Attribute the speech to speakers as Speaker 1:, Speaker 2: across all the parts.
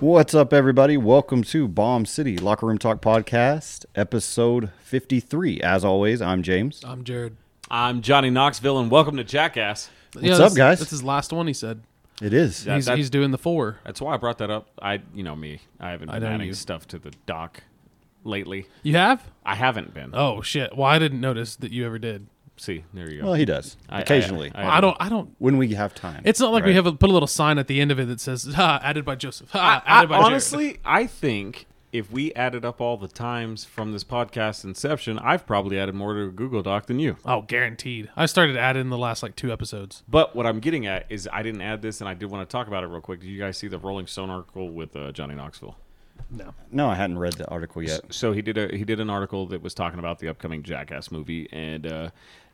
Speaker 1: What's up, everybody? Welcome to Bomb City Locker Room Talk Podcast, episode 53. As always, I'm James.
Speaker 2: I'm Jared.
Speaker 3: I'm Johnny Knoxville, and welcome to Jackass.
Speaker 2: yeah,
Speaker 1: up,
Speaker 2: this-
Speaker 1: guys?
Speaker 2: That's his last one. He said
Speaker 1: It is.
Speaker 3: Yeah.
Speaker 2: he's,
Speaker 3: that-
Speaker 2: he's doing the four.
Speaker 3: That's why I brought that up. I, you know me, I haven't been
Speaker 2: know
Speaker 3: adding
Speaker 2: you.
Speaker 3: stuff to the doc lately.
Speaker 2: You have?
Speaker 3: I haven't been.
Speaker 2: Oh shit! Well, I didn't notice that you ever did.
Speaker 3: See, there you go.
Speaker 1: Well, he does
Speaker 3: I- I-
Speaker 1: occasionally
Speaker 3: I-
Speaker 2: I don't. I don't.
Speaker 1: when we have time.
Speaker 2: It's not like we
Speaker 3: Right.
Speaker 2: have a, put a little sign at the end of it that says ha, "added by Joseph." Ha,
Speaker 3: I,
Speaker 2: added by Jared."
Speaker 3: honestly, I think if we added up all the times from this podcast inception, I've probably added more to a Google Doc than you.
Speaker 2: oh, guaranteed. I started adding in the last like two episodes.
Speaker 3: But what I'm getting at is I didn't add this, and I did want to talk about it real quick. Did you guys see the Rolling Stone article with uh, Johnny Knoxville?
Speaker 2: No,
Speaker 1: no, I hadn't read the article yet.
Speaker 3: So he did a he did an article that was talking about the upcoming Jackass movie, and uh,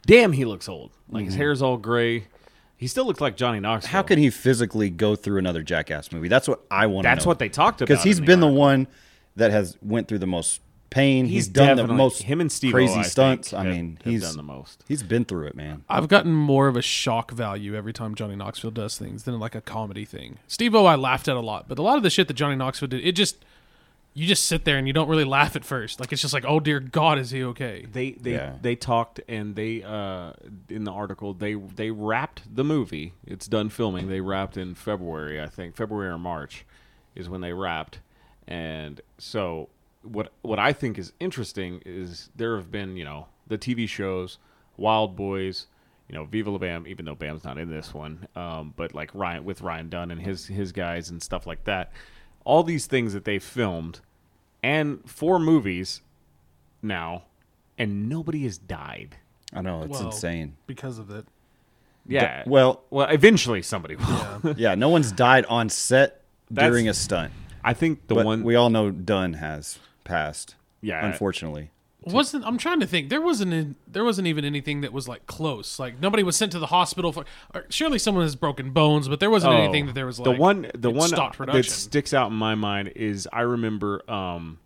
Speaker 3: damn, he looks old. Like his hair's all gray. He still looks like Johnny Knoxville.
Speaker 1: Mm-hmm. How can he physically go through another Jackass movie? That's what I want to know.
Speaker 3: That's what they talked about.
Speaker 1: Because he's
Speaker 3: in the
Speaker 1: been the
Speaker 3: article.
Speaker 1: one that has went through the most pain. He's,
Speaker 3: He's
Speaker 1: done the
Speaker 3: definitely-
Speaker 1: most
Speaker 3: him and Steve-O, I
Speaker 1: crazy
Speaker 3: think,
Speaker 1: stunts. I
Speaker 3: have-
Speaker 1: mean,
Speaker 3: have
Speaker 1: he's
Speaker 3: done the most.
Speaker 1: He's been through it, man.
Speaker 2: I've gotten more of a shock value every time Johnny Knoxville does things than like a comedy thing. Steve O, I laughed at a lot, but a lot of the shit that Johnny Knoxville did, it just you just sit there and you don't really laugh at first. Like it's just like, oh dear God, is he okay?
Speaker 3: They they
Speaker 1: Yeah.
Speaker 3: they talked and they uh, in the article they they wrapped the movie. It's done filming. They wrapped in February, I think. February or March is when they wrapped. And so what what I think is interesting is there have been, you know, the TV shows, Wild Boys, you know, Viva La Bam, even though Bam's not in this one, um, but like Ryan with Ryan Dunn and his his guys and stuff like that. All these things that they filmed and four movies now, and nobody has died.
Speaker 1: I know it's
Speaker 2: Well,
Speaker 1: insane.
Speaker 2: because of it.
Speaker 3: Yeah.
Speaker 1: Well,
Speaker 3: well, eventually somebody will.
Speaker 1: yeah, no one's died on set
Speaker 3: That's-
Speaker 1: during a stunt.
Speaker 3: I think the
Speaker 1: But
Speaker 3: one
Speaker 1: we all know Dunn has passed.
Speaker 3: Yeah.
Speaker 1: unfortunately.
Speaker 2: wasn't I'm trying to think. There wasn't in, there wasn't even anything that was like close. Like nobody was sent to the hospital for. Or surely someone has broken bones, but there wasn't
Speaker 3: oh,
Speaker 2: anything that there was like
Speaker 3: the one the
Speaker 2: it
Speaker 3: one
Speaker 2: stopped
Speaker 3: that
Speaker 2: production.
Speaker 3: sticks out in my mind is I remember um,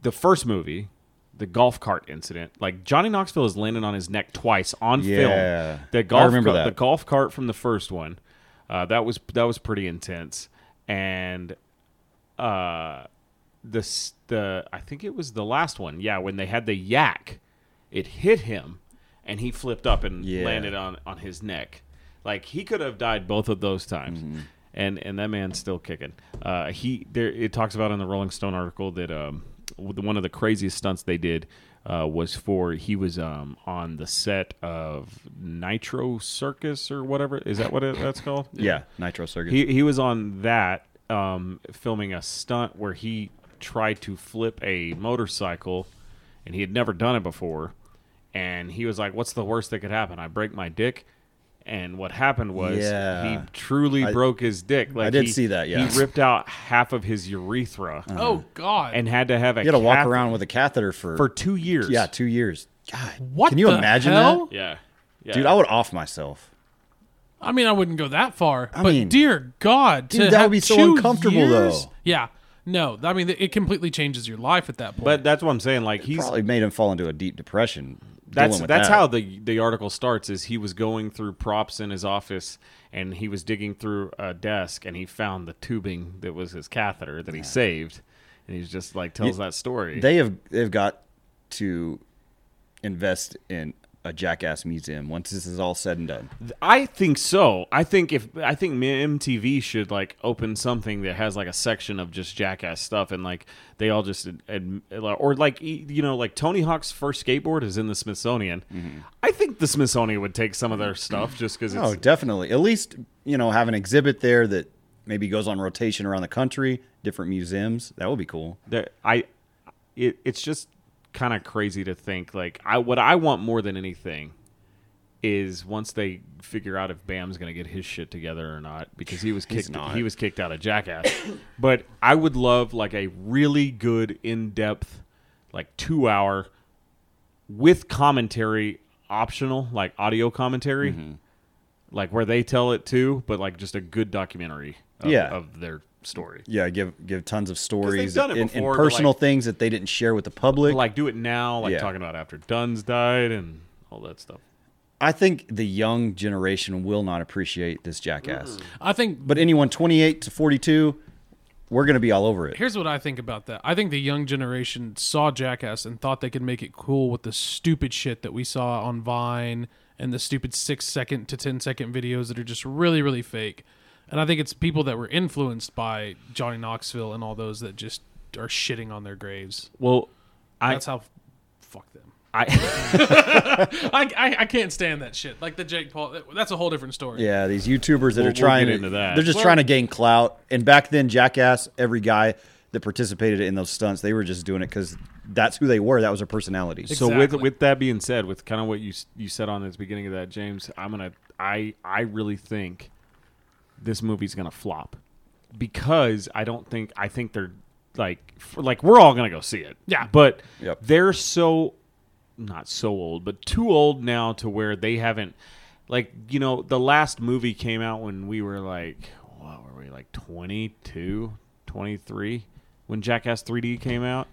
Speaker 3: the first movie, the golf cart incident. Like Johnny Knoxville is landing on his neck twice on
Speaker 1: Yeah.
Speaker 3: film. The
Speaker 1: I
Speaker 3: golf
Speaker 1: remember that.
Speaker 3: cart- the golf cart from the first one. Uh, that was that was pretty intense, and uh, the s- the I think it was the last one. Yeah, when they had the yak, it hit him, and he flipped up and
Speaker 1: Yeah.
Speaker 3: landed on on his neck. Like he could have died both of those times, and and that man's still kicking. Uh, he there. It talks about in the Rolling Stone article that um w- one of the craziest stunts they did. Uh, was for he was um, on the set of Nitro Circus or whatever is that what it, that's called?
Speaker 1: Yeah, Nitro Circus.
Speaker 3: He he was on that um, filming a stunt where he tried to flip a motorcycle, and he had never done it before. And he was like, "What's the worst that could happen? I break my dick." And what happened was
Speaker 1: Yeah.
Speaker 3: he truly
Speaker 1: I-
Speaker 3: broke his dick. Like
Speaker 1: did
Speaker 3: he-
Speaker 1: see that, yeah.
Speaker 3: he ripped out half of his urethra
Speaker 2: oh God!
Speaker 3: and had to have a
Speaker 1: you had to walk
Speaker 3: cath-
Speaker 1: around with a catheter for,
Speaker 3: for two years.
Speaker 1: yeah, two years. God,
Speaker 2: what?
Speaker 1: can you
Speaker 2: the
Speaker 1: imagine
Speaker 2: hell?
Speaker 1: that?
Speaker 3: yeah, yeah.
Speaker 1: Dude, I would off myself.
Speaker 2: I mean, I wouldn't go that far, but
Speaker 1: mean-
Speaker 2: dear God, to
Speaker 1: Dude, that would
Speaker 2: have
Speaker 1: be so
Speaker 2: two
Speaker 1: uncomfortable,
Speaker 2: years?
Speaker 1: though.
Speaker 2: Yeah, no, I mean, it completely changes your life at that point.
Speaker 3: But that's what I'm saying. Like he's
Speaker 1: Probably made him fall into a deep depression.
Speaker 3: that's
Speaker 1: dealing with
Speaker 3: that's
Speaker 1: that.
Speaker 3: how the the article starts is he was going through props in his office and he was digging through a desk and he found the tubing that was his catheter that he saved and he's just like tells that story
Speaker 1: they have they've got to invest in a jackass museum once this is all said and done.
Speaker 3: i think so i think if i think mtv should like open something that has like a section of just jackass stuff and like they all just ad- ad- or like e- you know like tony hawk's first skateboard is in the smithsonian i think the smithsonian would take some of their stuff just because
Speaker 1: Mm-hmm. Oh,
Speaker 3: it's
Speaker 1: definitely. At least you know have an exhibit there that maybe goes on rotation around the country, different museums. That would be cool.
Speaker 3: there i it, it's just kind of crazy to think like i what i want more than anything is once they figure out if bam's going to get his shit together or not because he was kicked
Speaker 1: not.
Speaker 3: he was kicked out of jackass but i would love like a really good in-depth like 2 hour with commentary optional like audio commentary
Speaker 1: Mm-hmm.
Speaker 3: like where they tell it too but like just a good documentary of,
Speaker 1: Yeah.
Speaker 3: of their story
Speaker 1: Yeah, give give tons of stories
Speaker 3: done it
Speaker 1: and, and
Speaker 3: before, but,
Speaker 1: personal
Speaker 3: like-
Speaker 1: things that they didn't share with the public.
Speaker 3: like do it now, like
Speaker 1: Yeah.
Speaker 3: talking about after Dunn's died and all that stuff.
Speaker 1: I think the young
Speaker 3: Mm-hmm.
Speaker 1: generation will not appreciate this jackass.
Speaker 2: I think
Speaker 1: But anyone 28 to 42 we're gonna be all over it.
Speaker 2: Here's what I think about that. I think the young generation saw Jackass and thought they could make it cool with the stupid shit that we saw on Vine and the stupid six second to ten second videos that are just really, really fake. And I think it's people that were influenced by Johnny Knoxville and all those that just are shitting on their graves.
Speaker 3: Well, I
Speaker 2: That's how fuck them.
Speaker 3: I
Speaker 2: I, I, I can't stand that shit. Like the Jake Paul, that's a whole different story.
Speaker 1: Yeah, these YouTubers that
Speaker 3: We'll-
Speaker 1: are
Speaker 3: we'll
Speaker 1: trying
Speaker 3: get
Speaker 1: to,
Speaker 3: into that.
Speaker 1: they're just
Speaker 2: Well-
Speaker 1: trying to gain clout. And back then, Jackass, every guy that participated in those stunts, they were just doing it because that's who they were. That was their personality. So,
Speaker 3: so with
Speaker 2: Exactly.
Speaker 3: with that being said, with kind of what you s- you said on at the beginning of that, James, I'm gonna I I really think this movie's gonna flop because I don't think I think they're like f- like we're all gonna go see it.
Speaker 2: Yeah.
Speaker 3: but
Speaker 1: Yep.
Speaker 3: they're so not so old, but too old now to where they haven't like you know the last movie came out when we were like what were we like 22, 23 when Jackass 3D came out.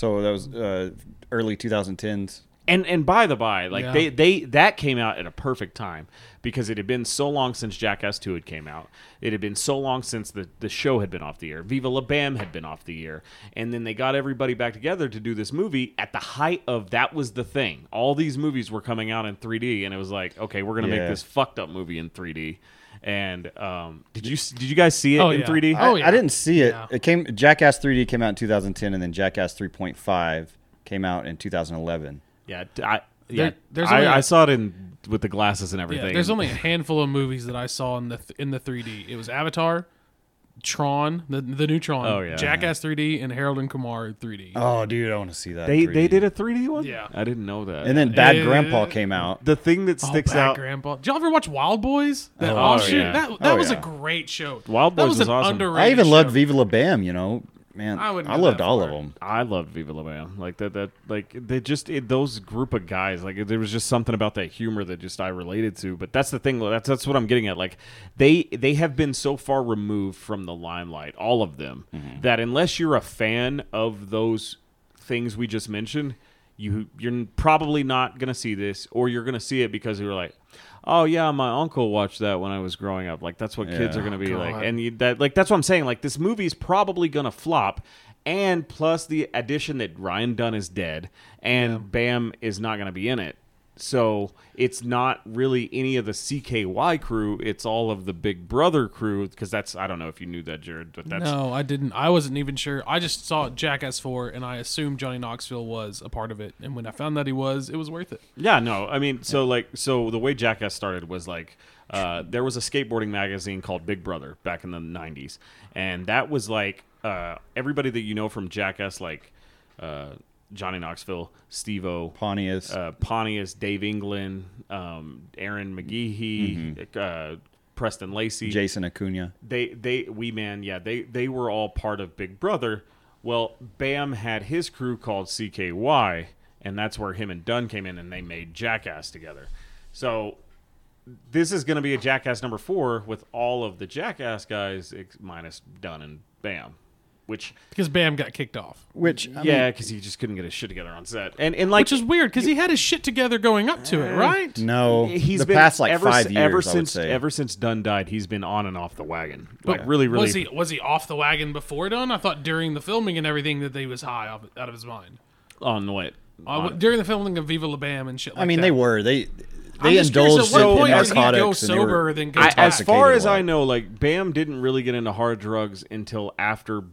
Speaker 1: that was uh, early 2010s.
Speaker 3: And and by the by, like
Speaker 2: Yeah.
Speaker 3: they they that came out at a perfect time because it had been so long since Jackass Two had came out. It had been so long since the the show had been off the air. Viva La Bam had been off the air, and then they got everybody back together to do this movie at the height of that was the thing. All these movies were coming out in 3D, and it was like, okay, we're gonna
Speaker 1: Yeah.
Speaker 3: make this fucked up movie in 3D. And um, did you did you guys see it
Speaker 2: Oh,
Speaker 3: in
Speaker 2: yeah.
Speaker 3: 3D?
Speaker 2: Oh,
Speaker 1: I,
Speaker 2: yeah.
Speaker 1: I didn't see it.
Speaker 2: Yeah.
Speaker 1: It came Jackass 3D came out in 2010, and then Jackass 3.5 came out in 2011.
Speaker 3: yeah, t- I, yeah.
Speaker 2: there's
Speaker 3: I,
Speaker 2: only a-
Speaker 3: I saw it in with the glasses and
Speaker 2: Yeah,
Speaker 3: everything.
Speaker 2: there's only a handful of movies that I saw in the th- in the 3D. It was Avatar, Tron, the the new Tron,
Speaker 3: Oh, yeah.
Speaker 2: Jackass 3D, and Harold and Kumar 3D.
Speaker 3: Uh,
Speaker 1: Oh, dude, I want to see that.
Speaker 3: they
Speaker 1: in
Speaker 3: they
Speaker 1: 3D.
Speaker 3: did a 3D one.
Speaker 2: Yeah.
Speaker 3: I didn't know that.
Speaker 1: And then Bad
Speaker 2: Eh.
Speaker 1: Grandpa came out.
Speaker 3: The thing that
Speaker 2: Oh,
Speaker 3: sticks
Speaker 2: Bad
Speaker 3: out.
Speaker 2: Grandpa. Did y'all ever watch Wild Boys? That
Speaker 1: Oh,
Speaker 2: all
Speaker 1: oh,
Speaker 2: shoot,
Speaker 3: yeah.
Speaker 2: that that
Speaker 1: Oh,
Speaker 2: was
Speaker 1: yeah.
Speaker 2: a great show.
Speaker 3: Wild
Speaker 2: that
Speaker 3: Boys
Speaker 2: was,
Speaker 3: was
Speaker 2: an
Speaker 3: awesome. I
Speaker 2: underrated.
Speaker 1: I even
Speaker 2: show.
Speaker 1: loved Viva La Bam. You know, man,
Speaker 2: I wouldn't
Speaker 1: I
Speaker 2: go
Speaker 1: loved
Speaker 2: that
Speaker 1: all
Speaker 2: far.
Speaker 1: of them.
Speaker 3: I love Viva La Bam. Like that. That like they just it, those group of guys. Like there was just something about that humor that just I related to. But that's the thing. That's that's what I'm getting at. Like they they have been so far removed from the limelight, all of them, that unless you're a fan of those things we just mentioned, you you're probably not gonna see this, or you're gonna see it because you were like. Oh yeah, my uncle watched that when I was growing up. Like that's what kids
Speaker 1: Yeah.
Speaker 3: are going to be like,
Speaker 2: Oh, God.
Speaker 3: and you, that like that's what I'm saying. Like this movie is probably gonna flop, and plus the addition that Ryan Dunn is dead and Bam is not gonna be in it, so it's not really any of the CKY crew. It's all of the Big Brother crew because that's I don't know if you knew that Jared, but that's
Speaker 2: No, I didn't. I wasn't even sure. I just saw Jackass 4, and I assumed Johnny Knoxville was a part of it. And when I found that he was, it was worth it.
Speaker 3: Yeah, no, I mean, so like, so the way Jackass started was like, uh, there was a skateboarding magazine called Big Brother back in the '90s, and that was like uh, everybody that you know from Jackass, like uh, Johnny Knoxville, Steve-O,
Speaker 1: Pontius.
Speaker 3: uh, Pontius, Dave England, um, Aaron McGeehee, uh, Preston Lacey,
Speaker 1: Jason Acuna.
Speaker 3: they they we man yeah they they were all part of Big Brother. Well, Bam had his crew called CKY, and that's where him and Dunn came in, and they made Jackass together. So this is going to be a Jackass number four with all of the Jackass guys ex- minus Dunn and Bam, which
Speaker 2: Because Bam got kicked off.
Speaker 1: Which I
Speaker 3: yeah, because he just couldn't get his shit together on set, and and like eh, uh,
Speaker 2: Which is weird, because he had his shit together going up to it, right?
Speaker 1: mean, no,
Speaker 3: He's
Speaker 1: the
Speaker 3: been
Speaker 1: past like
Speaker 3: ever,
Speaker 1: five
Speaker 3: si-
Speaker 1: years.
Speaker 3: Ever
Speaker 1: I
Speaker 3: since
Speaker 1: would say.
Speaker 3: ever since Dunn died, he's been on and off the wagon. Like
Speaker 2: But
Speaker 3: really, really
Speaker 2: was he was he off the wagon before done? I thought during the filming and everything that they was high off, out of his mind.
Speaker 3: on what?
Speaker 2: Uh, w- during the filming of Viva La Bam and shit. Like
Speaker 1: I mean,
Speaker 2: that.
Speaker 1: they were they
Speaker 2: I'm
Speaker 1: they
Speaker 2: just curious,
Speaker 1: indulged
Speaker 2: at
Speaker 1: in
Speaker 2: what point did he
Speaker 1: narcotics
Speaker 2: go
Speaker 1: and they
Speaker 2: sober,
Speaker 1: were
Speaker 2: then go
Speaker 3: I,
Speaker 2: back?
Speaker 3: as far
Speaker 1: intoxicated
Speaker 3: as
Speaker 1: a lot.
Speaker 3: I know, like Bam didn't really get into hard drugs until after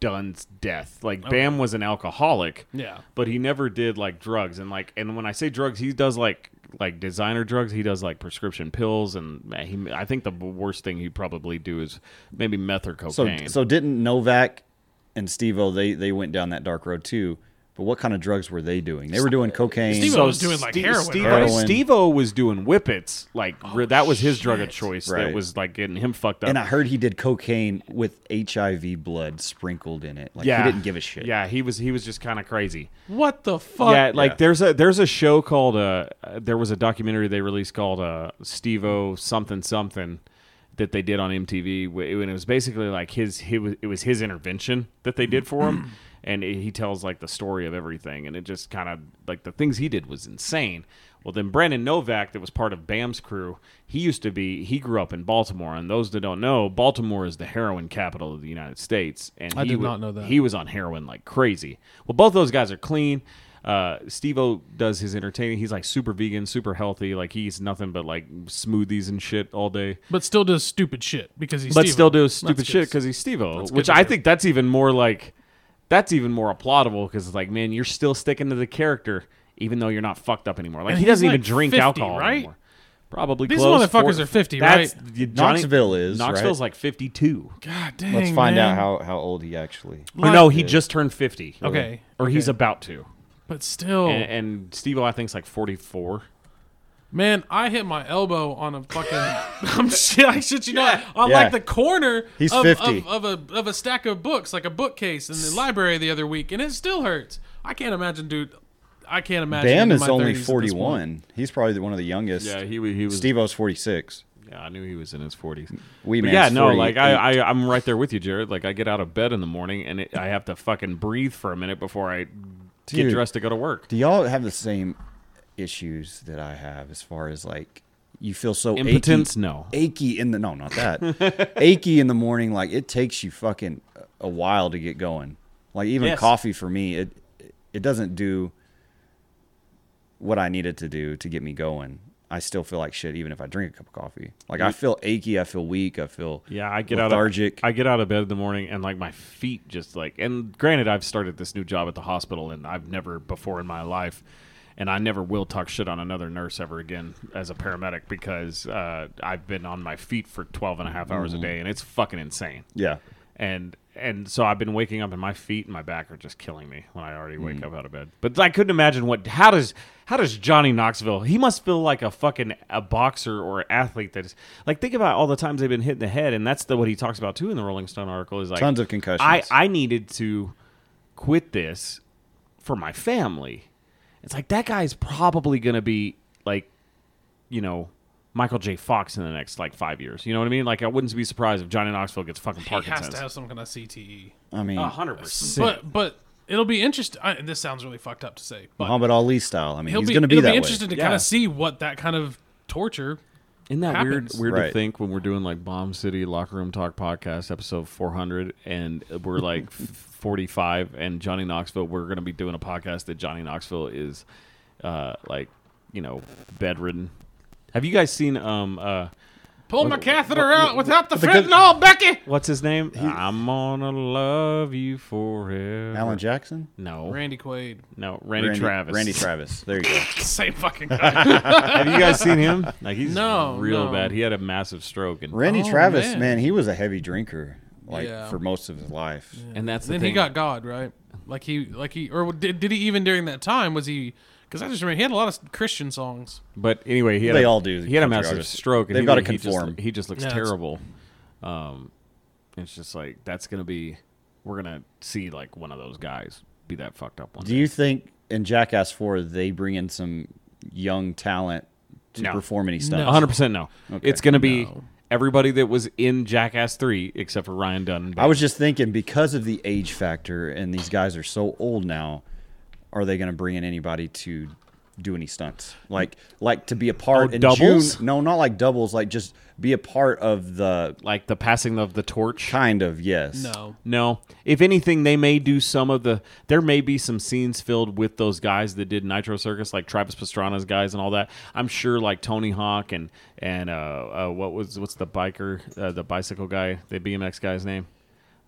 Speaker 3: Dunn's death. Like Bam was an alcoholic,
Speaker 2: Yeah.
Speaker 3: but he never did like drugs. And like, and when I say drugs, he does like like designer drugs. He does like prescription pills, and man, he. I think the worst thing he'd probably do is maybe meth or
Speaker 1: So
Speaker 3: cocaine.
Speaker 1: so didn't Novak and Steve-O, they they went down that dark road too. But what kind of drugs were they doing? They were doing cocaine.
Speaker 2: Steve-O was doing, like, heroin, Oh,
Speaker 3: Steve,
Speaker 1: right? Heroin.
Speaker 3: Steve-O was doing whippets. Like re- that was his drug of
Speaker 2: shit.
Speaker 3: choice. That
Speaker 1: Right.
Speaker 3: was like getting him fucked up.
Speaker 1: and I heard he did cocaine with HIV blood sprinkled in it. Like
Speaker 3: yeah,
Speaker 1: he didn't give a shit.
Speaker 3: Yeah, he was he was just kind of crazy.
Speaker 2: what the fuck?
Speaker 3: yeah, like
Speaker 1: Yeah.
Speaker 3: there's a there's a show called uh, uh, there was a documentary they released called uh Steve-O something something that they did on MTV wh- and it was basically like his he was, it was his intervention that they did for him and it- he tells like the story of everything, and it just kind of like the things he did was insane. Well, then Brandon Novak, that was part of Bam's crew, he used to be. He grew up in Baltimore, and those that don't know, Baltimore is the heroin capital of the United States. And
Speaker 2: I
Speaker 3: he
Speaker 2: did
Speaker 3: wa-
Speaker 2: not know that.
Speaker 3: He he was on heroin like crazy. Well, both those guys are clean. Uh, Steve-O does his entertaining. He's like super vegan, super healthy. Like he eats nothing but like smoothies and shit all day.
Speaker 2: but still does stupid shit because he's
Speaker 3: But
Speaker 2: Steve-O.
Speaker 3: still does
Speaker 2: That's
Speaker 3: stupid
Speaker 2: good.
Speaker 3: shit because he's Steve-O,
Speaker 2: That's good
Speaker 3: which
Speaker 2: to
Speaker 3: I
Speaker 2: hear.
Speaker 3: think that's even more like that's even more applaudable because it's like, man, you're still sticking to the character even though you're not fucked up anymore. Like
Speaker 2: And
Speaker 3: he doesn't
Speaker 2: he's,
Speaker 3: even
Speaker 2: like,
Speaker 3: drink
Speaker 2: 50,
Speaker 3: alcohol
Speaker 2: right?
Speaker 3: anymore. Probably
Speaker 2: These
Speaker 3: close.
Speaker 2: motherfuckers are 50,
Speaker 3: that's,
Speaker 2: right?
Speaker 3: Johnny-
Speaker 1: Knoxville is, right?
Speaker 3: Knoxville's like 52.
Speaker 2: God dang.
Speaker 1: Let's find
Speaker 2: man.
Speaker 1: out how, how old he actually.
Speaker 3: Or no, he just turned 50.
Speaker 2: Okay.
Speaker 3: Or he's
Speaker 2: Okay.
Speaker 3: about to.
Speaker 2: But still,
Speaker 1: Oh.
Speaker 3: and, and Steve O I think's like 44.
Speaker 2: man, I hit my elbow on a fucking. I'm shit. I shit you not. On
Speaker 1: Yeah.
Speaker 2: like the corner
Speaker 1: He's
Speaker 2: of,
Speaker 1: 50.
Speaker 2: Of, of a of a stack of books, like a bookcase in the library the other week, and it still hurts. I can't imagine, dude. I can't imagine.
Speaker 1: Bam
Speaker 2: into
Speaker 1: is
Speaker 2: my
Speaker 1: only
Speaker 2: 30s at this point.
Speaker 1: 41. He's probably the- one of the youngest.
Speaker 3: Yeah, he wa- he was.
Speaker 1: Steve O's 46.
Speaker 3: Yeah, I knew he was in his 40s.
Speaker 1: We
Speaker 3: But yeah, no, like I, I I'm right there with you, Jared. Like I get out of bed in the morning and it, I have to fucking breathe for a minute before I get
Speaker 1: Dude.
Speaker 3: dressed to go to work.
Speaker 1: Do y'all have the same issues that I have as far as like you feel so
Speaker 3: Impotence?
Speaker 1: Achy,
Speaker 3: No.
Speaker 1: achy in the no, not that. achy in the morning. Like it takes you fucking a while to get going. Like even
Speaker 3: Yes.
Speaker 1: coffee for me, it it doesn't do what I need it to do to get me going. I still feel like shit even if I drink a cup of coffee. Like I feel achy, I feel weak, I feel
Speaker 3: Yeah, I get
Speaker 1: lethargic.
Speaker 3: out of I get out of bed in the morning and like my feet just like and granted I've started this new job at the hospital and I've never before in my life and I never will talk shit on another nurse ever again as a paramedic because uh, I've been on my feet for 12 and a half hours a day and it's fucking insane.
Speaker 1: yeah.
Speaker 3: and and so I've been waking up and my feet and my back are just killing me when I already
Speaker 1: Hmm.
Speaker 3: wake up out of bed. But I couldn't imagine what how does how does Johnny Knoxville? He must feel like a fucking a boxer or athlete that is like think about all the times they've been hit in the head and that's the what he talks about too in the Rolling Stone article is like
Speaker 1: Tons of concussions.
Speaker 3: I I needed to quit this for my family. It's like that guy's probably going to be like you know Michael J. Fox in the next like five years. You know what I mean? Like I wouldn't be surprised if Johnny Knoxville gets fucking
Speaker 2: He
Speaker 3: Parkinson's.
Speaker 2: has to have some kind of CTE.
Speaker 1: I mean
Speaker 3: A hundred percent.
Speaker 2: But but it'll be interesting. This sounds really fucked up to say, but
Speaker 1: Muhammad Ali style. I mean,
Speaker 2: he'll
Speaker 1: Uh-huh. he's
Speaker 2: be,
Speaker 1: going to be
Speaker 2: it'll
Speaker 1: that
Speaker 2: be
Speaker 1: way.
Speaker 2: interested to kind
Speaker 3: Yeah.
Speaker 2: of see what that kind of torture.
Speaker 3: Isn't that
Speaker 2: happens.
Speaker 3: weird? Weird
Speaker 1: Right.
Speaker 3: to think when we're doing like Bomb City Locker Room Talk podcast episode 400, and we're like f- 45, and Johnny Knoxville. We're gonna be doing a podcast that Johnny Knoxville is, uh, like, you know, bedridden. Have you guys seen um uh
Speaker 2: Pull my catheter out without the
Speaker 1: good-
Speaker 2: fentanyl, Becky.
Speaker 3: what's his name? I'm gonna love you forever.
Speaker 1: Alan Jackson,
Speaker 3: No,
Speaker 2: Randy Quaid,
Speaker 3: no, Randy, Travis. Oh,
Speaker 1: Randy Travis. There you go.
Speaker 2: same fucking guy.
Speaker 3: Have you guys seen him? Like he's
Speaker 2: No,
Speaker 3: real
Speaker 2: no.
Speaker 3: bad. He had a massive stroke, and
Speaker 1: Randy
Speaker 2: Oh,
Speaker 1: Travis,
Speaker 2: man.
Speaker 1: man. he was a heavy drinker like
Speaker 2: Yeah.
Speaker 1: for most of his life.
Speaker 3: and that's the
Speaker 2: then
Speaker 3: thing.
Speaker 2: he got God right. Like he like he or did, did he even during that time was he? Because I just remember he had a lot of Christian songs.
Speaker 3: But anyway, he had
Speaker 1: They
Speaker 3: a,
Speaker 1: all do,
Speaker 3: He had a
Speaker 1: country
Speaker 3: massive
Speaker 1: artists.
Speaker 3: stroke. And
Speaker 1: They've
Speaker 3: he,
Speaker 1: gotta
Speaker 3: he just-
Speaker 1: conform.
Speaker 3: he just looks
Speaker 2: Yeah, it's-
Speaker 3: terrible. Um, it's just like that's gonna be. We're gonna see like one of those guys be that fucked up one.
Speaker 1: Do you think in Jackass 4 they bring in some young talent to
Speaker 3: No.
Speaker 1: perform any stuff?
Speaker 3: One hundred percent no.
Speaker 1: Okay.
Speaker 3: It's gonna be
Speaker 2: No.
Speaker 3: everybody that was in Jackass three except for Ryan Dunn.
Speaker 1: I was just thinking because of the age factor and these guys are so old now, are they going to bring in anybody to do any stunts? Like like to be a part
Speaker 3: Oh,
Speaker 1: in
Speaker 3: doubles?
Speaker 1: June? No, not like doubles, like just be a part of the
Speaker 3: like the passing of the torch.
Speaker 1: kind of, yes.
Speaker 2: No,
Speaker 3: No. If anything, they may do some of the. There may be some scenes filled with those guys that did Nitro Circus, like Travis Pastrana's guys and all that. I'm sure, like Tony Hawk and and uh, uh what was what's the biker, uh, the bicycle guy, the BMX guy's name,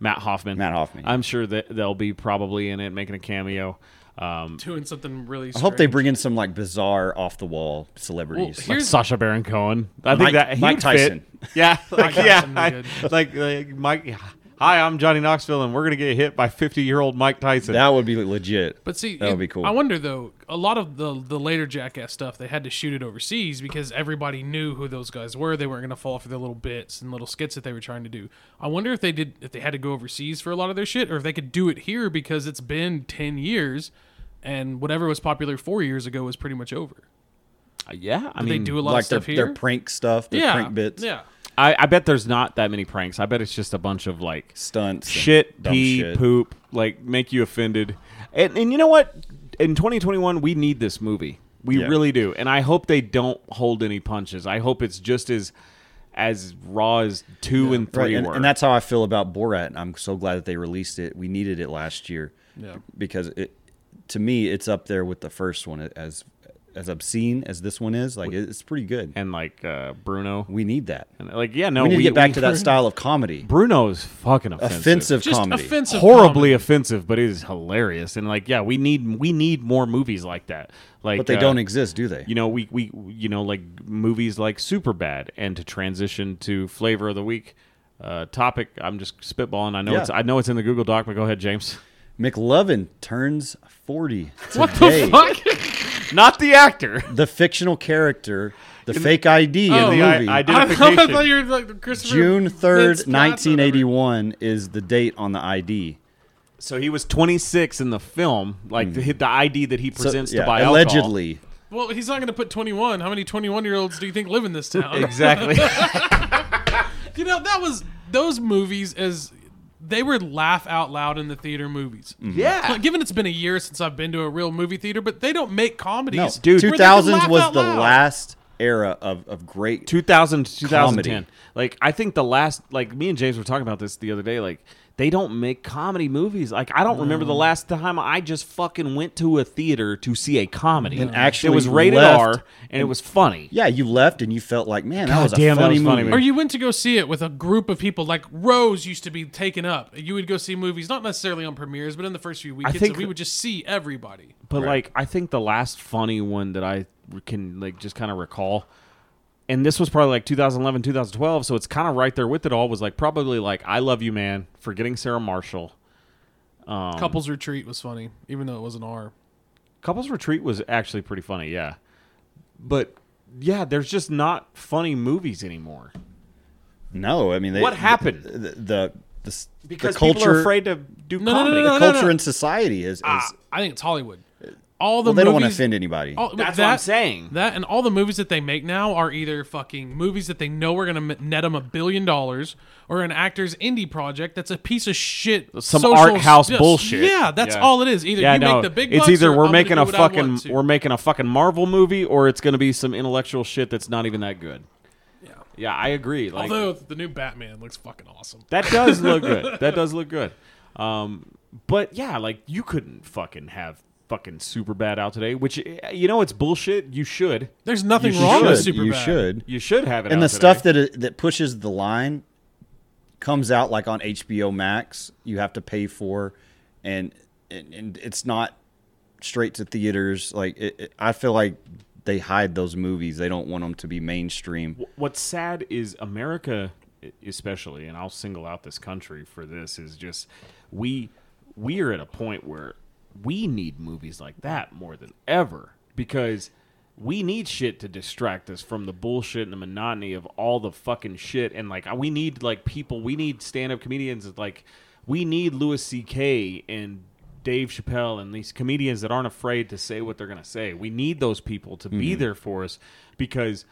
Speaker 3: Matt Hoffman.
Speaker 1: Matt Hoffman.
Speaker 3: I'm sure that they'll be probably in it, making a cameo. Um,
Speaker 2: doing something really.
Speaker 1: I hope they
Speaker 2: strange.
Speaker 1: bring in some like bizarre off the wall
Speaker 2: Well,
Speaker 1: celebrities.
Speaker 2: here-
Speaker 3: like
Speaker 2: Here's-
Speaker 3: Sasha Baron Cohen. I think
Speaker 1: Mike-
Speaker 3: that he
Speaker 1: Mike
Speaker 3: would fit.
Speaker 1: Tyson.
Speaker 3: Yeah, like,
Speaker 2: Tyson
Speaker 3: yeah,
Speaker 2: would be
Speaker 3: I-
Speaker 2: good.
Speaker 3: like like Mike. Hi, I'm Johnny Knoxville, and we're gonna get hit by 50 year old Mike Tyson.
Speaker 1: that would be legit.
Speaker 2: But see,
Speaker 1: that would
Speaker 2: it-
Speaker 1: be cool.
Speaker 2: I wonder though. A lot of the the later Jackass stuff, they had to shoot it overseas because everybody knew who those guys were. They weren't going to fall for their little bits and little skits that they were trying to do. I wonder if they did if they had to go overseas for a lot of their shit, or if they could do it here because it's been ten years, and whatever was popular four years ago was pretty much over.
Speaker 3: Uh, Yeah, I
Speaker 2: They
Speaker 3: mean,
Speaker 2: do a lot of
Speaker 1: like their,
Speaker 2: stuff
Speaker 1: their
Speaker 2: here.
Speaker 1: prank stuff, their
Speaker 2: yeah,
Speaker 1: prank bits.
Speaker 2: Yeah.
Speaker 3: I, I bet there's not that many pranks. I bet it's just a bunch of like
Speaker 1: stunts, and
Speaker 3: shit,
Speaker 1: dumb
Speaker 3: pee,
Speaker 1: shit.
Speaker 3: poop, like make you offended. And, and you know what? In 2021, we need this movie. We
Speaker 1: Yeah.
Speaker 3: really do. And I hope they don't hold any punches. I hope it's just as as raw as two and
Speaker 1: Right,
Speaker 3: three
Speaker 1: and,
Speaker 3: were.
Speaker 1: and that's how I feel about Borat. I'm so glad that they released it. We needed it last year
Speaker 2: Yeah.
Speaker 1: because it, to me, it's up there with the first one as as obscene as this one is. Like it's pretty good.
Speaker 3: and like uh, Bruno.
Speaker 1: We need that.
Speaker 3: And like yeah, no,
Speaker 1: we need to get back to that
Speaker 3: we-
Speaker 1: style of comedy,
Speaker 3: Bruno's fucking offensive.
Speaker 1: offensive
Speaker 2: Just
Speaker 1: comedy.
Speaker 2: offensive.
Speaker 3: horribly
Speaker 2: comedy.
Speaker 3: offensive, but it is hilarious. And like, yeah, we need we need more movies like that. Like,
Speaker 1: But they
Speaker 3: uh,
Speaker 1: don't exist, do they?
Speaker 3: You know, we we you know like movies like Superbad, and to transition to flavor of the week uh, topic. I'm just spitballing. I know
Speaker 1: Yeah.
Speaker 3: it's I know it's in the Google Doc, but go ahead, James.
Speaker 1: McLovin turns 40 today.
Speaker 2: What the fuck?
Speaker 3: Not the actor.
Speaker 1: The fictional character, the fake ID in
Speaker 2: Oh.
Speaker 1: the
Speaker 2: The
Speaker 3: I-
Speaker 1: movie.
Speaker 3: ID-
Speaker 2: I,
Speaker 3: Identification.
Speaker 2: I thought you were like Christopher
Speaker 1: June
Speaker 2: Vince
Speaker 1: 3rd,
Speaker 2: Scott or
Speaker 1: 1981 is the date on the ID.
Speaker 3: So he was 26 in the film, like the, the ID that he
Speaker 1: Hmm. So,
Speaker 3: presents
Speaker 1: yeah,
Speaker 3: to buy alcohol.
Speaker 1: allegedly.
Speaker 2: whatever. Well, he's not going to put 21. How many 21 year olds do you think live in this town?
Speaker 3: Exactly.
Speaker 2: you know, that was those movies as they were laugh out loud in the theater movies.
Speaker 1: Mm.
Speaker 3: yeah.
Speaker 2: Like, given it's been a year since I've been to a real movie theater, but they don't make comedies.
Speaker 1: No,
Speaker 2: where they can
Speaker 1: 2000s
Speaker 2: laugh
Speaker 1: was
Speaker 2: out
Speaker 1: the
Speaker 2: loud.
Speaker 1: last era of, of great.
Speaker 3: 2000 to
Speaker 1: Comedy.
Speaker 3: 2010 like i think the last like me and james were talking about this the other day like they don't make comedy movies like i don't remember the last time i just fucking went to a theater to see a comedy and
Speaker 1: actually
Speaker 3: it was rated
Speaker 1: left
Speaker 3: r and, it was funny
Speaker 1: yeah, you left and you felt like, man, that
Speaker 3: God
Speaker 1: was a
Speaker 3: damn, that
Speaker 1: funny
Speaker 3: was funny,
Speaker 1: movie.
Speaker 2: Or you went to go see it with a group of people, like Rose used to be taken up. You would go see movies, not necessarily on premieres, but in the first few weekends,
Speaker 3: think-
Speaker 2: and we would just see everybody.
Speaker 3: but
Speaker 1: Right.
Speaker 3: like i think the last funny one that i can like just kind of recall and this was probably like 2011 2012 so it's kind of right there with it all was like probably like i love you man forgetting sarah marshall
Speaker 1: Um,
Speaker 2: Couples Retreat was funny, even though it wasn't R.
Speaker 3: Couples Retreat was actually pretty funny, yeah. But yeah, there's just not funny movies anymore
Speaker 1: No, I mean, they,
Speaker 3: What happened?
Speaker 1: The the, the, the s- the
Speaker 3: because
Speaker 1: culture,
Speaker 3: people are afraid to do
Speaker 2: No, no,
Speaker 3: comedy.
Speaker 2: no, no,
Speaker 1: the
Speaker 2: no.
Speaker 1: culture in society is. is
Speaker 2: Ah, I think it's Hollywood. All the
Speaker 1: well, they don't want to
Speaker 2: movies- Oh,
Speaker 1: offend anybody.
Speaker 2: all-
Speaker 3: That's
Speaker 2: that-
Speaker 3: what I'm saying.
Speaker 2: That and all the movies that they make now are either fucking movies that they know are going to net them a billion dollars, or an actor's indie project that's a piece of shit.
Speaker 3: Some
Speaker 2: social
Speaker 3: art house
Speaker 2: stuff.
Speaker 3: bullshit.
Speaker 2: Yeah, that's
Speaker 3: Yeah.
Speaker 2: all it is. Either you make the big.
Speaker 3: it's
Speaker 2: bucks
Speaker 3: either
Speaker 2: or
Speaker 3: we're
Speaker 2: I'm
Speaker 3: making
Speaker 2: gonna do
Speaker 3: a
Speaker 2: what I want
Speaker 3: fucking
Speaker 2: to.
Speaker 3: we're making a fucking Marvel movie, or it's going to be some intellectual shit that's not even that good.
Speaker 2: Yeah.
Speaker 3: yeah, I agree. Like
Speaker 2: Although the new Batman looks fucking awesome.
Speaker 3: that does look good. That does look good. Um, but yeah, like you couldn't fucking have fucking super bad out today, which eh, you know it's bullshit. You should,
Speaker 2: There's nothing
Speaker 1: you
Speaker 2: wrong
Speaker 1: should.
Speaker 2: with Superbad.
Speaker 1: you should.
Speaker 3: you should have it.
Speaker 1: and the
Speaker 3: out today.
Speaker 1: stuff that it, that pushes the line comes out like on HBO Max. You have to pay for, and and, and it's not straight to theaters. Like it, it, I feel like they hide those movies. They don't want them to be mainstream.
Speaker 3: what's sad is America, e, especially, and I'll single out this country for this, is just we we are at a point where we need movies like that more than ever because we need shit to distract us from the bullshit and the monotony of all the fucking shit and like we need like people we need stand-up comedians that, like we need Louis C.K. and Dave Chappelle and these comedians that aren't afraid to say what they're going to say. We need those people to
Speaker 1: Mm-hmm.
Speaker 3: be there for us because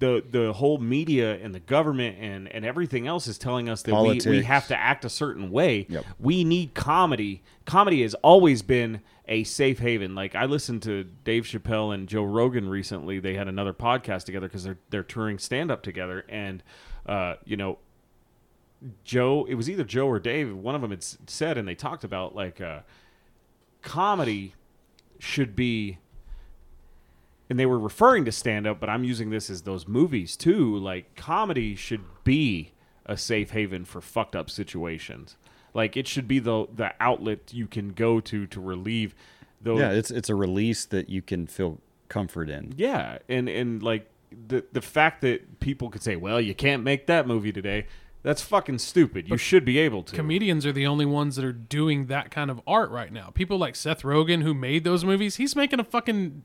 Speaker 3: the the whole media and the government and, and everything else is telling us that we, we
Speaker 1: Politics.
Speaker 3: have to act a certain way.
Speaker 1: Yep.
Speaker 3: We need comedy. Comedy has always been a safe haven. Like I listened to Dave Chappelle and Joe Rogan recently. They had another podcast together because they're they're touring stand up together and uh, you know Joe, it was either Joe or Dave, one of them had s- said, and they talked about like uh, comedy should be, and they were referring to stand up, but I'm using this as those movies too. Like, comedy should be a safe haven for fucked up situations. Like, it should be the, the outlet you can go to to relieve those.
Speaker 1: Yeah, it's it's a release that you can feel comfort in.
Speaker 3: Yeah, and and like the the fact that people could say, "Well, you can't make that movie today," that's fucking stupid. You should be able to.
Speaker 2: Comedians are the only ones that are doing that kind of art right now. People like Seth Rogen, who made those movies, he's making a fucking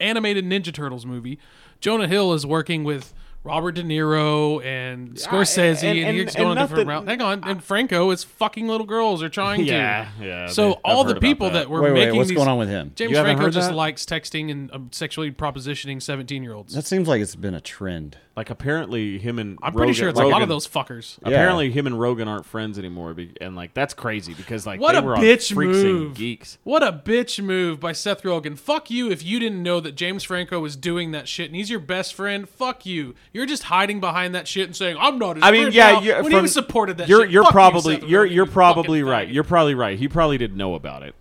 Speaker 2: animated Ninja Turtles movie. Jonah Hill is working with Robert De Niro and Scorsese,
Speaker 3: and-
Speaker 2: and,
Speaker 3: and-
Speaker 2: he's
Speaker 3: and
Speaker 2: going a different
Speaker 3: nothing-
Speaker 2: route. Hang on, and Franco is fucking little girls are trying
Speaker 3: Yeah,
Speaker 2: to.
Speaker 3: yeah,
Speaker 2: So
Speaker 3: I've
Speaker 2: all
Speaker 3: heard
Speaker 2: the
Speaker 3: about
Speaker 2: people
Speaker 3: that.
Speaker 2: that, were
Speaker 1: Wait, wait,
Speaker 2: making
Speaker 1: what's
Speaker 2: these,
Speaker 1: going on with him?
Speaker 2: James
Speaker 3: You haven't
Speaker 2: Franco
Speaker 3: heard
Speaker 2: just
Speaker 3: that?
Speaker 2: likes texting and um, sexually propositioning seventeen-year-olds.
Speaker 1: That seems like it's been a trend.
Speaker 3: Like apparently him and
Speaker 2: I'm pretty
Speaker 3: Rogan-
Speaker 2: sure it's a lot of
Speaker 3: Rogan-
Speaker 2: those fuckers.
Speaker 1: Yeah.
Speaker 3: Apparently him and Rogan aren't friends anymore, be- and like that's crazy because like
Speaker 2: What
Speaker 3: they
Speaker 2: a
Speaker 3: were on
Speaker 2: bitch
Speaker 3: freaks
Speaker 2: move.
Speaker 3: and geeks.
Speaker 2: What a bitch move by Seth Rogen. Fuck you if you didn't know that James Franco was doing that shit and he's your best friend. Fuck you. You're just hiding behind that shit and saying I'm not. His
Speaker 3: I mean,
Speaker 2: friend
Speaker 3: yeah,
Speaker 2: now,"
Speaker 3: you're,
Speaker 2: when
Speaker 3: from-
Speaker 2: he was supported that.
Speaker 3: You're
Speaker 2: shit.
Speaker 3: you're
Speaker 2: Fuck you,
Speaker 3: probably
Speaker 2: Seth
Speaker 3: you're
Speaker 2: Rogen,
Speaker 3: you're
Speaker 2: you
Speaker 3: probably
Speaker 2: fucking
Speaker 3: right.
Speaker 2: faggot.
Speaker 3: You're probably right. He probably didn't know about it.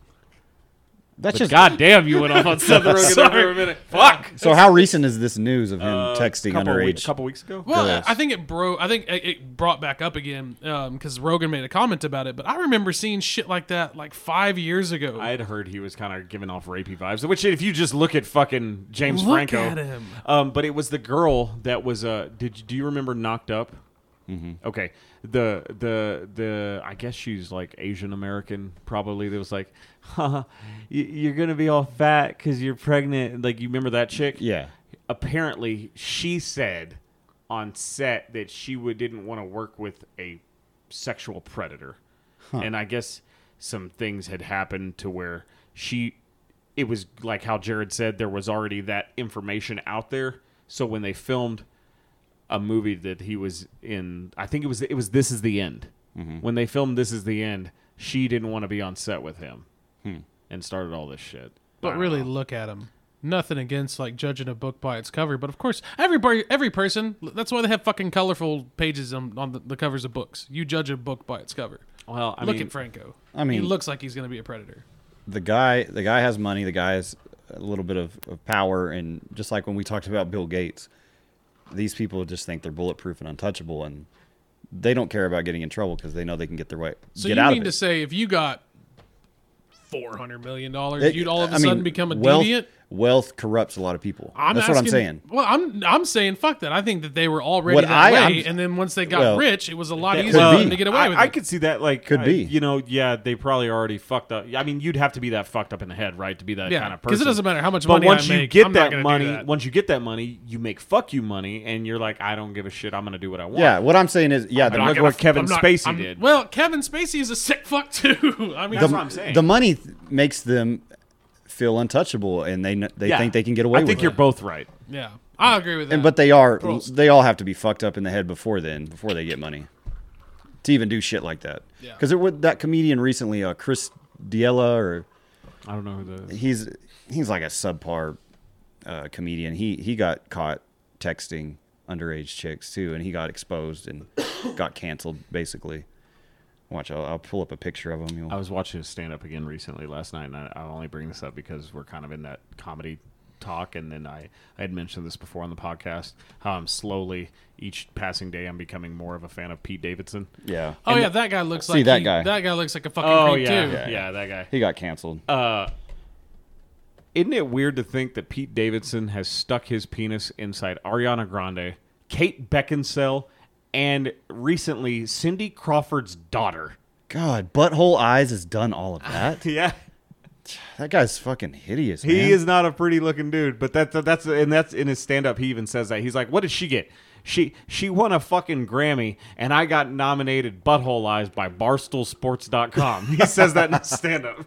Speaker 1: That's
Speaker 3: But
Speaker 1: just
Speaker 3: goddamn, you went off on Seth Rogen there for a minute. Fuck.
Speaker 1: so. How recent is this news of him texting
Speaker 3: Uh, couple
Speaker 1: underage?
Speaker 3: weeks, couple weeks ago.
Speaker 2: Well,
Speaker 1: Gross.
Speaker 2: I I think it bro. I think it- it brought back up again because Rogan made a comment about it. But I remember seeing shit like that like five years ago.
Speaker 3: I had heard he was kind of giving off rapey vibes, which if you just look at fucking James
Speaker 2: Look
Speaker 3: Franco,
Speaker 2: at him.
Speaker 3: Um, but it was the girl that was. Uh, did you, do you remember Knocked Up? Mm-hmm. Okay, the the the I guess she's like Asian American, probably. That was like, "Haha, you- you're gonna be all fat because you're pregnant. Like you remember that chick?
Speaker 1: yeah,
Speaker 3: apparently she said on set that she would didn't want to work with a sexual predator. And I guess some things had happened to where she it was like how Jared said there was already that information out there. So when they filmed a movie that he was in, I think it was it was This Is the End. When they filmed This Is the End, she didn't want to be on set with him and started all this shit. I
Speaker 2: But
Speaker 3: don't
Speaker 2: really,
Speaker 3: know.
Speaker 2: look at him. Nothing against like judging a book by its cover, but of course, everybody, every person. That's why they have fucking colorful pages on, on the, the covers of books. You judge a book by its cover.
Speaker 3: well, I
Speaker 2: look
Speaker 3: mean,
Speaker 2: at Franco.
Speaker 1: I mean-
Speaker 2: he looks like he's gonna be a predator.
Speaker 1: the guy the guy has money the guy has a little bit of, of power and just like when we talked about bill gates these people just think they're bulletproof and untouchable and they don't care about getting in trouble because they know they can get their way
Speaker 2: So
Speaker 1: get
Speaker 2: you
Speaker 1: out of
Speaker 2: mean to
Speaker 1: it.
Speaker 2: say if you got four hundred million dollars,
Speaker 1: It-
Speaker 2: you'd all of a
Speaker 1: I mean,
Speaker 2: sudden become a
Speaker 1: wealth,
Speaker 2: deviant?
Speaker 1: wealth corrupts a lot of people
Speaker 2: I'm
Speaker 1: that's
Speaker 2: asking,
Speaker 1: what i'm saying
Speaker 2: Well, I'm I'm saying fuck that. I think that they were already
Speaker 1: What
Speaker 2: that
Speaker 1: I-
Speaker 2: way,
Speaker 1: I'm-
Speaker 2: and then once they got
Speaker 1: well,
Speaker 2: rich, it was a lot
Speaker 3: That
Speaker 2: easier
Speaker 1: could
Speaker 2: for
Speaker 1: be.
Speaker 2: them to get away
Speaker 3: I,
Speaker 2: with
Speaker 3: I
Speaker 2: it.
Speaker 3: could see that. Like,
Speaker 1: Could
Speaker 3: I-
Speaker 1: be.
Speaker 3: You know, yeah, they probably already fucked up. I mean, you'd have to be that fucked up in the head, right, to be that
Speaker 2: Yeah,
Speaker 3: kind of
Speaker 2: 'cause it
Speaker 3: person.
Speaker 2: doesn't matter how much
Speaker 3: but
Speaker 2: money
Speaker 3: once
Speaker 2: I
Speaker 3: you
Speaker 2: make,
Speaker 3: get
Speaker 2: I'm not
Speaker 3: that
Speaker 2: gonna do
Speaker 3: money,
Speaker 2: that.
Speaker 3: once you get that money, you make fuck you money, and you're like, I don't give a shit. I'm gonna do what I want.
Speaker 1: yeah what i'm saying is yeah the,
Speaker 3: not
Speaker 1: look
Speaker 3: gonna
Speaker 1: what
Speaker 3: f- Kevin
Speaker 2: I'm not-
Speaker 3: Spacey
Speaker 2: I'm-
Speaker 3: did.
Speaker 2: Well, Kevin Spacey is a sick fuck too. I mean,
Speaker 3: That's
Speaker 1: the-
Speaker 3: what I'm saying.
Speaker 1: the money th- makes them feel untouchable and they kn- they
Speaker 3: Yeah.
Speaker 1: think they can get away
Speaker 3: I
Speaker 1: with
Speaker 3: think you're
Speaker 1: it
Speaker 3: both right.
Speaker 2: yeah, I agree with that.
Speaker 1: and but they are
Speaker 2: Prost.
Speaker 1: they all have to be fucked up in the head before then before they get money to even do shit like that
Speaker 2: Yeah.
Speaker 1: because was that comedian recently uh, chris diella or
Speaker 3: I don't know who the.
Speaker 1: he's he's like a subpar uh, comedian he he got caught texting underage chicks too and he got exposed and got canceled basically watch i'll, I'll pull up a picture of him
Speaker 3: I
Speaker 1: You'll,
Speaker 3: was watching his stand up again recently last night, and I, I only bring this up because we're kind of in that comedy talk. And then I, I had mentioned this before on the podcast how I'm slowly, each passing day, I'm becoming more of a fan of Pete Davidson.
Speaker 1: yeah
Speaker 2: oh yeah, that guy looks
Speaker 1: See
Speaker 2: like
Speaker 1: that
Speaker 2: he-
Speaker 1: guy.
Speaker 2: That guy looks like a fucking
Speaker 3: Oh,
Speaker 2: creep
Speaker 3: yeah,
Speaker 2: too.
Speaker 3: yeah. Yeah, that guy.
Speaker 1: he got canceled
Speaker 3: Uh. Isn't it weird to think that Pete Davidson has stuck his penis inside Ariana Grande, Kate Beckinsale, and recently Cindy Crawford's daughter?
Speaker 1: god butthole eyes has done all of that
Speaker 3: Yeah.
Speaker 1: that guy's fucking hideous
Speaker 3: He
Speaker 1: man.
Speaker 3: is not a pretty looking dude, but that's that's and that's in his stand up he even says that. He's like, "What did she get? She she won a fucking Grammy and I got nominated Butthole Eyes by barstoolsports.com." He says that in his stand up.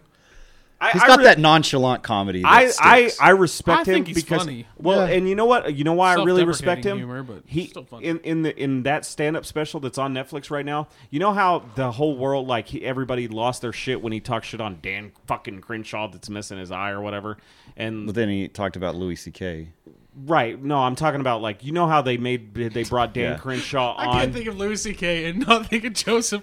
Speaker 1: He's got that nonchalant comedy. That
Speaker 3: I, I,
Speaker 1: sticks.
Speaker 3: I respect
Speaker 2: I
Speaker 3: him
Speaker 2: think he's
Speaker 3: because
Speaker 2: funny.
Speaker 3: well,
Speaker 1: Yeah.
Speaker 3: and you know what? You know why I really respect
Speaker 2: Self-deprecating
Speaker 3: him.
Speaker 2: humor, but
Speaker 3: he
Speaker 2: still funny.
Speaker 3: in in the in that stand up special that's on Netflix right now. You know how the whole world like he, everybody lost their shit when he talked shit on Dan fucking Crenshaw that's missing his eye or whatever. And
Speaker 1: But then he talked about Louis C.K.
Speaker 3: right, no, I'm talking about like you know how they made they brought Dan
Speaker 1: Yeah.
Speaker 3: Crenshaw on.
Speaker 2: I can't think of Louis C.K. and not think of Joseph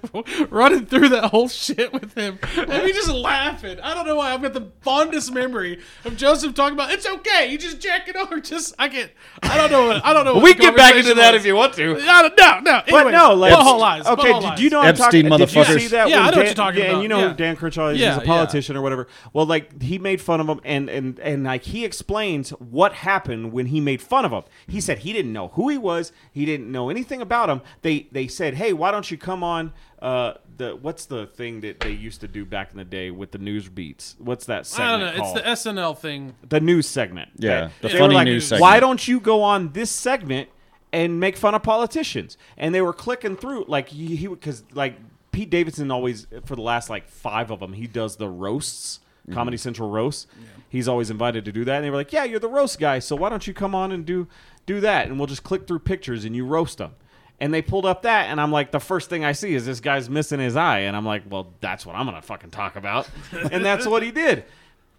Speaker 2: running through that whole shit with him and me just laughing. I don't know why. I've got the fondest memory of Joseph talking about it's okay. You just jack it over. Just I can't. I don't know. What, I don't know. What
Speaker 3: we
Speaker 2: the
Speaker 3: can get back into
Speaker 2: conversation
Speaker 3: that
Speaker 2: was.
Speaker 3: if you want to.
Speaker 2: I don't, no, no. Anyway,
Speaker 3: But no, like
Speaker 2: butthole lies.
Speaker 3: Okay,
Speaker 2: butthole
Speaker 3: did
Speaker 2: lies.
Speaker 3: you know
Speaker 1: Epstein
Speaker 3: I'm talking? Did you
Speaker 1: motherfuckers.
Speaker 3: see that?
Speaker 2: Yeah,
Speaker 3: when
Speaker 2: I know what
Speaker 3: Dan-
Speaker 2: you're talking
Speaker 3: yeah, and
Speaker 2: about.
Speaker 3: you know who
Speaker 2: Yeah.
Speaker 3: Dan Crenshaw is.
Speaker 2: Yeah,
Speaker 3: He's a
Speaker 2: yeah.
Speaker 3: politician or whatever. Well, like he made fun of him, and and and like he explains what happened when he made fun of him. He said he didn't know who he was. He didn't know anything about him. They they said, hey, why don't you come on? Uh, the what's the thing that they used to do back in the day with the news beats? What's
Speaker 2: I
Speaker 3: that
Speaker 2: don't
Speaker 3: segment
Speaker 2: know.
Speaker 3: called?
Speaker 2: It's the SNL thing.
Speaker 3: the news segment.
Speaker 1: Yeah, the
Speaker 3: They- they were
Speaker 1: funny
Speaker 3: like,
Speaker 1: news segment.
Speaker 3: Why don't you go on this segment and make fun of politicians? And they were clicking through like he he- cuz like Pete Davidson always for the last like 5 of them, he does the roasts.
Speaker 1: Mm-hmm.
Speaker 3: Comedy Central roasts. He's always invited to do that, and they were like, "Yeah, you're the roast guy, so why don't you come on and do do that, and we'll just click through pictures and you roast them. And they pulled up that, and I'm like, the first thing I see is this guy's missing his eye, and I'm like, well, that's what I'm gonna fucking talk about, and that's what he did.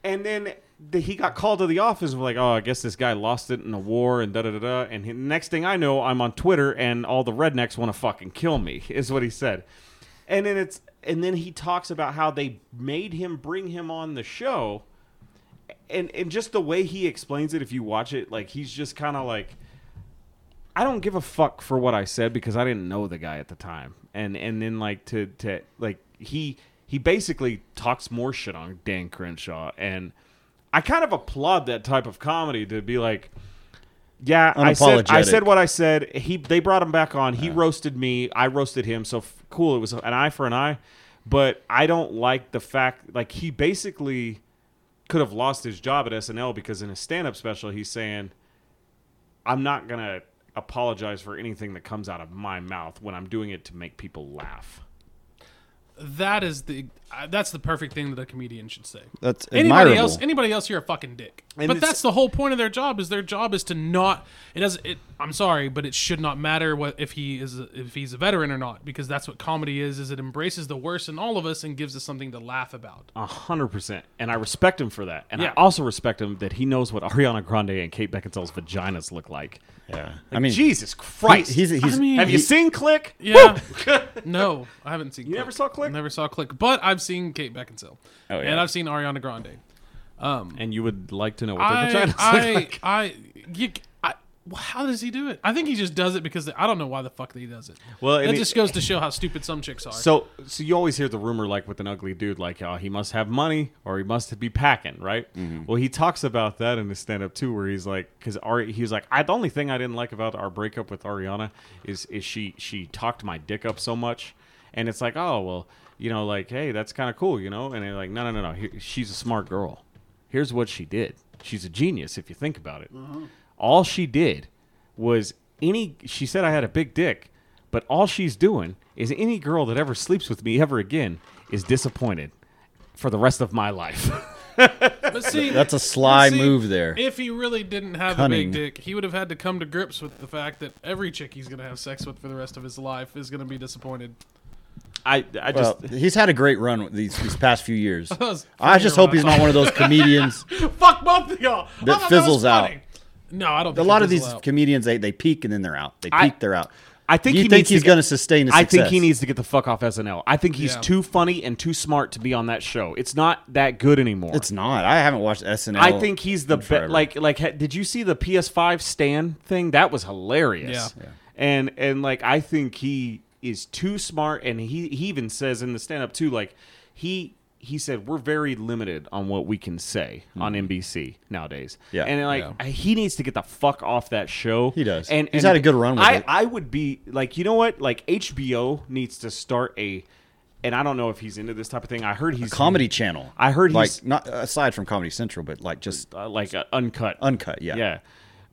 Speaker 3: And then the, he got called to the office and was like, oh, I guess this guy lost it in the war and da da da da. And he, next thing I know, I'm on Twitter and all the rednecks want to fucking kill me, is what he said. And then it's and then he talks about how they made him bring him on the show, and and just the way he explains it, if you watch it, like he's just kind of like. I don't give a fuck for what I said because I didn't know the guy at the time. And and then like to to like he he basically talks more shit on Dan Crenshaw and I kind of applaud that type of comedy to be like yeah, I said I
Speaker 1: Unapologetic.
Speaker 3: said what I said. He they brought him back on. He roasted me. I roasted him. So f- cool. It was an eye for an eye. But I don't like the fact like he basically could have lost his job at SNL because in his stand up special he's saying I'm not going to apologize for anything that comes out of my mouth when I'm doing it to make people laugh.
Speaker 2: That is the uh, that's the perfect thing that a comedian should say.
Speaker 1: That's
Speaker 2: Anybody
Speaker 1: admirable.
Speaker 2: else, anybody else, you're a fucking dick.
Speaker 3: And
Speaker 2: but
Speaker 3: it's-
Speaker 2: that's the whole point of their job. Is their job is to not. It doesn't. It, I'm sorry, but it should not matter what if he is if he's a veteran or not because that's what comedy is. Is it embraces the worst in all of us and gives us something to laugh about.
Speaker 3: A hundred percent. And I respect him for that. And
Speaker 2: Yeah.
Speaker 3: I also respect him that he knows what Ariana Grande and Kate Beckinsale's vaginas look like.
Speaker 1: yeah. I mean,
Speaker 3: Jesus Christ.
Speaker 1: he's he's
Speaker 2: I mean-
Speaker 3: Have you
Speaker 2: he-
Speaker 3: seen Click?
Speaker 2: Yeah. no, I haven't seen. You
Speaker 3: never saw Click?
Speaker 2: Never saw Click, but I've seen Kate Beckinsale.
Speaker 1: Oh, yeah.
Speaker 2: And I've seen Ariana Grande.
Speaker 3: And you would like to know what their
Speaker 2: I,
Speaker 3: vaginas
Speaker 2: I,
Speaker 3: look like.
Speaker 2: I, you, I, well, how does he do it? I think he just does it because I don't know why the fuck that he does it.
Speaker 3: Well, and
Speaker 2: that
Speaker 3: he-
Speaker 2: just goes to show how stupid some chicks are.
Speaker 3: So, so you always hear the rumor, like with an ugly dude, like oh, he must have money or he must be packing, right? Well, he talks about that in his stand-up too, where he's like, because Ari, he was like, I the only thing I didn't like about our breakup with Ariana is is she she talked my dick up so much, and it's like, oh well, you know, like hey, that's kind of cool, you know, and they're like, no, no, no, no, he- she's a smart girl. Here's what she did. She's a genius if you think about it. All she did was any she said I had a big dick, but all she's doing is any girl that ever sleeps with me ever again is disappointed for the rest of my life.
Speaker 2: but see,
Speaker 1: that's a sly
Speaker 2: See,
Speaker 1: move there.
Speaker 2: If he really didn't have a
Speaker 1: Cunning.
Speaker 2: big dick, he would have had to come to grips with the fact that every chick he's going to have sex with for the rest of his life is going to be disappointed.
Speaker 3: I I
Speaker 1: Well,
Speaker 3: just
Speaker 1: he's had a great run with these these past few years.
Speaker 2: was
Speaker 1: I just
Speaker 2: funny
Speaker 1: hope he's
Speaker 2: when I
Speaker 1: not one of those comedians.
Speaker 2: Fuck both of y'all. I
Speaker 1: That
Speaker 2: thought was
Speaker 1: fizzles out.
Speaker 2: funny. No, I don't.
Speaker 1: A
Speaker 2: Think
Speaker 1: lot
Speaker 2: they
Speaker 1: of these
Speaker 2: fizzle out.
Speaker 1: comedians they, they peak and then they're out. They peak,
Speaker 3: I-
Speaker 1: they're out.
Speaker 3: I think
Speaker 1: you
Speaker 3: he
Speaker 1: think
Speaker 3: needs to
Speaker 1: he's
Speaker 3: get-
Speaker 1: going to sustain. His
Speaker 3: I think he
Speaker 1: success.
Speaker 3: needs to get the fuck off SNL. I think he's
Speaker 2: Yeah.
Speaker 3: too funny and too smart to be on that show. It's not that good anymore.
Speaker 1: It's not. I haven't watched SNL.
Speaker 3: I think he's the
Speaker 1: in
Speaker 3: best.
Speaker 1: forever.
Speaker 3: Like, like, ha- did you see the PS5 stand thing? That was hilarious.
Speaker 2: Yeah.
Speaker 3: And and like, I think he is too smart, and he he even says in the stand up too, like he he said we're very limited on what we can say on NBC nowadays.
Speaker 1: Mm-hmm. Yeah.
Speaker 3: And like,
Speaker 2: Yeah.
Speaker 3: he needs to get the fuck off that show.
Speaker 1: He does.
Speaker 3: And
Speaker 1: He's
Speaker 3: and
Speaker 1: had a good run with
Speaker 3: I,
Speaker 1: it.
Speaker 3: I would be like, you know what? Like HBO needs to start a. And I don't know if he's into this type of thing. I heard he's
Speaker 1: Comedy Channel.
Speaker 3: I heard
Speaker 1: like
Speaker 3: he's-
Speaker 1: not aside from Comedy Central, but like just
Speaker 3: uh, like uh, uncut.
Speaker 1: uncut. Yeah.
Speaker 3: Yeah.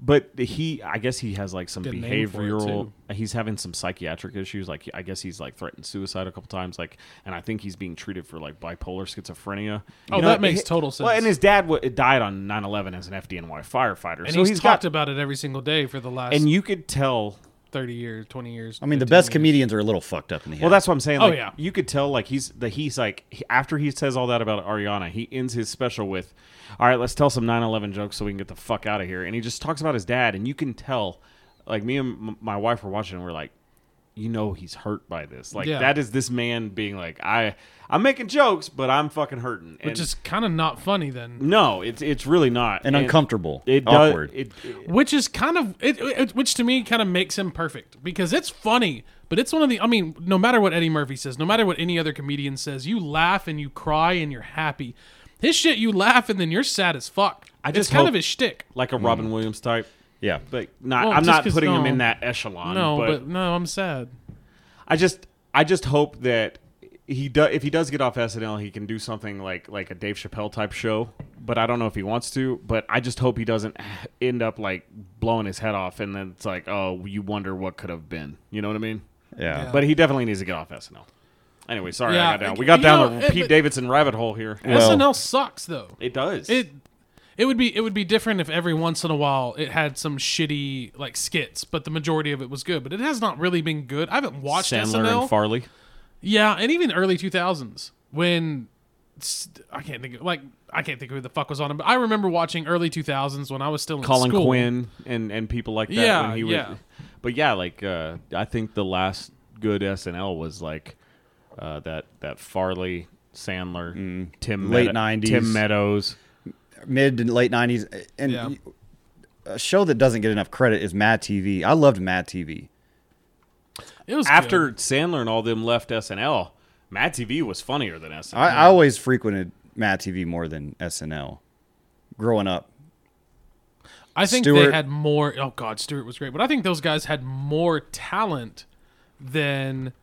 Speaker 3: But he, I guess he has like some
Speaker 2: Good name for it,
Speaker 3: behavioral. He's having some psychiatric issues. Like I guess he's like threatened suicide a couple times. Like, and I think he's being treated for like bipolar schizophrenia.
Speaker 2: Oh, that makes total
Speaker 3: Well, and
Speaker 2: sense.
Speaker 3: his dad w- died on 9/11 as an FDNY firefighter.
Speaker 2: And
Speaker 3: so
Speaker 2: he's,
Speaker 3: he's
Speaker 2: talked
Speaker 3: got.
Speaker 2: about it every single day for the last
Speaker 3: and you could tell
Speaker 2: 30 years, 20 years.
Speaker 1: I mean, the
Speaker 2: 15
Speaker 1: best
Speaker 2: years.
Speaker 1: comedians are a little fucked up in the head.
Speaker 3: Well, that's what I'm saying.
Speaker 2: Oh,
Speaker 3: Like,
Speaker 2: yeah.
Speaker 3: you could tell like he's the he's like he- after he says all that about Ariana, he ends his special with, "All right, let's tell some 9/11 jokes so we can get the fuck out of here." And he just talks about his dad, and you can tell, like me and m- my wife were watching, and we're like, you know, he's hurt by this. Like
Speaker 2: Yeah.
Speaker 3: that is this man being like, I I'm making jokes, but I'm fucking hurting. And
Speaker 2: Which is kind of not funny then.
Speaker 3: no, it's it's really not
Speaker 1: and uncomfortable.
Speaker 3: It does.
Speaker 1: awkward.
Speaker 3: It, it,
Speaker 2: which is kind of it, it, which to me kind of makes him perfect because it's funny but it's one of the i mean no matter what eddie murphy says no matter what any other comedian says you laugh and you cry and you're happy his shit you laugh and then you're sad as fuck
Speaker 3: I
Speaker 2: It's
Speaker 3: just
Speaker 2: kind
Speaker 3: hope-
Speaker 2: of his shtick
Speaker 3: like a Robin Williams type.
Speaker 1: Mm. yeah.
Speaker 3: But not,
Speaker 2: Well,
Speaker 3: I'm
Speaker 2: just
Speaker 3: not
Speaker 2: 'cause-
Speaker 3: putting him
Speaker 2: no.
Speaker 3: in that echelon.
Speaker 2: no but, no i'm sad
Speaker 3: I just I just hope that he do, if he does get off SNL, he can do something like like a Dave Chappelle type show. But I don't know if he wants to. But I just hope he doesn't end up like blowing his head off, and then it's like, oh, you wonder what could have been. You know what I mean?
Speaker 1: yeah.
Speaker 3: But he definitely needs to get off SNL. Anyway, sorry I
Speaker 2: Yeah,
Speaker 3: got down.
Speaker 2: I-
Speaker 3: We got
Speaker 2: you
Speaker 3: down
Speaker 2: know,
Speaker 3: the
Speaker 2: it-
Speaker 3: Pete
Speaker 2: but-
Speaker 3: Davidson rabbit hole here.
Speaker 1: Well-
Speaker 2: snl sucks though
Speaker 3: it does.
Speaker 2: it It would be it would be different if every once in a while it had some shitty like skits, but the majority of it was good. But it has not really been good. I haven't watched
Speaker 3: Sandler
Speaker 2: SNL.
Speaker 3: and Farley.
Speaker 2: Yeah, and even early two thousands when st- I can't think of, like I can't think of who the fuck was on it, but I remember watching early two thousands when I was still in
Speaker 3: Colin
Speaker 2: school.
Speaker 3: Quinn and and people like that.
Speaker 2: Yeah,
Speaker 3: when he
Speaker 2: yeah.
Speaker 3: Was, but yeah, like uh, I think the last good SNL was like uh, that that Farley, Sandler, Tim
Speaker 1: Mm. Late
Speaker 3: Meadow-
Speaker 1: 90s.
Speaker 3: Tim Meadows.
Speaker 1: mid and late nineties, and
Speaker 2: Yeah.
Speaker 1: a show that doesn't get enough credit is Mad TV. I loved Mad TV.
Speaker 2: It was
Speaker 3: After
Speaker 2: good.
Speaker 3: Sandler and all them left SNL, Mad TV was funnier than SNL.
Speaker 1: I, I always frequented Mad TV more than SNL. Growing up,
Speaker 2: I think they
Speaker 1: Stewart-
Speaker 2: had more. Oh God, Stewart was great, but I think those guys had more talent than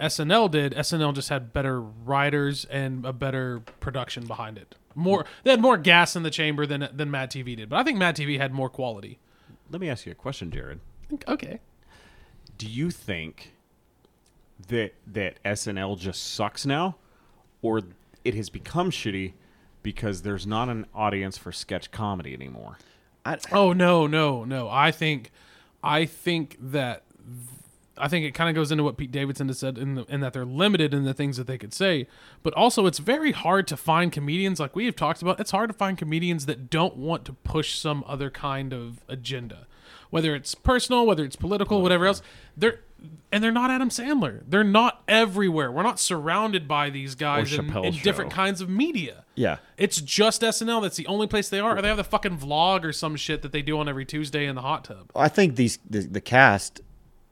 Speaker 2: SNL did. SNL just had better writers and a better production behind it. More they had more gas in the chamber than than Mad TV did, but I think Mad TV had more quality.
Speaker 3: Let me ask you a question, Jared.
Speaker 2: Okay.
Speaker 3: Do you think that that SNL just sucks now, or it has become shitty because there's not an audience for sketch comedy anymore?
Speaker 1: I,
Speaker 2: Oh no, no, no. I think I think that I think it kind of goes into what Pete Davidson has said in, the, in that they're limited in the things that they could say, but also it's very hard to find comedians like we have talked about. It's hard to find comedians that don't want to push some other kind of agenda, whether it's personal, whether it's political, whatever else. They're and they're not Adam Sandler. They're not everywhere. We're not surrounded by these guys in,
Speaker 3: Chappelle's
Speaker 2: in different
Speaker 3: show.
Speaker 2: kinds of media.
Speaker 1: yeah,
Speaker 2: It's just SNL. That's the only place they are. Or they have the fucking vlog or some shit that they do on every Tuesday in the hot tub.
Speaker 1: I think these the, the cast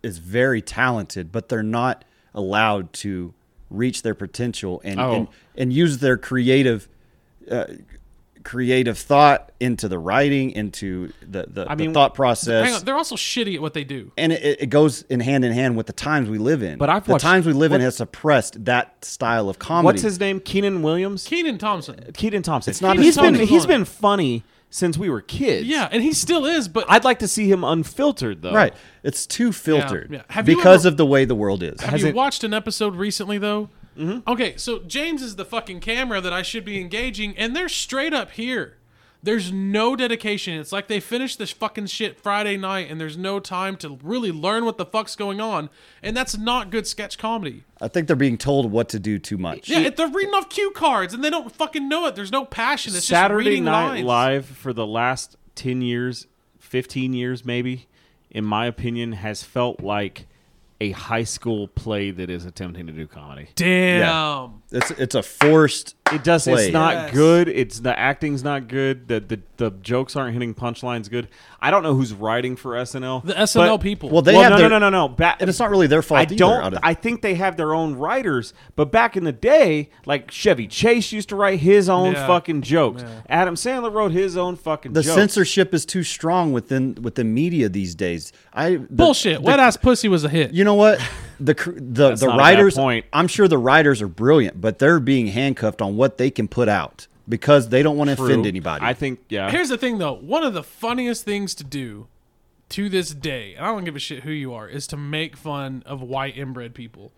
Speaker 1: is very talented, but they're not allowed to reach their potential and
Speaker 3: Oh.
Speaker 1: and, and use their creative. Uh, creative thought into the writing into the the, the
Speaker 3: mean,
Speaker 1: thought process
Speaker 2: Hang on, they're also shitty at what they do.
Speaker 1: and it, it goes in hand in hand with the times we live in.
Speaker 3: But I've
Speaker 1: the
Speaker 3: watched-
Speaker 1: times we live in
Speaker 3: what-
Speaker 1: has suppressed that style of comedy.
Speaker 3: What's his name? Keenan Williams.
Speaker 2: Keenan Thompson.
Speaker 3: Keaton Thompson.
Speaker 1: It's not
Speaker 3: He's
Speaker 1: his
Speaker 3: been
Speaker 1: funny.
Speaker 3: he's been funny since we were kids.
Speaker 2: Yeah, and he still is, but
Speaker 3: I'd like to see him unfiltered though.
Speaker 1: right? It's too filtered
Speaker 2: yeah. Have you
Speaker 1: because
Speaker 2: ever-
Speaker 1: of the way the world is.
Speaker 2: have you
Speaker 3: it-
Speaker 2: watched an episode recently though? Mm-hmm. Okay, so James is the fucking camera that I should be engaging, and they're straight up here. There's no dedication. It's like they finished this fucking shit Friday night, and there's no time to really learn what the fuck's going on, and that's not good sketch comedy.
Speaker 1: I think they're being told what to do too much.
Speaker 2: Yeah, they're reading off cue cards and they don't fucking know it. There's no passion. It's just
Speaker 3: Saturday
Speaker 2: reading
Speaker 3: Night
Speaker 2: lines.
Speaker 3: Live for the last 10 years, 15 years maybe, in my opinion has felt like a high school play that is attempting to do comedy.
Speaker 2: Damn.
Speaker 1: Yeah. It's it's a forced.
Speaker 3: It does
Speaker 1: Play.
Speaker 3: it's not
Speaker 2: Yes.
Speaker 3: good. It's the acting's not good. The, the the jokes aren't hitting punchlines good. I don't know who's writing for SNL.
Speaker 2: The SNL
Speaker 3: but-
Speaker 2: people.
Speaker 1: Well, they
Speaker 3: well,
Speaker 1: have
Speaker 3: no,
Speaker 1: their,
Speaker 3: no, no, no, no. Ba-
Speaker 1: and it's not really their fault.
Speaker 3: I
Speaker 1: either,
Speaker 3: don't.
Speaker 1: out of-
Speaker 3: I think they have their own writers, but back in the day, like Chevy Chase used to write his own
Speaker 2: Yeah.
Speaker 3: fucking jokes.
Speaker 2: Yeah.
Speaker 3: Adam Sandler wrote his own fucking
Speaker 1: the
Speaker 3: jokes.
Speaker 1: censorship is too strong within within media these days. I the-
Speaker 2: Bullshit.
Speaker 1: the-
Speaker 2: Wet ass pussy was a hit.
Speaker 1: You know what? The cr- the the
Speaker 3: not a bad
Speaker 1: writers.
Speaker 3: point.
Speaker 1: I'm sure the writers are brilliant, but they're being handcuffed on what they can put out because they don't want to
Speaker 3: True.
Speaker 1: offend anybody.
Speaker 3: I think. Yeah.
Speaker 2: Here's the thing though. One of the funniest things to do to this day, and I don't give a shit who you are, is to make fun of white inbred people.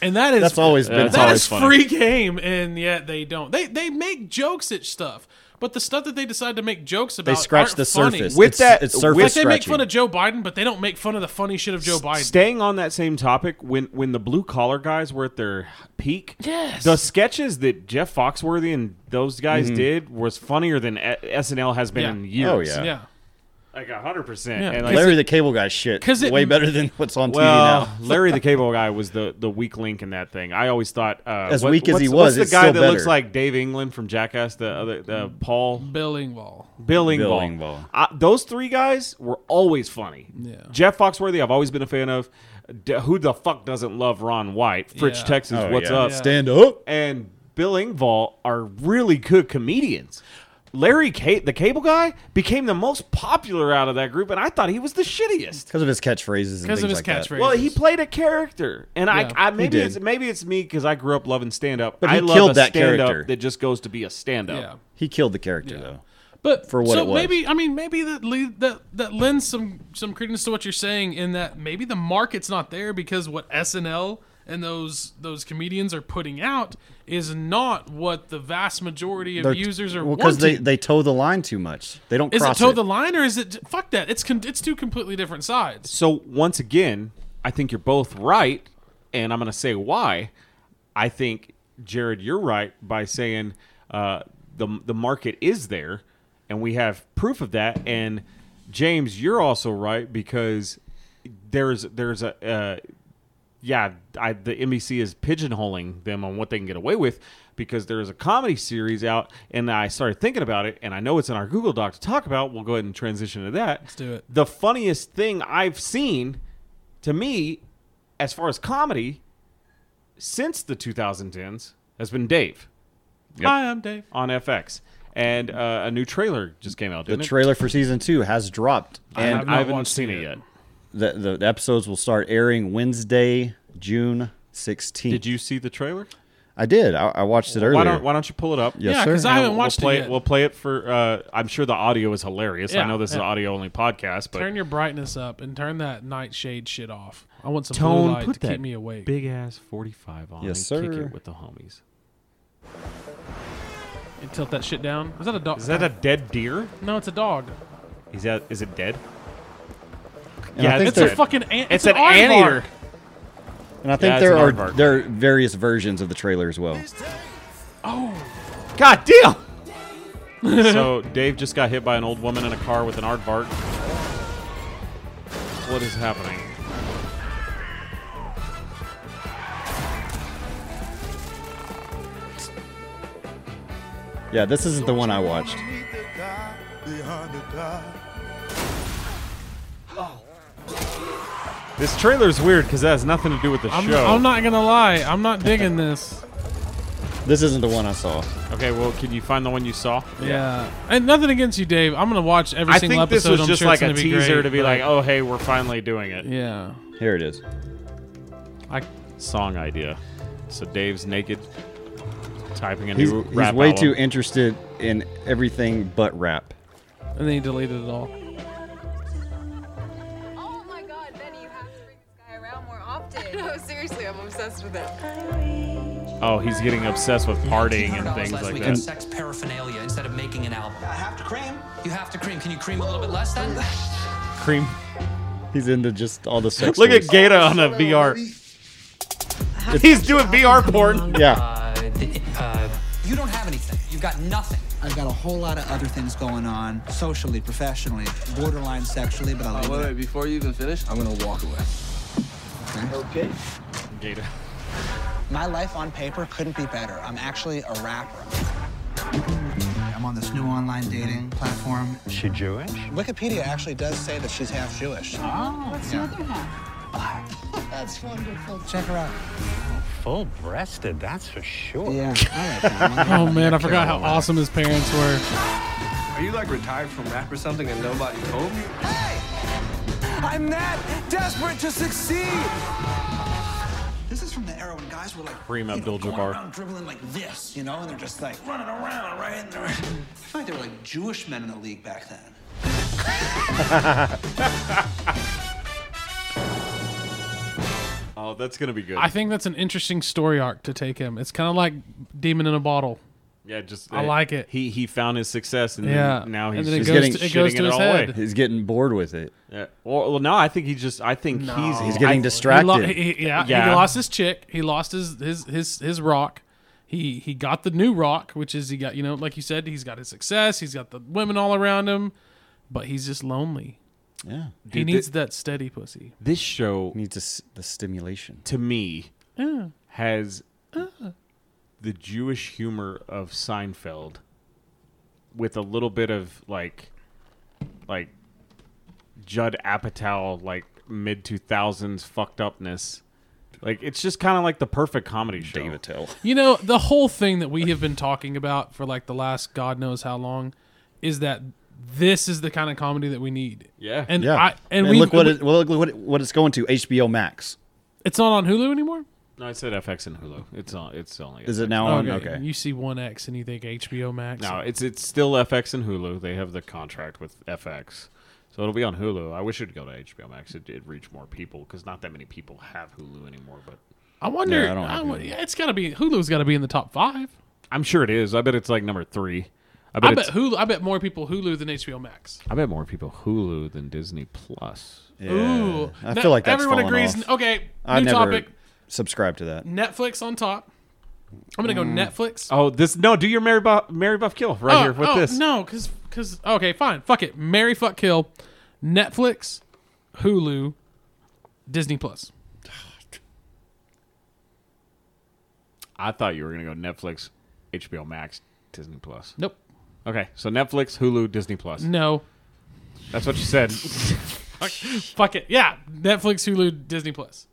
Speaker 2: And that is
Speaker 1: That's always been.
Speaker 3: That's
Speaker 2: that
Speaker 3: always
Speaker 2: is
Speaker 3: funny.
Speaker 2: free game, and yet they don't. They they make jokes at stuff, but the stuff that they decide to make jokes about
Speaker 1: they scratch
Speaker 2: aren't
Speaker 1: the
Speaker 2: funny.
Speaker 1: surface.
Speaker 3: With
Speaker 1: it's,
Speaker 3: that-
Speaker 1: it's
Speaker 3: with-
Speaker 1: surface
Speaker 2: Like they make
Speaker 1: scratching.
Speaker 2: fun of Joe Biden, but they don't make fun of the funny shit of Joe Biden.
Speaker 3: Staying on that same topic, when when the blue collar guys were at their peak,
Speaker 2: Yes.
Speaker 3: the sketches that Jeff Foxworthy and those guys did was funnier than e- SNL has been
Speaker 2: Yeah.
Speaker 3: in years.
Speaker 1: Mm-hmm. Oh, yeah.
Speaker 2: yeah.
Speaker 3: like hundred percent.
Speaker 2: Yeah.
Speaker 3: And like,
Speaker 1: Larry the Cable Guy shit
Speaker 2: 'Cause it-
Speaker 1: way better than what's on
Speaker 3: Well,
Speaker 1: TV now.
Speaker 3: Larry the Cable Guy was the, the weak link in that thing. I always thought uh,
Speaker 1: As weak as
Speaker 3: what's-
Speaker 1: he
Speaker 3: what's
Speaker 1: was,
Speaker 3: the
Speaker 1: it's
Speaker 3: guy
Speaker 1: still
Speaker 3: that looks
Speaker 1: better.
Speaker 3: like Dave England from Jackass, the other the Paul
Speaker 2: Billingwall.
Speaker 3: Billingwall.
Speaker 1: Billingwall.
Speaker 3: I- those three guys were always funny.
Speaker 2: Yeah.
Speaker 3: Jeff Foxworthy, I've always been a fan of. D- who the fuck doesn't love Ron White? Fritz
Speaker 2: Yeah.
Speaker 3: Texas,
Speaker 1: Oh,
Speaker 3: what's
Speaker 1: yeah.
Speaker 3: up?
Speaker 1: Stand up.
Speaker 3: And Bill Engvall are really good comedians. Larry, Ca- the Cable Guy, became the most popular out of that group, and I thought he was the shittiest.
Speaker 1: Because of his catchphrases.
Speaker 2: Because of his catchphrase.
Speaker 3: Well, he played a character, and
Speaker 2: Yeah.
Speaker 3: I, I maybe
Speaker 1: did.
Speaker 3: it's maybe it's me because I grew up loving stand up.
Speaker 1: But he
Speaker 3: I love
Speaker 1: killed
Speaker 3: a
Speaker 1: that
Speaker 3: stand-up
Speaker 1: character.
Speaker 3: that just goes to be a stand up.
Speaker 2: Yeah.
Speaker 1: He killed the character though.
Speaker 2: But
Speaker 1: For what
Speaker 2: so
Speaker 1: it was.
Speaker 2: maybe I mean maybe that lead, that that lends some some credence to what you're saying in that maybe the market's not there because what SNL and those those comedians are putting out is not what the vast majority of
Speaker 1: They're-
Speaker 2: users are
Speaker 1: well
Speaker 2: wanting.
Speaker 1: they they toe the line too much. They don't
Speaker 2: is it
Speaker 1: cross
Speaker 2: toe the line or is it fuck that? It's con- it's two completely different sides.
Speaker 3: So once again, I think you're both right, and I'm going to say why. I think Jared, you're right by saying uh, the the market is there, and we have proof of that. And James, you're also right because there's there's a uh, yeah, I, the NBC is pigeonholing them on what they can get away with because there is a comedy series out, and I started thinking about it, and I know it's in our Google Doc to talk about. We'll go ahead and transition to that. Let's
Speaker 2: do it.
Speaker 3: The funniest thing I've seen to me, as far as comedy, since the 2010s, has been Dave
Speaker 2: Hi, I'm Dave.
Speaker 3: on FX. And uh, a new trailer just came out,
Speaker 1: The
Speaker 3: didn't
Speaker 1: trailer for season two has dropped,
Speaker 3: it?
Speaker 1: and
Speaker 2: have
Speaker 3: I
Speaker 2: not
Speaker 3: haven't
Speaker 2: watched
Speaker 3: seen
Speaker 2: it
Speaker 3: it
Speaker 2: yet.
Speaker 3: yet.
Speaker 1: the, the episodes will start airing Wednesday, June sixteenth.
Speaker 3: Did you see the trailer?
Speaker 1: I did. I, I watched it earlier.
Speaker 3: Why don't Why don't you pull it up?
Speaker 1: Yes,
Speaker 2: yeah,
Speaker 1: sir.
Speaker 2: because I
Speaker 3: And
Speaker 2: haven't
Speaker 3: we'll
Speaker 2: watched
Speaker 3: play
Speaker 2: it yet.
Speaker 3: We'll play it for. Uh, I'm sure the audio is hilarious.
Speaker 2: Yeah,
Speaker 3: I know this is
Speaker 2: yeah.
Speaker 3: an audio only podcast, but
Speaker 2: turn your brightness up and turn that nightshade shit off. I want some blue light to keep me awake.
Speaker 3: big ass 45 on.
Speaker 1: Yes,
Speaker 3: and Kick
Speaker 1: sir.
Speaker 3: it with the homies.
Speaker 2: And tilt that shit down. Is that a dog?
Speaker 3: Is that a dead deer?
Speaker 2: no? It's a dog.
Speaker 3: Is that is it dead?
Speaker 1: And I think
Speaker 2: It's a
Speaker 1: there-
Speaker 2: fucking. An-
Speaker 3: It's
Speaker 2: an,
Speaker 3: an anteater.
Speaker 2: aardvark.
Speaker 1: and I think
Speaker 3: Yeah, it's
Speaker 1: there
Speaker 3: an
Speaker 1: are
Speaker 3: aardvark.
Speaker 1: there are various versions of the trailer as well.
Speaker 3: God damn. so Dave just got hit by an old woman in a car with an aardvark. What is happening?
Speaker 1: Yeah, this isn't the one I watched.
Speaker 3: This trailer's weird because that has nothing to do with the
Speaker 2: I'm,
Speaker 3: show.
Speaker 2: I'm not gonna lie. I'm not digging this.
Speaker 1: This isn't the one I saw.
Speaker 3: okay, well, can you find the one you saw?
Speaker 2: Yeah. and nothing against you, Dave. I'm gonna watch every
Speaker 3: I
Speaker 2: single
Speaker 3: think this
Speaker 2: episode.
Speaker 3: was
Speaker 2: I'm
Speaker 3: just
Speaker 2: sure
Speaker 3: like
Speaker 2: it's
Speaker 3: a
Speaker 2: gonna
Speaker 3: teaser
Speaker 2: great,
Speaker 3: to be
Speaker 2: but-
Speaker 3: like, oh hey, we're finally doing it.
Speaker 2: yeah.
Speaker 1: Here it is.
Speaker 2: I
Speaker 3: Song idea. So Dave's naked, typing a
Speaker 1: He's,
Speaker 3: new
Speaker 1: he's
Speaker 3: rap
Speaker 1: way
Speaker 3: album.
Speaker 1: too interested in everything but rap.
Speaker 2: and then he deleted it all.
Speaker 4: Oh my god, Benny, you have to bring this guy around more often.
Speaker 5: No, seriously, I'm obsessed with it.
Speaker 3: Oh, he's getting obsessed with partying and things
Speaker 6: last
Speaker 3: like
Speaker 6: week
Speaker 3: that.
Speaker 6: on sex paraphernalia instead of making an album.
Speaker 7: I have to cream.
Speaker 6: You have to cream. Can you cream a little bit less then?
Speaker 3: Cream.
Speaker 1: He's into just all the sex.
Speaker 3: Look at
Speaker 1: toys.
Speaker 3: Gata on a VR. He's doing VR porn.
Speaker 1: yeah.
Speaker 6: Uh, th- uh, you don't have anything. You've got nothing.
Speaker 7: I've got a whole lot of other things going on, socially, professionally, borderline sexually, but I'll
Speaker 8: Uh,
Speaker 7: leave
Speaker 8: wait,
Speaker 7: it.
Speaker 8: wait, before you even finish, I'm gonna walk away.
Speaker 3: Gata.
Speaker 7: at- My life on paper couldn't be better. I'm actually a rapper. I'm on this new online dating platform. She Jewish? Wikipedia actually does say that she's half Jewish. Oh, what's the other half? Black. That's wonderful. Check her out.
Speaker 9: Full breasted, that's for sure.
Speaker 7: Yeah. I like that
Speaker 2: Oh
Speaker 7: one.
Speaker 2: man, I forgot how awesome his parents were.
Speaker 8: Are you like retired from rap or something and nobody told me?
Speaker 7: I'm that desperate to succeed. This is from the era when guys were like
Speaker 3: Kareem
Speaker 7: you know,
Speaker 3: Abdul-Jabbar.
Speaker 7: going around dribbling like this, you know, and they're just like running around, right? And they're, I feel like there were like Jewish men in the league back then.
Speaker 3: Oh, that's gonna be good.
Speaker 2: I think that's an interesting story arc to take him. It's kind of like Demon in a Bottle.
Speaker 3: yeah, just
Speaker 2: I like it.
Speaker 3: He he found his success and
Speaker 2: Yeah.
Speaker 3: then now
Speaker 2: And
Speaker 3: he's
Speaker 2: then it
Speaker 3: just
Speaker 1: goes
Speaker 3: getting
Speaker 1: to-
Speaker 2: it goes
Speaker 3: shitting
Speaker 2: to his
Speaker 3: all
Speaker 2: head.
Speaker 3: away.
Speaker 1: He's getting bored with it.
Speaker 3: Yeah. Well, well, no, I think he's just. I think he's
Speaker 1: He's getting
Speaker 2: He
Speaker 1: distracted.
Speaker 2: lo- he- he- yeah, he
Speaker 3: Yeah.
Speaker 2: lost his chick. He lost his his his his rock. He he got the new rock, which is he got you know like you said he's got his success. He's got the women all around him, but he's just lonely.
Speaker 1: yeah.
Speaker 2: he
Speaker 3: Dude,
Speaker 2: needs
Speaker 3: thi-
Speaker 2: that steady pussy.
Speaker 3: this show
Speaker 1: Needs a s the stimulation.
Speaker 3: to me has the Jewish humor of Seinfeld with a little bit of like like Judd Apatow like mid 2000s fucked upness. Like it's just kind of like the perfect comedy show.
Speaker 1: Dave Attell.
Speaker 2: You know the whole thing that we have been talking about for like the last god knows how long is that this is the kind of comedy that we need.
Speaker 3: Yeah.
Speaker 2: and
Speaker 1: Yeah.
Speaker 2: I, and,
Speaker 1: and
Speaker 2: we
Speaker 1: look what
Speaker 2: we-
Speaker 1: it, well, look what it, what it's going to HBO Max.
Speaker 2: it's not on Hulu anymore.
Speaker 3: No, I said FX and Hulu. It's on it's only
Speaker 1: Is
Speaker 3: FX.
Speaker 1: it now on? Okay.
Speaker 2: You see one X and you think HBO Max.
Speaker 3: No, it's it's still FX and Hulu. They have the contract with FX. So it'll be on Hulu. I wish it'd go to HBO Max. It did reach more people because not that many people have Hulu anymore. But
Speaker 2: I wonder.
Speaker 1: Yeah, I don't have
Speaker 2: I wonder-
Speaker 1: Hulu.
Speaker 2: yeah, it's got to be Hulu's got to be in the top five.
Speaker 3: I'm sure it is. I bet it's like number three. I bet.
Speaker 2: I
Speaker 3: it's-
Speaker 2: bet Hulu. I bet more people Hulu than HBO Max.
Speaker 3: I bet more people Hulu than Disney Plus.
Speaker 1: Yeah.
Speaker 2: Ooh,
Speaker 1: I
Speaker 2: That-
Speaker 1: feel like that's
Speaker 2: everyone
Speaker 1: fallen
Speaker 2: agrees.
Speaker 1: off.
Speaker 2: Okay, new
Speaker 1: I never
Speaker 2: topic.
Speaker 1: subscribed to that.
Speaker 2: Netflix on top. I'm gonna go
Speaker 1: Mm.
Speaker 2: Netflix.
Speaker 3: Oh, this no. Do your Mary Buff, Mary Buff Kill right
Speaker 2: Oh,
Speaker 3: here with
Speaker 2: oh,
Speaker 3: this.
Speaker 2: No, because because okay, fine. Fuck it. Mary fuck kill. Netflix, Hulu, Disney Plus.
Speaker 3: I thought you were gonna go Netflix, HBO Max, Disney Plus.
Speaker 2: Nope.
Speaker 3: Okay, so Netflix, Hulu, Disney Plus.
Speaker 2: No.
Speaker 3: That's what you said.
Speaker 2: Fuck it. Yeah. Netflix, Hulu, Disney Plus.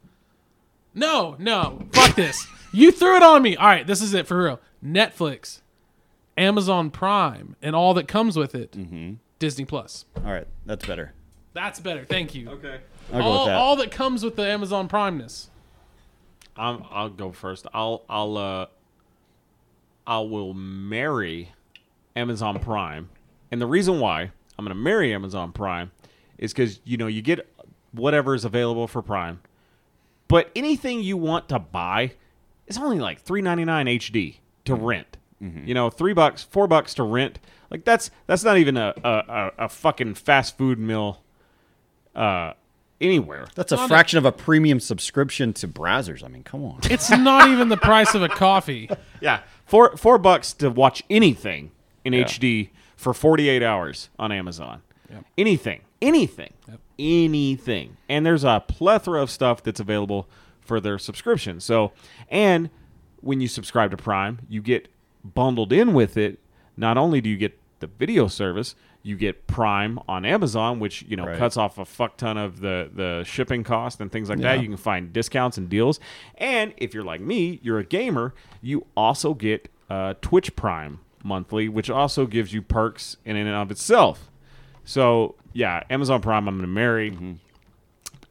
Speaker 2: No, no. Fuck this. You threw it on me. All right, this is it for real. Netflix, Amazon Prime, and all that comes with it.
Speaker 1: Mm-hmm.
Speaker 2: Disney Plus.
Speaker 1: All right, that's better.
Speaker 2: That's better. Thank you.
Speaker 3: okay.
Speaker 1: I'll go
Speaker 2: All,
Speaker 1: with that.
Speaker 2: all that comes with the Amazon Primeness.
Speaker 3: I'm, I'll go first. I'll I'll uh I will marry Amazon Prime, and the reason why I'm gonna marry Amazon Prime is because you know you get whatever is available for Prime, but anything you want to buy, it's only like three ninety nine HD to rent. You know, three bucks, four bucks to rent. Like that's that's not even a a, a, a fucking fast food meal. Uh, anywhere.
Speaker 1: That's a fraction of a premium subscription to Brazzers. I mean, come on.
Speaker 2: It's not even the price of a coffee.
Speaker 3: Yeah, four four bucks to watch anything in HD for forty eight hours on Amazon. Anything, anything, anything, and there's a plethora of stuff that's available for their subscription. So, and when you subscribe to Prime, you get bundled in with it. Not only do you get the video service, you get Prime on Amazon, which you know
Speaker 1: Right.
Speaker 3: cuts off a fuck ton of the the shipping cost and things like that. You can find discounts and deals. And if you're like me, you're a gamer, you also get uh, Twitch Prime monthly, which also gives you perks in and of itself. So yeah, Amazon Prime, I'm gonna marry.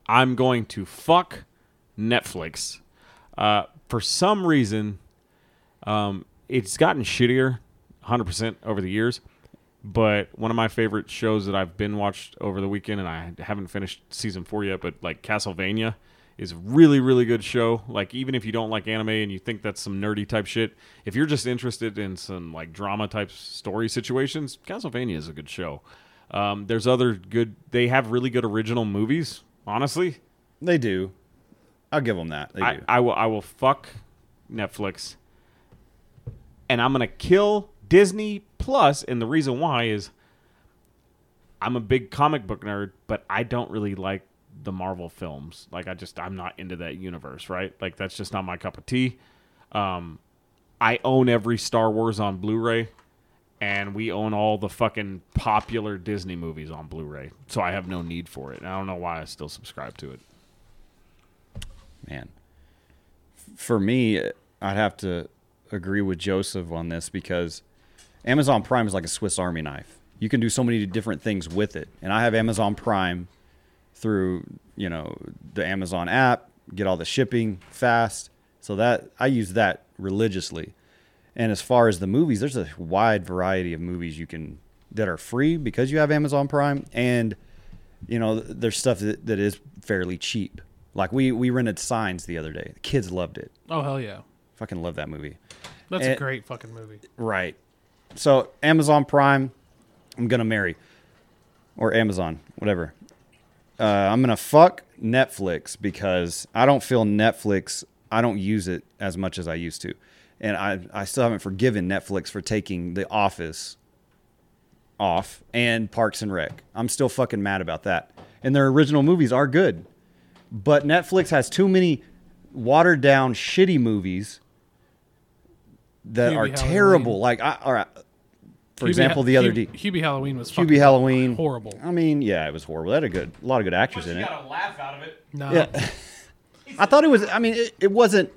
Speaker 3: I'm going to fuck Netflix. Uh, for some reason, um, it's gotten shittier, 100% over the years. But one of my favorite shows that I've been watched over the weekend, and I haven't finished season four yet, but like Castlevania is a really, really good show. Like even if you don't like anime and you think that's some nerdy type shit, if you're just interested in some like drama type story situations, Castlevania is a good show. Um, there's other good. They have really good original movies. Honestly,
Speaker 1: They do. I'll give them that. They
Speaker 3: I,
Speaker 1: do.
Speaker 3: I will I will fuck Netflix and I'm gonna kill Disney Plus and the reason why is I'm a big comic book nerd, but I don't really like the Marvel films. Like I just I'm not into that universe, right? Like that's just not my cup of tea. Um I own every Star Wars on Blu-ray and we own all the fucking popular Disney movies on Blu-ray. So I have no need for it. And I don't know why I still subscribe to it.
Speaker 1: Man. For me, I'd have to agree with Joseph on this because Amazon Prime is like a Swiss Army knife. You can do so many different things with it. And I have Amazon Prime through, you know, the Amazon app, get all the shipping fast. So that I use that religiously. And as far as the movies, there's a wide variety of movies you can that are free because you have Amazon Prime and you know, th- there's stuff that, that is fairly cheap. Like we we rented Signs the other day. The kids loved it.
Speaker 2: Oh hell yeah,
Speaker 1: Fucking love that movie.
Speaker 2: that's a
Speaker 1: Eh.
Speaker 2: great fucking movie.
Speaker 1: Right. So Amazon Prime, I'm gonna marry, or Amazon, whatever. Uh, I'm gonna fuck Netflix because I don't feel Netflix. I don't use it as much as I used to, and I I still haven't forgiven Netflix for taking The Office off and Parks and Rec. I'm still fucking mad about that. And their original movies are good, but Netflix has too many watered down shitty movies that are
Speaker 2: Hubie Halloween.
Speaker 1: terrible. Like I, all right, for example, the other D.
Speaker 2: Hubie Halloween was
Speaker 1: Hubie
Speaker 2: fucking
Speaker 1: Halloween.
Speaker 2: horrible.
Speaker 1: I mean, yeah, it was horrible. That had a good, a lot of good actors in it.
Speaker 3: a laugh out of it.
Speaker 2: No,
Speaker 1: Yeah. I thought it was. I mean, it, it wasn't.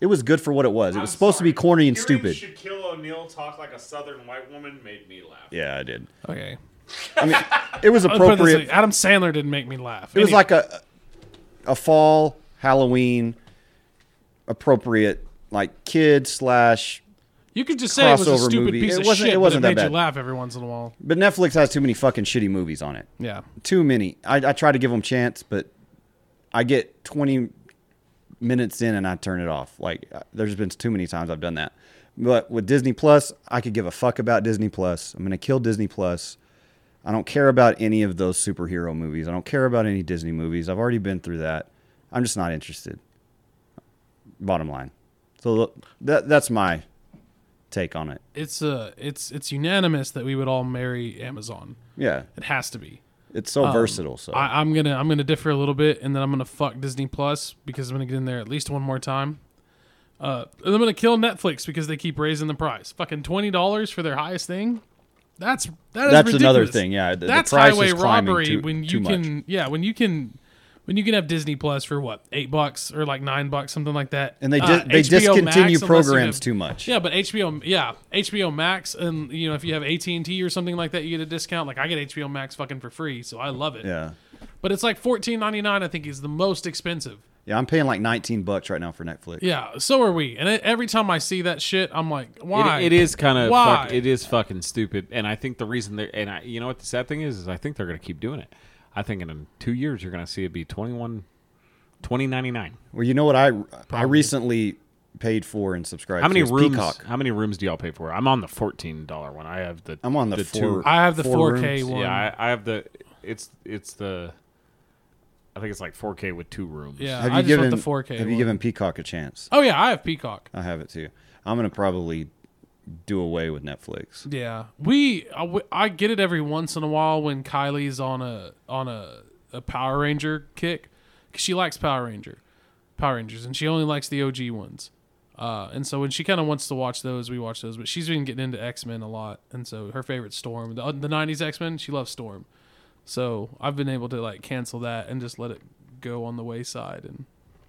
Speaker 1: It was good for what it was. It was supposed to be corny and stupid.
Speaker 3: Shaquille O'Neal talk like a Southern white woman made me laugh.
Speaker 1: Yeah, I did.
Speaker 2: Okay.
Speaker 1: I mean, it was
Speaker 2: I'll put it this
Speaker 1: appropriate.
Speaker 2: way, Adam Sandler didn't make me laugh.
Speaker 1: It was like a a fall Halloween appropriate like kid slash.
Speaker 2: you could just say it was a
Speaker 1: crossover
Speaker 2: stupid
Speaker 1: movie.
Speaker 2: piece
Speaker 1: It
Speaker 2: of
Speaker 1: wasn't-
Speaker 2: shit.
Speaker 1: it wasn't
Speaker 2: but
Speaker 1: that
Speaker 2: it made
Speaker 1: bad.
Speaker 2: you laugh every once in a while.
Speaker 1: But Netflix has too many fucking shitty movies on it.
Speaker 2: Yeah,
Speaker 1: Too many. I, I try to give them chance, but I get twenty minutes in and I turn it off. Like uh, there's been too many times I've done that. But with Disney Plus, I could give a fuck about Disney Plus. I'm gonna kill Disney Plus. I don't care about any of those superhero movies. I don't care about any Disney movies. I've already been through that. I'm just not interested. Bottom line. So th- that that's my take on it.
Speaker 2: It's uh, it's it's unanimous that we would all marry Amazon.
Speaker 1: Yeah,
Speaker 2: It has to be.
Speaker 1: it's so versatile. So
Speaker 2: Um, I, I'm gonna I'm gonna differ a little bit, and then I'm gonna fuck Disney Plus because I'm gonna get in there at least one more time. Uh, and I'm gonna kill Netflix because they keep raising the price. Fucking twenty dollars for their highest thing. That's that is
Speaker 1: That's another
Speaker 2: ridiculous.
Speaker 1: thing, yeah, the- the
Speaker 2: That's
Speaker 1: price
Speaker 2: highway
Speaker 1: is climbing
Speaker 2: robbery
Speaker 1: too-
Speaker 2: when you
Speaker 1: too much.
Speaker 2: can yeah when you can when you can have Disney Plus for what eight bucks or like nine bucks something like that.
Speaker 1: and they
Speaker 2: Uh,
Speaker 1: di- they
Speaker 2: HBO Max,
Speaker 1: discontinue
Speaker 2: unless you
Speaker 1: programs
Speaker 2: have-
Speaker 1: too much.
Speaker 2: yeah, but HBO, yeah, HBO Max, and you know if you have AT and T or something like that, you get a discount. Like I get HBO Max fucking for free, so I love it.
Speaker 1: Yeah.
Speaker 2: But it's like fourteen ninety nine. I think is the most expensive.
Speaker 1: Yeah, I'm paying like 19 bucks right now for Netflix.
Speaker 2: Yeah, so are we. And it, every time I see that shit, I'm like, why?
Speaker 3: It, it is kind of
Speaker 2: why?
Speaker 3: fuck, it is fucking stupid, and I think the reason they're and I you know what the sad thing is is I think they're gonna keep doing it. I think in two years you're gonna see it be 21 20.99.
Speaker 1: Well, you know what I I recently paid for and subscribed
Speaker 3: How many
Speaker 1: to is
Speaker 3: rooms?
Speaker 1: Peacock.
Speaker 3: How many rooms do y'all pay for? I'm on the fourteen dollar one. I have the
Speaker 1: I'm on the
Speaker 3: two.
Speaker 1: four-
Speaker 2: I have the
Speaker 1: Four
Speaker 2: 4K
Speaker 1: rooms.
Speaker 2: one.
Speaker 3: Yeah, I, I have the. It's it's the. I think it's like 4K with two rooms.
Speaker 2: Yeah.
Speaker 1: Have
Speaker 2: I
Speaker 1: you
Speaker 2: just
Speaker 1: given
Speaker 2: want the 4K
Speaker 1: Have you
Speaker 2: one.
Speaker 1: given Peacock a chance?
Speaker 2: oh yeah, I have Peacock.
Speaker 1: I have it too. I'm gonna probably do away with Netflix.
Speaker 2: Yeah, we I, we- I get it every once in a while when Kylie's on a on a, a Power Ranger kick because she likes Power Ranger, Power Rangers, and she only likes the OG ones. Uh, and so when she kind of wants to watch those, we watch those. But she's been getting into X Men a lot, and so her favorite Storm, the, the '90s X Men, she loves Storm. So I've been able to like cancel that and just let it go on the wayside, and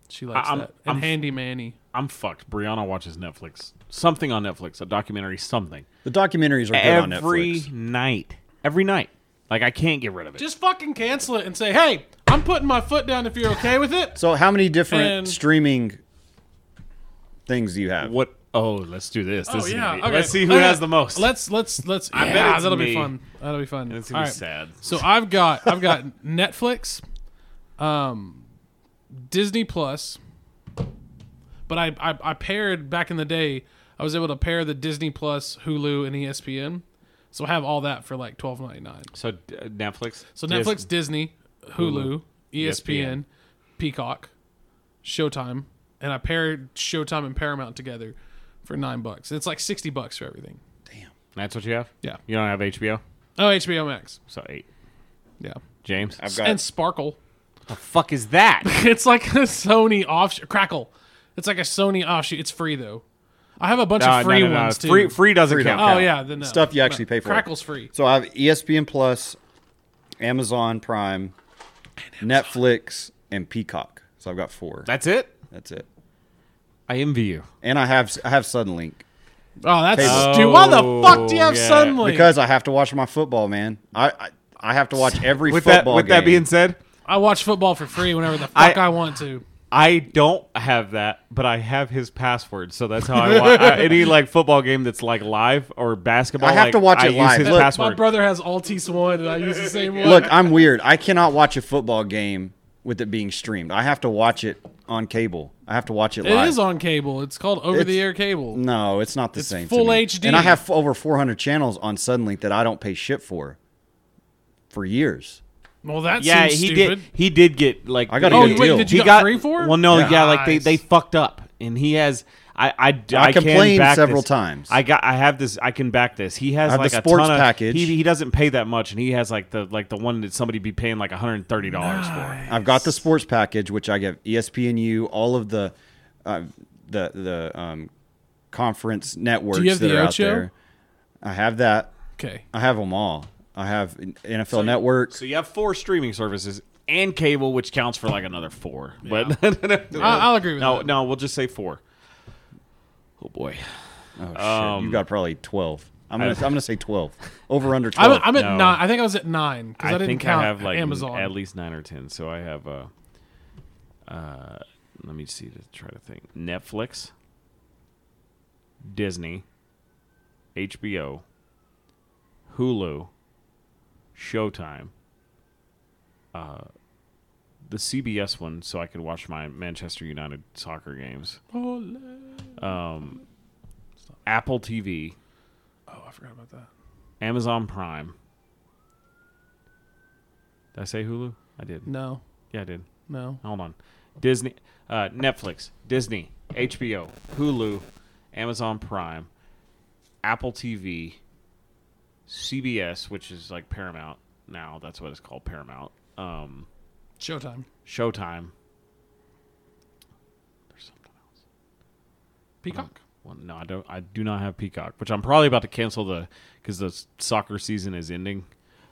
Speaker 2: she likes
Speaker 3: I'm-
Speaker 2: that. And
Speaker 3: I'm-
Speaker 2: Handy Manny,
Speaker 3: I'm fucked. Brianna watches Netflix. Something on Netflix. A documentary. Something.
Speaker 1: The documentaries are good on
Speaker 3: Every
Speaker 1: Netflix.
Speaker 3: night. Every night. Like I can't get rid of it.
Speaker 2: just fucking cancel it and say, "Hey, I'm putting my foot down if you're okay with it."
Speaker 1: So how many different
Speaker 2: And-
Speaker 1: streaming things do you have?
Speaker 3: what? Oh, let's do this.
Speaker 2: Oh
Speaker 3: this is
Speaker 2: yeah.
Speaker 3: gonna be-
Speaker 2: okay.
Speaker 3: Let's see who
Speaker 2: Okay.
Speaker 3: has the most.
Speaker 2: Let's let's let's.
Speaker 3: I
Speaker 2: yeah,
Speaker 3: bet it's
Speaker 2: that'll
Speaker 3: me.
Speaker 2: be fun. That'll be fun.
Speaker 3: It's gonna
Speaker 2: All
Speaker 3: be
Speaker 2: right.
Speaker 3: sad.
Speaker 2: So I've got I've got Netflix, um, Disney Plus. But I, I I paired back in the day. I was able to pair the Disney Plus, Hulu, and E ESPN. So I have all that for like twelve ninety nine.
Speaker 3: So d- uh, Netflix.
Speaker 2: So
Speaker 3: Dis-
Speaker 2: Netflix, Disney, Hulu, E ESPN, Peacock, Showtime, and I paired Showtime and Paramount together for nine bucks. It's like sixty bucks for everything.
Speaker 3: That's what you have.
Speaker 2: Yeah.
Speaker 3: You don't have HBO.
Speaker 2: Oh, HBO Max.
Speaker 3: So eight.
Speaker 2: Yeah.
Speaker 3: James.
Speaker 1: I've got
Speaker 2: And Sparkle.
Speaker 3: the fuck is that?
Speaker 2: It's like a Sony offshoot. Crackle. It's like a Sony offshoot. It's free though. I have a bunch
Speaker 3: No,
Speaker 2: of free
Speaker 3: no, no, no.
Speaker 2: ones too.
Speaker 3: Free, free doesn't
Speaker 1: Free
Speaker 3: count.
Speaker 1: don't
Speaker 2: Oh yeah, then no.
Speaker 1: Stuff you actually
Speaker 2: No.
Speaker 1: pay for.
Speaker 2: Crackle's free.
Speaker 1: So I have E ESPN Plus, Amazon Prime, Netflix, and Peacock. So I've got four.
Speaker 3: That's it.
Speaker 1: That's it.
Speaker 3: I envy you.
Speaker 1: And I have I have Suddenlink.
Speaker 2: Oh, that's
Speaker 1: Cable.
Speaker 2: stupid. Why the fuck do you have
Speaker 3: yeah.
Speaker 2: Sunlink?
Speaker 1: Because I have to watch my football, man. I I, I have to watch every
Speaker 3: With that,
Speaker 1: football
Speaker 3: with
Speaker 1: game.
Speaker 3: that being said,
Speaker 2: I watch football for free whenever the fuck I,
Speaker 3: I-
Speaker 2: want to.
Speaker 3: I don't have that, but I have his password, so that's how I watch I, any like football game that's like live or basketball.
Speaker 1: I have
Speaker 3: like,
Speaker 1: to watch
Speaker 3: I
Speaker 1: it
Speaker 3: use
Speaker 1: live.
Speaker 3: His
Speaker 1: Look,
Speaker 2: My
Speaker 3: password.
Speaker 2: brother has Altis one, and I use the same one.
Speaker 1: look, I'm weird. I cannot watch a football game with it being streamed. I have to watch it on cable. I have to watch it,
Speaker 2: it
Speaker 1: live.
Speaker 2: is on cable. It's called over-the-air cable.
Speaker 1: no, it's not the
Speaker 2: It's
Speaker 1: same.
Speaker 2: full
Speaker 1: to me.
Speaker 2: HD.
Speaker 1: and I have f- over 400 channels on Suddenlink that I don't pay shit for for years.
Speaker 2: Well, that
Speaker 3: yeah,
Speaker 2: seems
Speaker 3: he
Speaker 2: stupid.
Speaker 3: did. He did get like.
Speaker 1: I got a
Speaker 2: Oh,
Speaker 1: good
Speaker 2: wait,
Speaker 1: deal.
Speaker 2: did you
Speaker 3: he
Speaker 2: got free for it?
Speaker 3: Well, no, yeah, like they,
Speaker 2: Nice.
Speaker 3: they fucked up, and he has. I I, I, can
Speaker 1: complained
Speaker 3: back
Speaker 1: several
Speaker 3: this.
Speaker 1: times.
Speaker 3: I got I have this. I can back this. He has
Speaker 1: I have
Speaker 3: like
Speaker 1: the
Speaker 3: a
Speaker 1: sports
Speaker 3: ton of-
Speaker 1: package.
Speaker 3: He, he doesn't pay that much, and he has like the like the one that somebody be paying like 130 dollars for.
Speaker 1: I've got the sports package, which I E give ESPNU, all of the uh, the the um, conference networks
Speaker 2: have
Speaker 1: that
Speaker 2: the
Speaker 1: are out
Speaker 2: Ocho?
Speaker 1: there. I have that.
Speaker 2: Okay.
Speaker 1: I have them all. I have NFL Network.
Speaker 3: So you have four streaming services and cable, which counts for like another four. But
Speaker 2: I- I'll agree with
Speaker 3: no,
Speaker 2: that.
Speaker 3: no, we'll just say four. Oh boy,
Speaker 1: oh shit,
Speaker 3: um,
Speaker 1: you got probably twelve. I'm gonna, I, am going to say twelve. Over under
Speaker 2: I'm,
Speaker 1: twelve.
Speaker 2: I'm at
Speaker 3: no.
Speaker 2: nine. I think I was at nine because
Speaker 3: I,
Speaker 2: I, didn't
Speaker 3: think
Speaker 2: count
Speaker 3: I have like
Speaker 2: Amazon.
Speaker 3: at least nine or ten. So I have uh, uh, let me see to try to think. Netflix, Disney, HBO, Hulu, Showtime, uh, the CBS one so I could watch my Manchester United soccer games. Um, Apple TV,
Speaker 2: Oh, I forgot about that.
Speaker 3: Amazon Prime. Did I say Hulu? I did.
Speaker 2: No,
Speaker 3: Yeah, I did.
Speaker 2: no.
Speaker 3: Hold on. Disney, uh, Netflix, Disney, HBO, Hulu, Amazon Prime, Apple TV, CBS, which is like Paramount now. That's what it's called, Paramount. Um,
Speaker 2: Showtime.
Speaker 3: Showtime. There's something else.
Speaker 2: Peacock.
Speaker 3: Well, no, I don't. I do not have Peacock, which I'm probably about to cancel the because the s- soccer season is ending.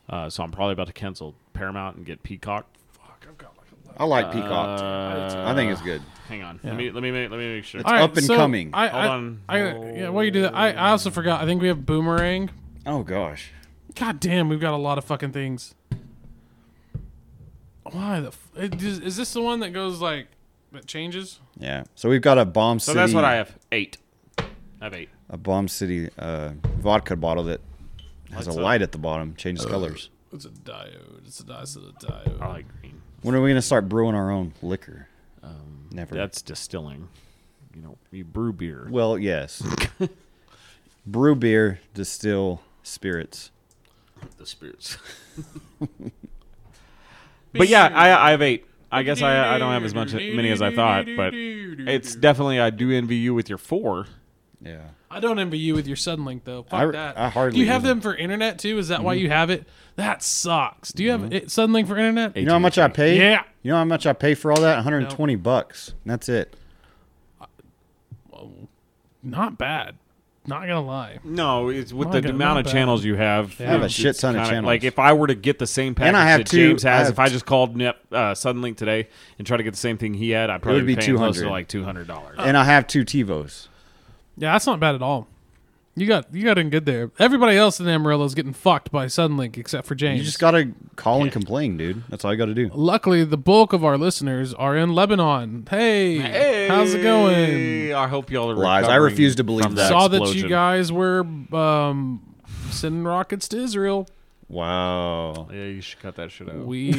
Speaker 3: Uh, so I'm probably about to cancel Paramount and get Peacock. Uh,
Speaker 2: Fuck, I've got like a lot.
Speaker 1: I like Peacock. I think it's good.
Speaker 3: Hang on. Let me let me make, let me make sure.
Speaker 1: It's up and
Speaker 2: so
Speaker 1: coming.
Speaker 2: I,
Speaker 3: Hold
Speaker 2: I-
Speaker 3: on.
Speaker 2: I, yeah, while you do that, I, I also forgot. I think we have Boomerang.
Speaker 1: Oh gosh,
Speaker 2: God damn, we've got a lot of fucking things. Why the? F- it- is, is this the one that goes like that changes?
Speaker 1: yeah. So we've got a bomb
Speaker 3: So
Speaker 1: city.
Speaker 3: that's what I have. Eight. I have eight.
Speaker 1: A bomb city uh, vodka bottle that has
Speaker 3: Lights
Speaker 1: a
Speaker 3: up. Uh,
Speaker 1: light at the bottom, changes colors.
Speaker 2: It's a diode. It's a dice of the diode.
Speaker 3: I like green.
Speaker 1: When are we gonna start brewing our own liquor? Never.
Speaker 3: um, That's distilling. You know, you brew beer.
Speaker 1: well, yes. Brew beer, distill spirits.
Speaker 3: the spirits. but yeah, I, I have eight. I guess I, I don't have as much many as I thought, but it's definitely I do envy you with your four.
Speaker 1: Yeah.
Speaker 2: I don't envy you with your Suddenlink though. Fuck
Speaker 1: I-
Speaker 2: that.
Speaker 1: I hardly Mm-hmm.
Speaker 2: Do you have
Speaker 1: use
Speaker 2: them for internet too? Is that why you have it? That sucks. Do you
Speaker 1: Mm-hmm.
Speaker 2: have it, Suddenlink for internet?
Speaker 1: You know how much I pay?
Speaker 2: Yeah.
Speaker 1: You know how much I pay for all that? 120 bucks. And That's it.
Speaker 2: Not bad. Not gonna lie.
Speaker 3: No, it's with
Speaker 2: Not
Speaker 3: the
Speaker 2: good,
Speaker 3: amount
Speaker 2: not
Speaker 3: of
Speaker 2: bad.
Speaker 3: channels you have.
Speaker 1: I have a
Speaker 3: it's
Speaker 1: shit ton of
Speaker 3: kinda-
Speaker 1: channels.
Speaker 3: Like if I were to get the same package
Speaker 1: And I have
Speaker 3: that
Speaker 1: two-
Speaker 3: James has,
Speaker 1: I have
Speaker 3: if I
Speaker 1: t-
Speaker 3: just called Nep, uh, Suddenlink today and tried to get the same thing he had, I'd probably
Speaker 1: be
Speaker 3: be paying close to
Speaker 1: 200.
Speaker 3: like two hundred
Speaker 2: Uh.
Speaker 3: dollars.
Speaker 1: And I have two TiVos.
Speaker 2: Yeah, that's not bad at all. You got you got in good there. Everybody else in Amarillo's getting fucked by Suddenlink except for James.
Speaker 1: You just got to call and complain, dude. That's all you got to do.
Speaker 2: Luckily, the bulk of our listeners are in Lebanon. Hey, how's it going?
Speaker 3: I hope y'all are
Speaker 1: Lies. I
Speaker 3: recovering
Speaker 1: refuse to believe
Speaker 3: from
Speaker 1: that.
Speaker 2: Saw that you
Speaker 3: explosion.
Speaker 2: guys were um, sending rockets to Israel.
Speaker 1: Wow.
Speaker 3: Yeah, you should cut that shit out.
Speaker 2: We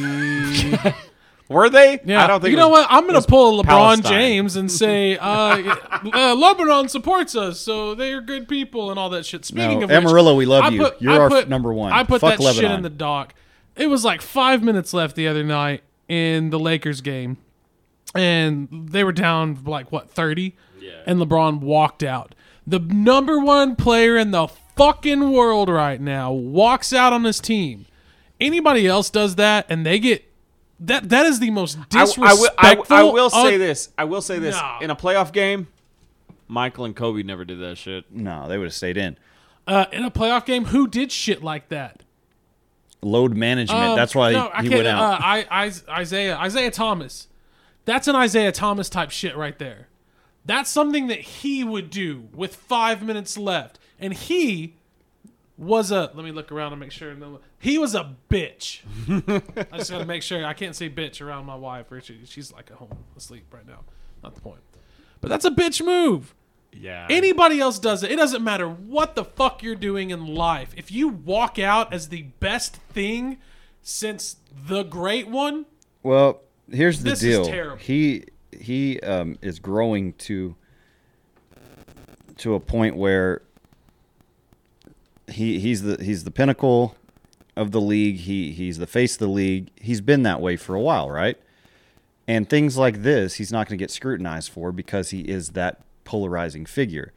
Speaker 3: Were they?
Speaker 2: Yeah.
Speaker 3: I don't think
Speaker 2: you know what. I'm gonna pull LeBron
Speaker 3: Palestine.
Speaker 2: James and say uh, uh, Lebanon supports us, so they are good people and all that shit. Speaking
Speaker 1: No,
Speaker 2: of which,
Speaker 1: Amarillo, we love
Speaker 2: I
Speaker 1: you.
Speaker 2: put-
Speaker 1: You're
Speaker 2: I
Speaker 1: our f-
Speaker 2: put-
Speaker 1: number one.
Speaker 2: I put
Speaker 1: Fuck
Speaker 2: that shit
Speaker 1: Lebanon.
Speaker 2: in the dock. It was like five minutes left the other night in the Lakers game, and they were down like what thirty, and LeBron walked out. The number one player in the fucking world right now walks out on his team. Anybody else does that, and they get that. That is the most
Speaker 3: I,
Speaker 2: disrespectful.
Speaker 3: I will- I, I will say
Speaker 2: un-
Speaker 3: this. I will say this.
Speaker 2: Nah.
Speaker 3: In a playoff game, Michael and Kobe never did that shit.
Speaker 1: No, they would have stayed in.
Speaker 2: uh, in a playoff game. Who did shit like that?
Speaker 1: Load management.
Speaker 2: Um,
Speaker 1: That's why
Speaker 2: no, I
Speaker 1: he
Speaker 2: can't-
Speaker 1: went out.
Speaker 2: Uh, I, I, Isaiah, Isaiah Thomas. That's an Isaiah Thomas type shit right there. That's something that he would do with five minutes left, and he was a. Let me look around and make sure. No, he was a bitch. I just gotta make sure I can't say bitch around my wife. Or she, she's like at home asleep right now. Not the point. But that's a bitch move.
Speaker 3: Yeah.
Speaker 2: Anybody else does it. It doesn't matter what the fuck you're doing in life. If you walk out as the best thing since the great one,
Speaker 1: Well, here's the
Speaker 2: This is
Speaker 1: deal.
Speaker 2: terrible.
Speaker 1: He he um, is growing to to a point where he he's the he's the pinnacle of the league. He he's the face of the league. He's been that way for a while, right? And things like this, he's not going to get scrutinized for because he is that polarizing figure.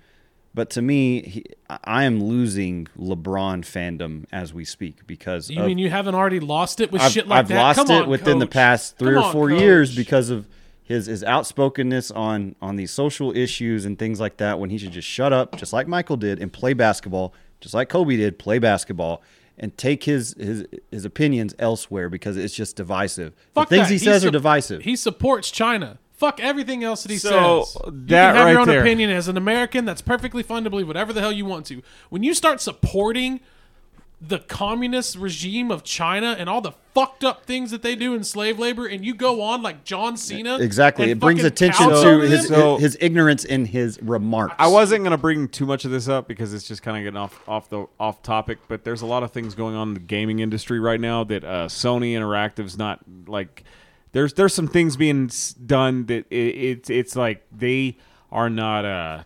Speaker 1: But to me, he, I- I am losing LeBron fandom as we speak because
Speaker 2: you
Speaker 1: of
Speaker 2: mean you haven't already lost it with
Speaker 1: I've,
Speaker 2: shit like
Speaker 1: I've
Speaker 2: that?
Speaker 1: lost
Speaker 2: Come
Speaker 1: it
Speaker 2: on,
Speaker 1: within the
Speaker 2: coach.
Speaker 1: past three
Speaker 2: Come
Speaker 1: or
Speaker 2: on,
Speaker 1: four years
Speaker 2: coach.
Speaker 1: because of his his outspokenness on on these social issues and things like that. When he should just shut up, just like Michael did, and play basketball, just like Kobe did, play basketball, and take his his his opinions elsewhere because it's just divisive.
Speaker 2: Fuck
Speaker 1: the things
Speaker 2: that.
Speaker 1: he says are
Speaker 2: sup-
Speaker 1: divisive.
Speaker 2: He supports China. Fuck everything else that he
Speaker 3: So,
Speaker 2: says. you
Speaker 3: that
Speaker 2: can have
Speaker 3: right
Speaker 2: your own
Speaker 3: there.
Speaker 2: opinion as an American. That's perfectly fine to believe whatever the hell you want to. When you start supporting the communist regime of China and all the fucked up things that they do in slave labor, and you go on like John Cena,
Speaker 1: E, exactly.
Speaker 2: and
Speaker 1: It brings
Speaker 2: fucking
Speaker 1: attention
Speaker 2: couch
Speaker 1: to
Speaker 2: over
Speaker 1: his,
Speaker 2: them,
Speaker 1: his ignorance in his remarks.
Speaker 3: I wasn't gonna bring too much of this up because it's just kind of getting off off the off topic. But there's a lot of things going on in the gaming industry right now that uh, Sony Interactive's not like. there's there's some things being s- done that it, it's it's like they are not uh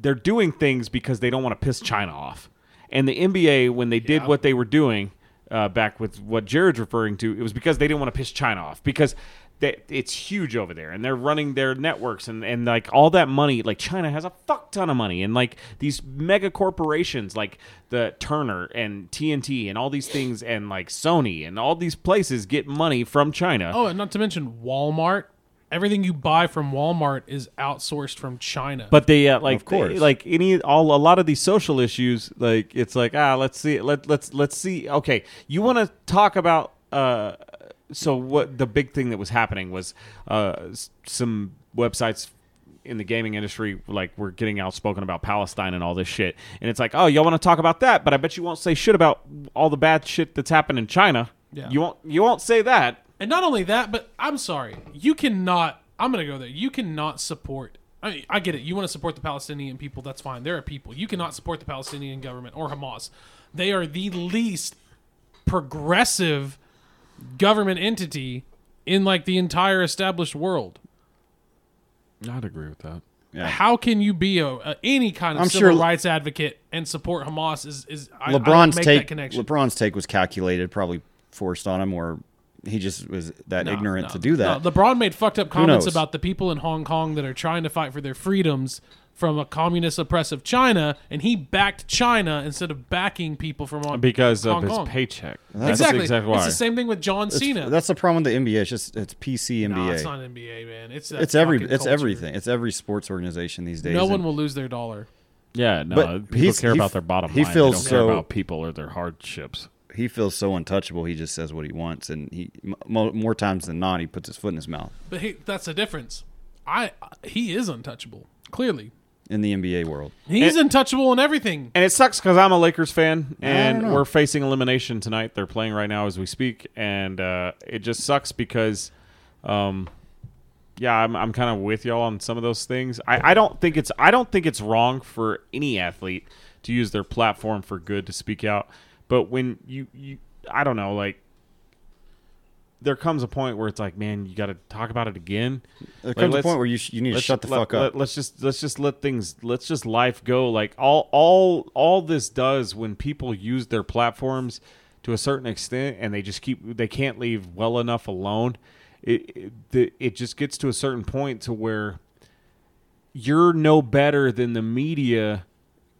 Speaker 3: they're doing things because they don't want to piss China off. And the NBA, when they did what they were doing uh, back with what Jared's referring to, it was because they didn't want to piss China off because they, it's huge over there and they're running their networks and, and like all that money. Like China has a fuck ton of money and like these mega corporations like the Turner and TNT and all these things and like Sony and all these places get money from China.
Speaker 2: Oh, and not to mention Walmart. Everything you buy from Walmart is outsourced from China.
Speaker 3: But they uh, like
Speaker 1: Of course.
Speaker 3: they- like any all a lot of these social issues like it's like ah let's see let let's let's see okay you want to talk about uh so what the big thing that was happening was uh s- some websites in the gaming industry like were getting outspoken about Palestine and all this shit and it's like oh y'all want to talk about that but I bet you won't say shit about all the bad shit that's happened in China
Speaker 2: Yeah.
Speaker 3: you won't you won't say that
Speaker 2: And not only that, but I'm sorry, you cannot. I'm gonna go there. You cannot support. I mean, I get it. You want to support the Palestinian people. That's fine. They're a people. You cannot support the Palestinian government or Hamas. They are the least progressive government entity in like the entire established world.
Speaker 3: I'd agree with that
Speaker 2: How can you be a, a any kind of
Speaker 1: I'm
Speaker 2: civil
Speaker 1: sure-
Speaker 2: rights advocate and support Hamas? Is is I, I don't
Speaker 1: LeBron's
Speaker 2: make that
Speaker 1: take
Speaker 2: connection?
Speaker 1: LeBron's take was calculated, probably forced on him, or he just was that
Speaker 2: No,
Speaker 1: ignorant to
Speaker 2: no,
Speaker 1: do that.
Speaker 2: no. LeBron made fucked up comments
Speaker 1: knows?
Speaker 2: about the people in Hong Kong that are trying to fight for their freedoms from a communist oppressive China, and he backed China instead of backing people from Hon-
Speaker 3: because of
Speaker 2: Hong
Speaker 3: his
Speaker 2: Kong.
Speaker 3: paycheck
Speaker 2: exactly.
Speaker 3: exactly why
Speaker 2: It's the same thing with John Cena.
Speaker 1: That's the problem with the NBA. It's just it's PC NBA.
Speaker 2: Nah, it's not NBA, man. It's that
Speaker 1: it's every
Speaker 2: fucking
Speaker 1: it's
Speaker 2: culture.
Speaker 1: everything. It's every sports organization these days.
Speaker 2: No
Speaker 1: and-
Speaker 2: one will lose their dollar.
Speaker 3: Yeah, no,
Speaker 1: But
Speaker 3: people
Speaker 1: he's-
Speaker 3: care
Speaker 1: he
Speaker 3: about
Speaker 1: f-
Speaker 3: their bottom
Speaker 1: he
Speaker 3: line.
Speaker 1: feels
Speaker 3: they don't care
Speaker 1: so-
Speaker 3: about people or their hardships.
Speaker 1: he feels so untouchable. He just says what he wants, and he m- mo- more times than not he puts his foot in his mouth
Speaker 2: But hey, that's the difference. I he is untouchable. Clearly,
Speaker 1: in the NBA world.
Speaker 2: he's untouchable in everything.
Speaker 3: And it sucks because I'm a Lakers fan,
Speaker 1: don't
Speaker 3: and
Speaker 1: know.
Speaker 3: we're facing elimination tonight. They're playing right now as we speak, and uh, it just sucks because, um, yeah, I'm, I'm kind of with y'all on some of those things. I, I don't think it's I don't think it's wrong for any athlete to use their platform for good to speak out, but when you you I don't know like. There comes a point where it's like, man, you got to talk about it again.
Speaker 1: There
Speaker 3: Like,
Speaker 1: comes a
Speaker 3: let's-
Speaker 1: point where you sh- you need to
Speaker 3: let's-
Speaker 1: shut the
Speaker 3: let-
Speaker 1: fuck
Speaker 3: let-
Speaker 1: up.
Speaker 3: let's just let's just let things let's just life go. Like all all all this does when people use their platforms to a certain extent and they just keep they can't leave well enough alone. It it, the- it just gets to a certain point to where you're no better than the media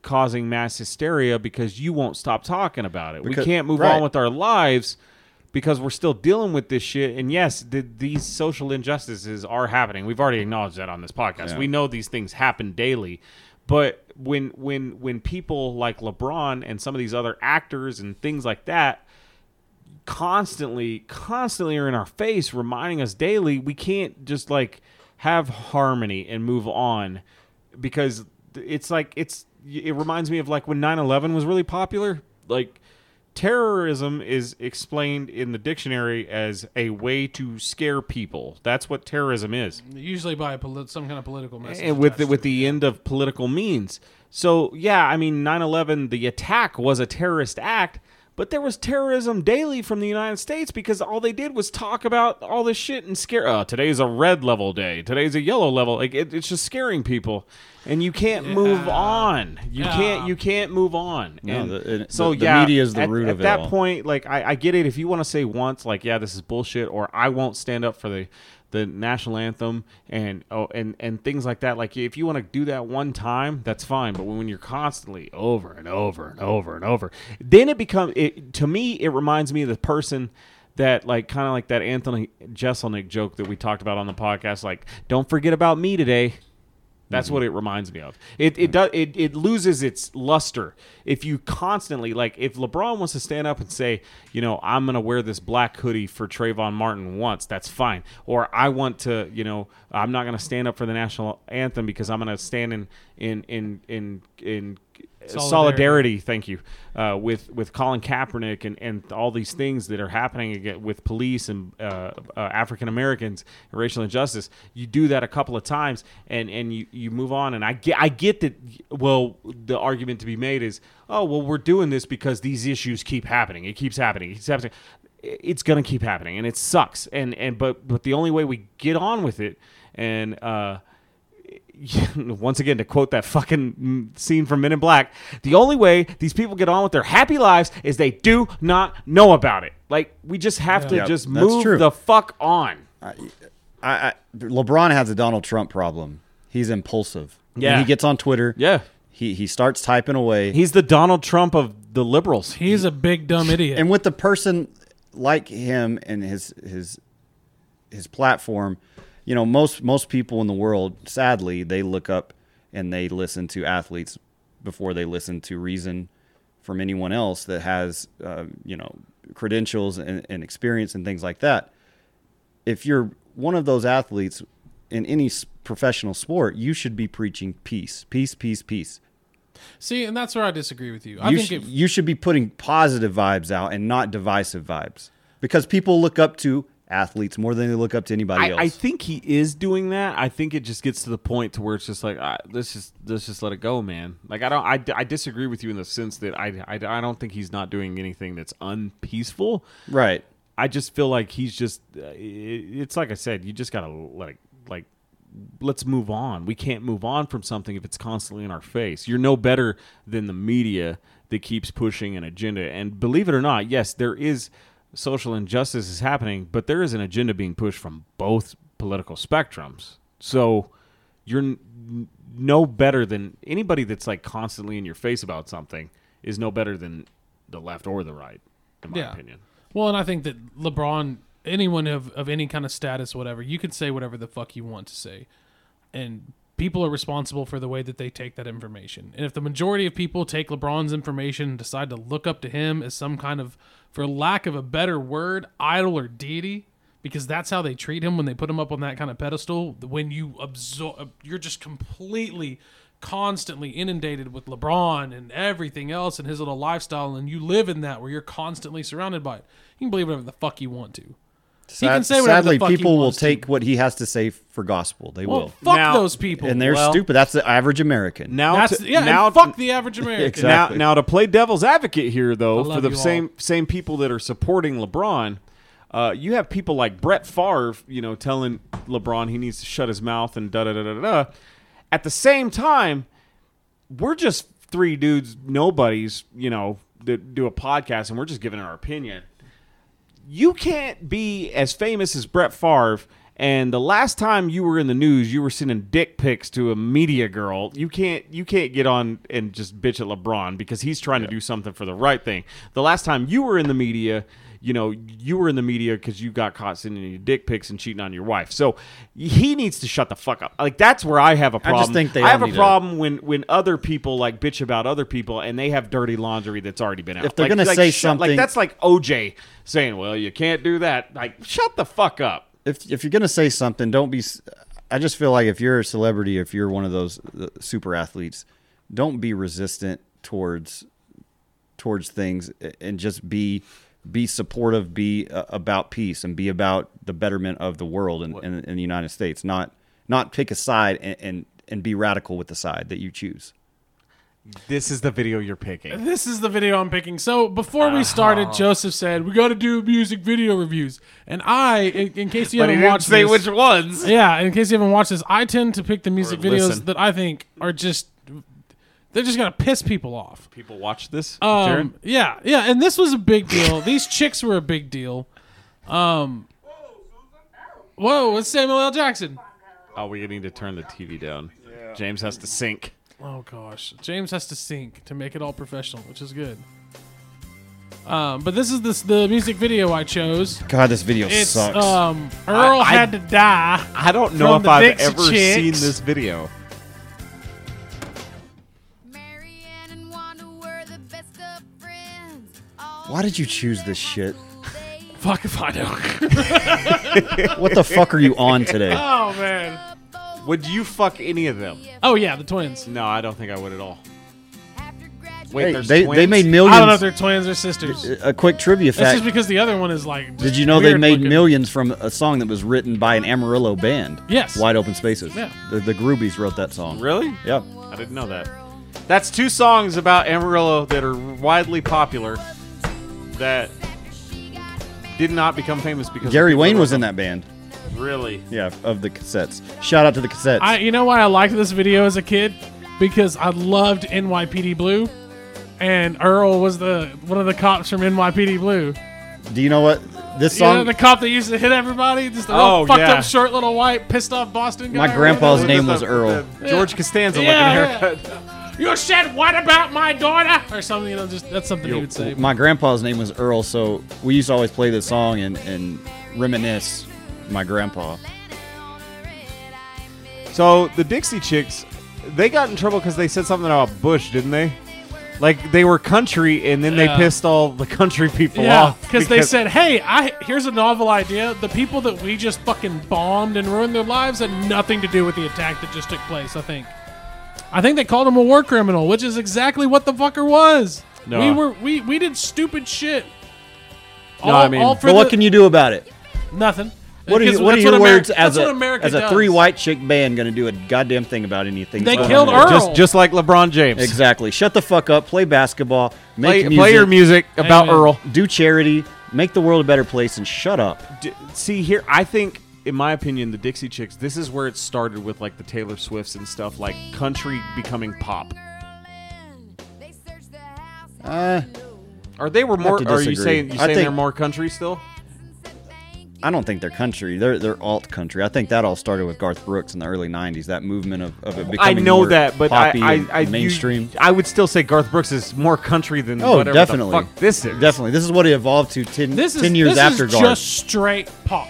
Speaker 3: causing mass hysteria because you won't stop talking about it. we
Speaker 1: Because-
Speaker 3: can't move on
Speaker 1: right.
Speaker 3: with our lives because we're still dealing with this shit. And yes, th- these social injustices are happening. We've already acknowledged that on this podcast. We know these things happen daily. But when when when people like LeBron and some of these other actors and things like that constantly constantly are in our face reminding us daily we can't just like have harmony and move on because it's like it's it reminds me of like when 9-11 was really popular like terrorism is explained in the dictionary as a way to scare people that's what terrorism is
Speaker 2: Usually by a polit- some kind of political message.
Speaker 3: and with
Speaker 2: attached
Speaker 3: the,
Speaker 2: to
Speaker 3: with
Speaker 2: it.
Speaker 3: the end of political means. So yeah, I mean 9/11 the attack was a terrorist act, but there was terrorism daily from the United States because all they did was talk about all this shit and scare oh, today's a red level day, today's a yellow level. Like it, it's just scaring people and you can't move on. You
Speaker 2: Yeah.
Speaker 3: can't you can't move on.
Speaker 1: No,
Speaker 3: And
Speaker 1: the- it-
Speaker 3: so
Speaker 1: the- the
Speaker 3: yeah,
Speaker 1: media is the
Speaker 3: at,
Speaker 1: root
Speaker 3: at
Speaker 1: of it
Speaker 3: that
Speaker 1: all.
Speaker 3: point, like I, I get it. If you want to say once, like yeah, this is bullshit, or I won't stand up for the the national anthem and oh and and things like that. Like if you want to do that one time, that's fine. But when you're constantly over and over and over and over, then it becomes it to me. It reminds me of the person. That like kind of like that Anthony Jeselnik joke that we talked about on the podcast, like don't forget about me today. That's what it reminds me of. It it does it, it loses its luster if you constantly like if LeBron wants to stand up and say, you know, I'm gonna wear this black hoodie for Trayvon Martin once, that's fine. Or I want to, you know, I'm not gonna stand up for the national anthem because I'm gonna stand in in in in in solidarity.
Speaker 2: Solidarity.
Speaker 3: Thank you, uh, with with Colin Kaepernick and and all these things that are happening again with police and uh, uh, African Americans, and racial injustice. You do that a couple of times, and and you you move on. And I get I get that. Well, the argument to be made is, oh well, we're doing this because these issues keep happening. It keeps happening. It keeps happening. it's gonna keep happening, and it sucks. And and but but the only way we get on with it, and uh, once again to quote that fucking mm, scene from Men in Black, the only way these people get on with their happy lives is they do not know about it. Like we just have to
Speaker 1: Yeah.
Speaker 3: just
Speaker 1: That's
Speaker 3: move
Speaker 1: true.
Speaker 3: the fuck on.
Speaker 1: I, I LeBron has a Donald Trump problem. He's impulsive.
Speaker 3: Yeah.
Speaker 1: When he gets on Twitter.
Speaker 3: Yeah.
Speaker 1: He he starts typing away.
Speaker 3: He's the Donald Trump of the liberals.
Speaker 2: He's a big dumb idiot.
Speaker 1: and with the person like him and his his his platform, you know, most most people in the world, sadly, they look up and they listen to athletes before they listen to reason from anyone else that has uh, you know credentials and, and experience and things like that. If you're one of those athletes in any s- professional sport, you should be preaching peace, peace, peace, peace
Speaker 2: See, and that's where I disagree with you. I
Speaker 1: you,
Speaker 2: think
Speaker 1: sh-
Speaker 2: if
Speaker 1: you should be putting positive vibes out and not divisive vibes because people look up to athletes more than they look up to anybody
Speaker 3: I,
Speaker 1: else.
Speaker 3: I think he is doing that. I think it just gets to the point to where it's just like uh, let's just let's just let it go, man. Like I don't I, I disagree with you in the sense that I, I I don't think he's not doing anything that's unpeaceful.
Speaker 1: right.
Speaker 3: I just feel like he's just. Uh, i- it's like I said, you just gotta like like let's move on. We can't move on from something if it's constantly in our face. You're no better than the media that keeps pushing an agenda. And believe it or not, yes, there is social injustice is happening, but there is an agenda being pushed from both political spectrums. So you're n- n- no better than anybody that's like constantly in your face about something is no better than the left or the right, in my
Speaker 2: Yeah.
Speaker 3: opinion.
Speaker 2: Well, and I think that LeBron, anyone of, of any kind of status, whatever, you can say whatever the fuck you want to say. And people are responsible for the way that they take that information. And if the majority of people take LeBron's information and decide to look up to him as some kind of, for lack of a better word, idol or deity, because that's how they treat him when they put him up on that kind of pedestal, when you absorb, you're just completely constantly inundated with LeBron and everything else and his little lifestyle, and you live in that where you're constantly surrounded by it. You can believe whatever the fuck you want to. He can say whatever the
Speaker 1: sadly,
Speaker 2: fuck he
Speaker 1: people will
Speaker 2: wants to.
Speaker 1: take what he has to say for gospel. They
Speaker 2: Well,
Speaker 1: will.
Speaker 2: fuck
Speaker 3: Now-
Speaker 2: those people.
Speaker 1: and they're
Speaker 3: well-
Speaker 1: stupid. That's the average American.
Speaker 3: Now,
Speaker 2: That's
Speaker 3: to,
Speaker 2: yeah.
Speaker 3: now
Speaker 2: and fuck the average American.
Speaker 1: Exactly.
Speaker 3: now, now to play devil's advocate here,
Speaker 2: I
Speaker 3: though,
Speaker 2: love
Speaker 3: for the
Speaker 2: you all.
Speaker 3: same same people that are supporting LeBron, uh, you have people like Brett Favre, you know, telling LeBron he needs to shut his mouth and da da da da da. At the same time, we're just three dudes, nobodies, you know, that do a podcast, and we're just giving our opinion you can't be as famous as Brett Favre. And the last time you were in the news, you were sending dick pics to a media girl. You can't you can't get on and just bitch at LeBron because he's trying to do something for the right thing. The last time you were in the media, you know, you were in the media because you got caught sending your dick pics and cheating on your wife. So he needs to shut the fuck up. Like that's where I have a problem.
Speaker 1: think they all
Speaker 3: have a
Speaker 1: need to-
Speaker 3: problem when when other people like bitch about other people and they have dirty laundry that's already been out.
Speaker 1: If they're
Speaker 3: Like-
Speaker 1: gonna
Speaker 3: like,
Speaker 1: say
Speaker 3: shut- like
Speaker 1: something-
Speaker 3: that's like OJ saying, "Well, you can't do that." Like, shut the fuck up.
Speaker 1: if if you're gonna say something, don't be. s- I just feel like if you're a celebrity, if you're one of those uh, super athletes, don't be resistant towards towards things, a- and just be be supportive, be uh, about peace, and be about the betterment of the world and in, in the United States. Not not pick a side and, and and be radical with the side that you choose.
Speaker 3: This is the video you're picking.
Speaker 2: This is the video I'm picking. So before we
Speaker 3: Oh.
Speaker 2: started, Joseph said we got to do music video reviews, and I, in, in case you haven't watched, this,
Speaker 3: ones.
Speaker 2: yeah, in case you haven't watched this, I tend to pick the music videos
Speaker 3: listen.
Speaker 2: that I think are just they're just gonna piss people off.
Speaker 3: People watch this.
Speaker 2: Um, yeah, yeah, and this was a big deal. These chicks were a big deal. Um, whoa, it's Samuel L. Jackson.
Speaker 3: Oh, we need to turn the TV down. James has to sink.
Speaker 2: Oh gosh, James has to sync to make it all professional, which is good. Um, but this is this the music video I chose.
Speaker 1: God, this video
Speaker 2: It's
Speaker 1: sucks.
Speaker 2: um Earl
Speaker 3: I- I-
Speaker 2: had to die.
Speaker 3: I don't know
Speaker 2: From
Speaker 3: if
Speaker 2: the
Speaker 3: I've
Speaker 2: Dixie
Speaker 3: ever
Speaker 2: Chicks.
Speaker 3: seen this video.
Speaker 10: Marianne and Wanda were the best of friends.
Speaker 1: Why did you choose this shit?
Speaker 2: Fuck if I know.
Speaker 1: What the fuck are you on today?
Speaker 2: oh man.
Speaker 3: Would you fuck any of them?
Speaker 2: Oh yeah, the twins.
Speaker 3: No, I don't think I would at all. Wait,
Speaker 1: Hey,
Speaker 3: there's
Speaker 1: they, they
Speaker 3: twins?
Speaker 1: made
Speaker 2: I don't know if
Speaker 1: millions.
Speaker 2: they're twins or sisters. It's
Speaker 1: A quick trivia fact.
Speaker 2: just because the other one is like.
Speaker 1: Did you know they
Speaker 2: weird
Speaker 1: made
Speaker 2: looking.
Speaker 1: millions from a song that was written by an Amarillo band?
Speaker 2: Yes.
Speaker 1: Wide Open Spaces.
Speaker 2: Yeah.
Speaker 1: The, the Groovies wrote that song.
Speaker 3: Really?
Speaker 1: Yeah.
Speaker 3: I didn't know that. That's two songs about Amarillo that are widely popular. That Did not become famous because
Speaker 1: Gary
Speaker 3: of
Speaker 1: Wayne was in that band.
Speaker 3: Really?
Speaker 1: Yeah, of the cassettes. Shout out to the cassettes.
Speaker 2: I, you know why I liked this video as a kid? Because I loved NYPD Blue, and Earl was the one of the cops from NYPD Blue.
Speaker 1: Do you know what this
Speaker 2: You know,
Speaker 1: song?
Speaker 2: the cop that used to hit everybody, just the
Speaker 3: Oh,
Speaker 2: little fucked
Speaker 3: yeah.
Speaker 2: up, short, little white, pissed off Boston guy.
Speaker 1: My
Speaker 2: right
Speaker 1: grandpa's
Speaker 2: there.
Speaker 1: name was Earl.
Speaker 3: George Costanza
Speaker 2: Yeah,
Speaker 3: looking
Speaker 2: yeah.
Speaker 3: haircut.
Speaker 2: You said what about my daughter? Or something, you know, just that's something he would say.
Speaker 1: My grandpa's name was Earl, so we used to always play this song and, and reminisce my grandpa.
Speaker 3: So the Dixie Chicks, they got in trouble because they said something about Bush, didn't they? Like they were country, and then
Speaker 2: Yeah.
Speaker 3: they pissed all the country people
Speaker 2: Yeah,
Speaker 3: off
Speaker 2: because they said, "Hey, I here's a novel idea. The people that we just fucking bombed and ruined their lives had nothing to do with the attack that just took place." I think, I think they called him a war criminal, which is exactly what the fucker was.
Speaker 3: No.
Speaker 2: We were we we did stupid shit.
Speaker 3: No, I mean-
Speaker 1: But what can you do about it?
Speaker 2: nothing.
Speaker 1: What are, you,
Speaker 2: Because
Speaker 1: what are
Speaker 2: that's
Speaker 1: your
Speaker 2: Ameri-
Speaker 1: words
Speaker 2: that's
Speaker 1: as
Speaker 2: what
Speaker 1: a
Speaker 2: America
Speaker 1: as a
Speaker 2: does.
Speaker 1: three white chick band going to do a goddamn thing about anything?
Speaker 2: They
Speaker 1: that's going
Speaker 2: killed
Speaker 1: on here?
Speaker 2: Earl.
Speaker 3: just just like LeBron James.
Speaker 1: Exactly. Shut the fuck up. Play basketball. Make
Speaker 3: Play, play your music about
Speaker 2: Amen.
Speaker 3: Earl.
Speaker 1: Do charity. Make the world a better place and shut up.
Speaker 3: D- see here, I think, in my opinion, the Dixie Chicks. This is where it started with like the Taylor Swifts and stuff, like country becoming pop.
Speaker 1: Uh,
Speaker 3: Or they were more?
Speaker 1: to
Speaker 3: Are you
Speaker 1: disagree.
Speaker 3: saying you
Speaker 1: I
Speaker 3: saying they're
Speaker 1: think-
Speaker 3: more country still?
Speaker 1: I don't think they're country. They're they're alt country. I think that all started with Garth Brooks in the early '90s. That movement of, of it
Speaker 3: I
Speaker 1: becoming
Speaker 3: know
Speaker 1: more
Speaker 3: that, but I,
Speaker 1: poppy
Speaker 3: I,
Speaker 1: and
Speaker 3: I you-
Speaker 1: mainstream.
Speaker 3: I would still say Garth Brooks is more country than
Speaker 1: oh,
Speaker 3: whatever
Speaker 1: definitely.
Speaker 3: the fuck this is.
Speaker 1: definitely. This is what it evolved to ten,
Speaker 2: This is
Speaker 1: 10 years
Speaker 2: this
Speaker 1: after
Speaker 2: is
Speaker 1: Garth.
Speaker 2: just straight pop.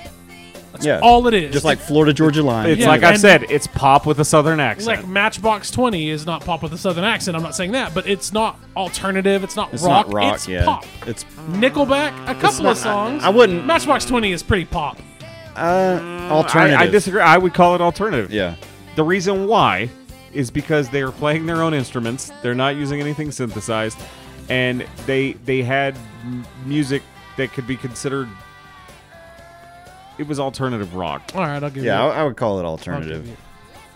Speaker 2: That's
Speaker 1: yeah,
Speaker 2: all it is.
Speaker 1: Just like Florida Georgia Line.
Speaker 3: It's
Speaker 2: Yeah,
Speaker 3: like
Speaker 2: and-
Speaker 3: I said, it's pop with a southern
Speaker 2: It's
Speaker 3: accent.
Speaker 2: like Matchbox Twenty is not pop with a southern accent. I'm not saying that, but it's not alternative. It's not
Speaker 1: it's
Speaker 2: rock.
Speaker 1: not rock.
Speaker 2: It's
Speaker 1: yeah,
Speaker 2: pop.
Speaker 1: it's.
Speaker 2: Nickelback, a couple of songs.
Speaker 1: I wouldn't
Speaker 2: Matchbox Twenty is pretty pop.
Speaker 1: uh,
Speaker 3: I,
Speaker 1: alternative.
Speaker 3: I disagree. I would call it alternative.
Speaker 1: Yeah,
Speaker 3: The reason why is because they are playing their own instruments. They're not using anything synthesized, and they they had m- music that could be considered. It was alternative rock,
Speaker 2: All right, I'll give
Speaker 1: yeah.
Speaker 2: you.
Speaker 1: I, I would call it
Speaker 2: I'll give
Speaker 1: alternative.
Speaker 2: you-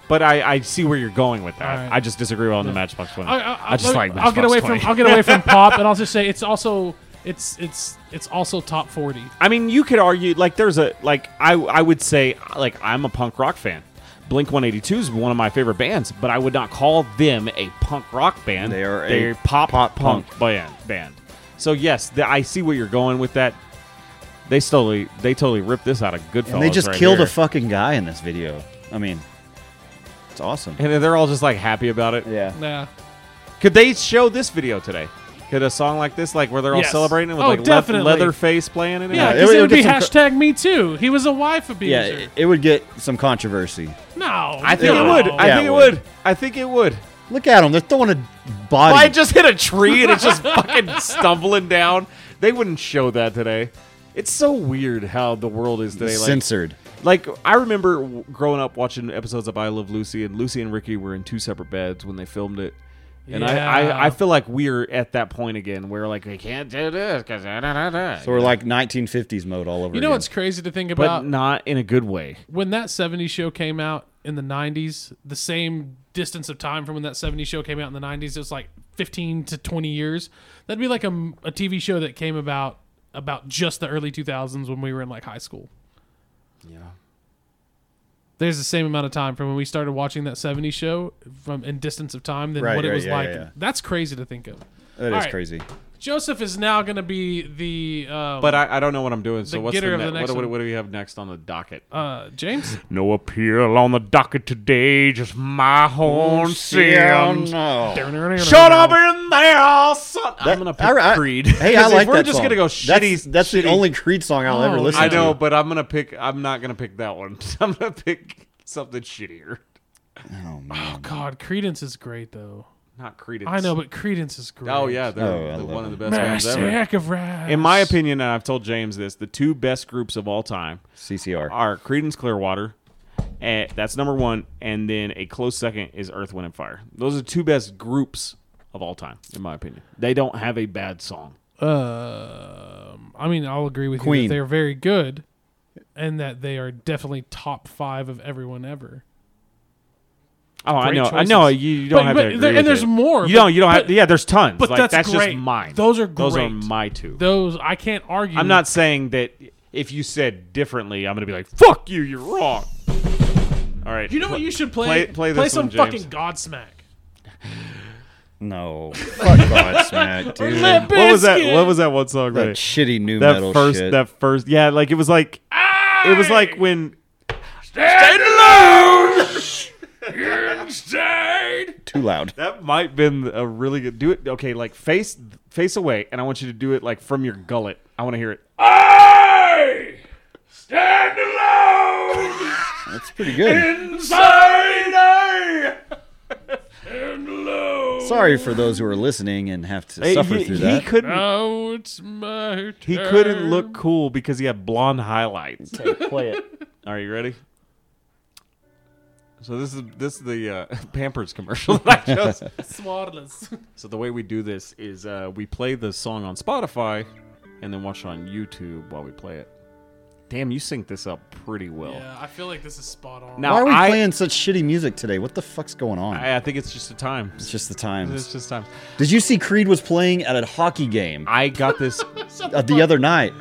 Speaker 3: but I, I see where you're going with that.
Speaker 2: All right.
Speaker 3: I just disagree on the Matchbox Twenty.
Speaker 2: I, I, I let
Speaker 3: just
Speaker 2: me-
Speaker 3: like
Speaker 2: I'll
Speaker 3: Matchbox
Speaker 2: get away
Speaker 3: 20.
Speaker 2: from. I'll get away from pop, and I'll just say it's also it's it's it's also top forty.
Speaker 3: I mean, you could argue like there's a like I I would say like I'm a punk rock fan. Blink 182 is one of my favorite bands, but I would not call them a punk rock band.
Speaker 1: They are a
Speaker 3: They're pop
Speaker 1: pop
Speaker 3: punk, band band. So yes, th I see where you're going with that. They totally they totally ripped this out of Goodfellas.
Speaker 1: And they just
Speaker 3: right
Speaker 1: killed
Speaker 3: here.
Speaker 1: a fucking guy in this video. I mean, it's awesome.
Speaker 3: and they're all just like happy about it.
Speaker 1: Yeah.
Speaker 2: Yeah.
Speaker 3: Could they show this video today? Could a song like this, like where they're all
Speaker 2: Yes.
Speaker 3: celebrating with
Speaker 2: Oh,
Speaker 3: like le-
Speaker 2: definitely.
Speaker 3: Leatherface playing in it?
Speaker 2: Yeah,
Speaker 1: it
Speaker 2: because
Speaker 1: would-
Speaker 2: it,
Speaker 1: it
Speaker 2: would
Speaker 1: would
Speaker 2: be
Speaker 1: get some
Speaker 2: hashtag me too. He was a wife
Speaker 1: Yeah,
Speaker 2: abuser.
Speaker 1: it, it would get some controversy.
Speaker 2: no,
Speaker 3: I think
Speaker 2: no.
Speaker 3: it would. I
Speaker 1: Yeah,
Speaker 3: think
Speaker 1: it
Speaker 3: it
Speaker 1: would.
Speaker 3: would. I think it would.
Speaker 1: Look at them. They're throwing a body.
Speaker 3: I just hit a tree and it's just fucking stumbling down. They wouldn't show that today. It's so weird how the world is today. Like,
Speaker 1: censored.
Speaker 3: like I remember w- growing up watching episodes of I Love Lucy, and Lucy and Ricky were in two separate beds when they filmed it. And I,
Speaker 2: Yeah.
Speaker 3: I, I feel like we're at that point again where like we can't do this because da, da, da, da.
Speaker 1: So we're like 1950s mode all over.
Speaker 2: You know
Speaker 1: again.
Speaker 2: what's crazy to think
Speaker 3: but
Speaker 2: about?
Speaker 3: not in a good way.
Speaker 2: when that 70s show came out in the 90s, the same distance of time from when that 70s show came out in the 90s, it was like 15 to 20 years. That'd be like a, m- a TV show that came about about just the early 2000s when we were in like high school.
Speaker 3: Yeah.
Speaker 2: There's the same amount of time from when we started watching that 70s show from in distance of time than
Speaker 1: Right,
Speaker 2: what it
Speaker 1: right,
Speaker 2: was
Speaker 1: yeah,
Speaker 2: like.
Speaker 1: yeah, yeah.
Speaker 2: That's crazy to think of.
Speaker 1: That is
Speaker 2: All right.
Speaker 1: crazy.
Speaker 2: Joseph is now going to be the um,
Speaker 3: But I, I don't know what I'm doing. So what's
Speaker 2: getter
Speaker 3: the,
Speaker 2: of the
Speaker 3: ne-
Speaker 2: next
Speaker 3: what, what,
Speaker 2: one.
Speaker 3: what do we have next on the docket?
Speaker 2: uh, James.
Speaker 3: No appeal on the docket today. Just my horn sounds.
Speaker 2: Shut
Speaker 3: in there, son. I'm gonna pick
Speaker 1: I- I-
Speaker 3: Creed.
Speaker 1: Hey, I
Speaker 3: 'Cause if
Speaker 1: like
Speaker 3: we're
Speaker 1: that
Speaker 3: just
Speaker 1: song.
Speaker 3: gonna go
Speaker 1: That's,
Speaker 3: shitty.
Speaker 1: that's
Speaker 3: shitty.
Speaker 1: the only Creed song I'll ever
Speaker 2: Oh,
Speaker 1: listen
Speaker 3: I
Speaker 1: to.
Speaker 3: know, but I'm gonna pick. I'm not gonna pick that one. I'm gonna pick something shittier.
Speaker 2: Oh, God, Credence is great though.
Speaker 3: Not Creed.
Speaker 2: I know, but Credence is great.
Speaker 3: Oh yeah, they're
Speaker 1: Oh, I
Speaker 3: the-
Speaker 1: love
Speaker 3: one of
Speaker 1: it.
Speaker 3: the best bands
Speaker 2: Master
Speaker 3: ever.
Speaker 2: of Wrath.
Speaker 3: In my opinion, and I've told James this, the two best groups of all time
Speaker 1: CCR.
Speaker 3: are Creedence Clearwater. And that's number one, and then a close second is Earth, Wind, and Fire. Those are the two best groups of all time, in my opinion. They don't have a bad song.
Speaker 2: Um, I mean, I'll agree with you.
Speaker 1: Queen.
Speaker 2: That they're very good, and that they are definitely top five of everyone ever.
Speaker 3: Oh, I
Speaker 2: Great
Speaker 3: know. I know.
Speaker 2: choices.
Speaker 3: You, you don't
Speaker 2: But-
Speaker 3: have
Speaker 2: but
Speaker 3: to. Agree
Speaker 2: there- and
Speaker 3: with
Speaker 2: there's
Speaker 3: it.
Speaker 2: more,
Speaker 3: You
Speaker 2: but-
Speaker 3: don't. You don't have.
Speaker 2: but-
Speaker 3: Yeah, there's tons.
Speaker 2: but
Speaker 3: like,
Speaker 2: that's
Speaker 3: that's,
Speaker 2: great.
Speaker 3: just mine.
Speaker 2: Those are
Speaker 3: Those are
Speaker 2: great.
Speaker 3: my two.
Speaker 2: Those I can't argue.
Speaker 3: I'm not saying that If you said differently, I'm gonna be like, "Fuck you, you're wrong." All right.
Speaker 2: You know what you should play?
Speaker 3: Play, play,
Speaker 2: play
Speaker 3: this
Speaker 2: some
Speaker 3: one, James.
Speaker 2: fucking Godsmack.
Speaker 1: No, fuck Godsmack, dude.
Speaker 2: Limp
Speaker 3: What was that?
Speaker 2: Bizkit.
Speaker 3: What was that one song?
Speaker 1: That
Speaker 3: right?
Speaker 1: shitty new
Speaker 3: that
Speaker 1: metal
Speaker 3: first
Speaker 1: shit.
Speaker 3: that first yeah like it was like it was like when
Speaker 1: Too loud.
Speaker 3: that might been a really good do it okay like face face away and i want you to do it like from your gullet i want to hear it i stand alone
Speaker 1: That's pretty good.
Speaker 3: inside and alone
Speaker 1: Sorry for those who are listening and have to suffer
Speaker 3: he,
Speaker 1: through
Speaker 3: he
Speaker 1: that.
Speaker 3: couldn't
Speaker 2: Oh, it's my
Speaker 3: he
Speaker 2: turn.
Speaker 3: couldn't look cool because he had blonde highlights play it are you ready so this is this is the uh, Pampers commercial that I chose.
Speaker 2: swaddlers.
Speaker 3: So the way we do this is uh, we play the song on Spotify and then watch it on YouTube while we play it. Damn, you sync this up pretty well.
Speaker 2: Yeah, I feel like this is spot on.
Speaker 3: Now
Speaker 1: Why are we
Speaker 3: I,
Speaker 1: playing such shitty music today? What the fuck's going on?
Speaker 3: I I think it's just a time.
Speaker 1: it's just the
Speaker 3: It's
Speaker 1: times.
Speaker 3: just time.
Speaker 1: Did you see Creed was playing at a hockey game
Speaker 3: I got this.
Speaker 1: uh, the other night?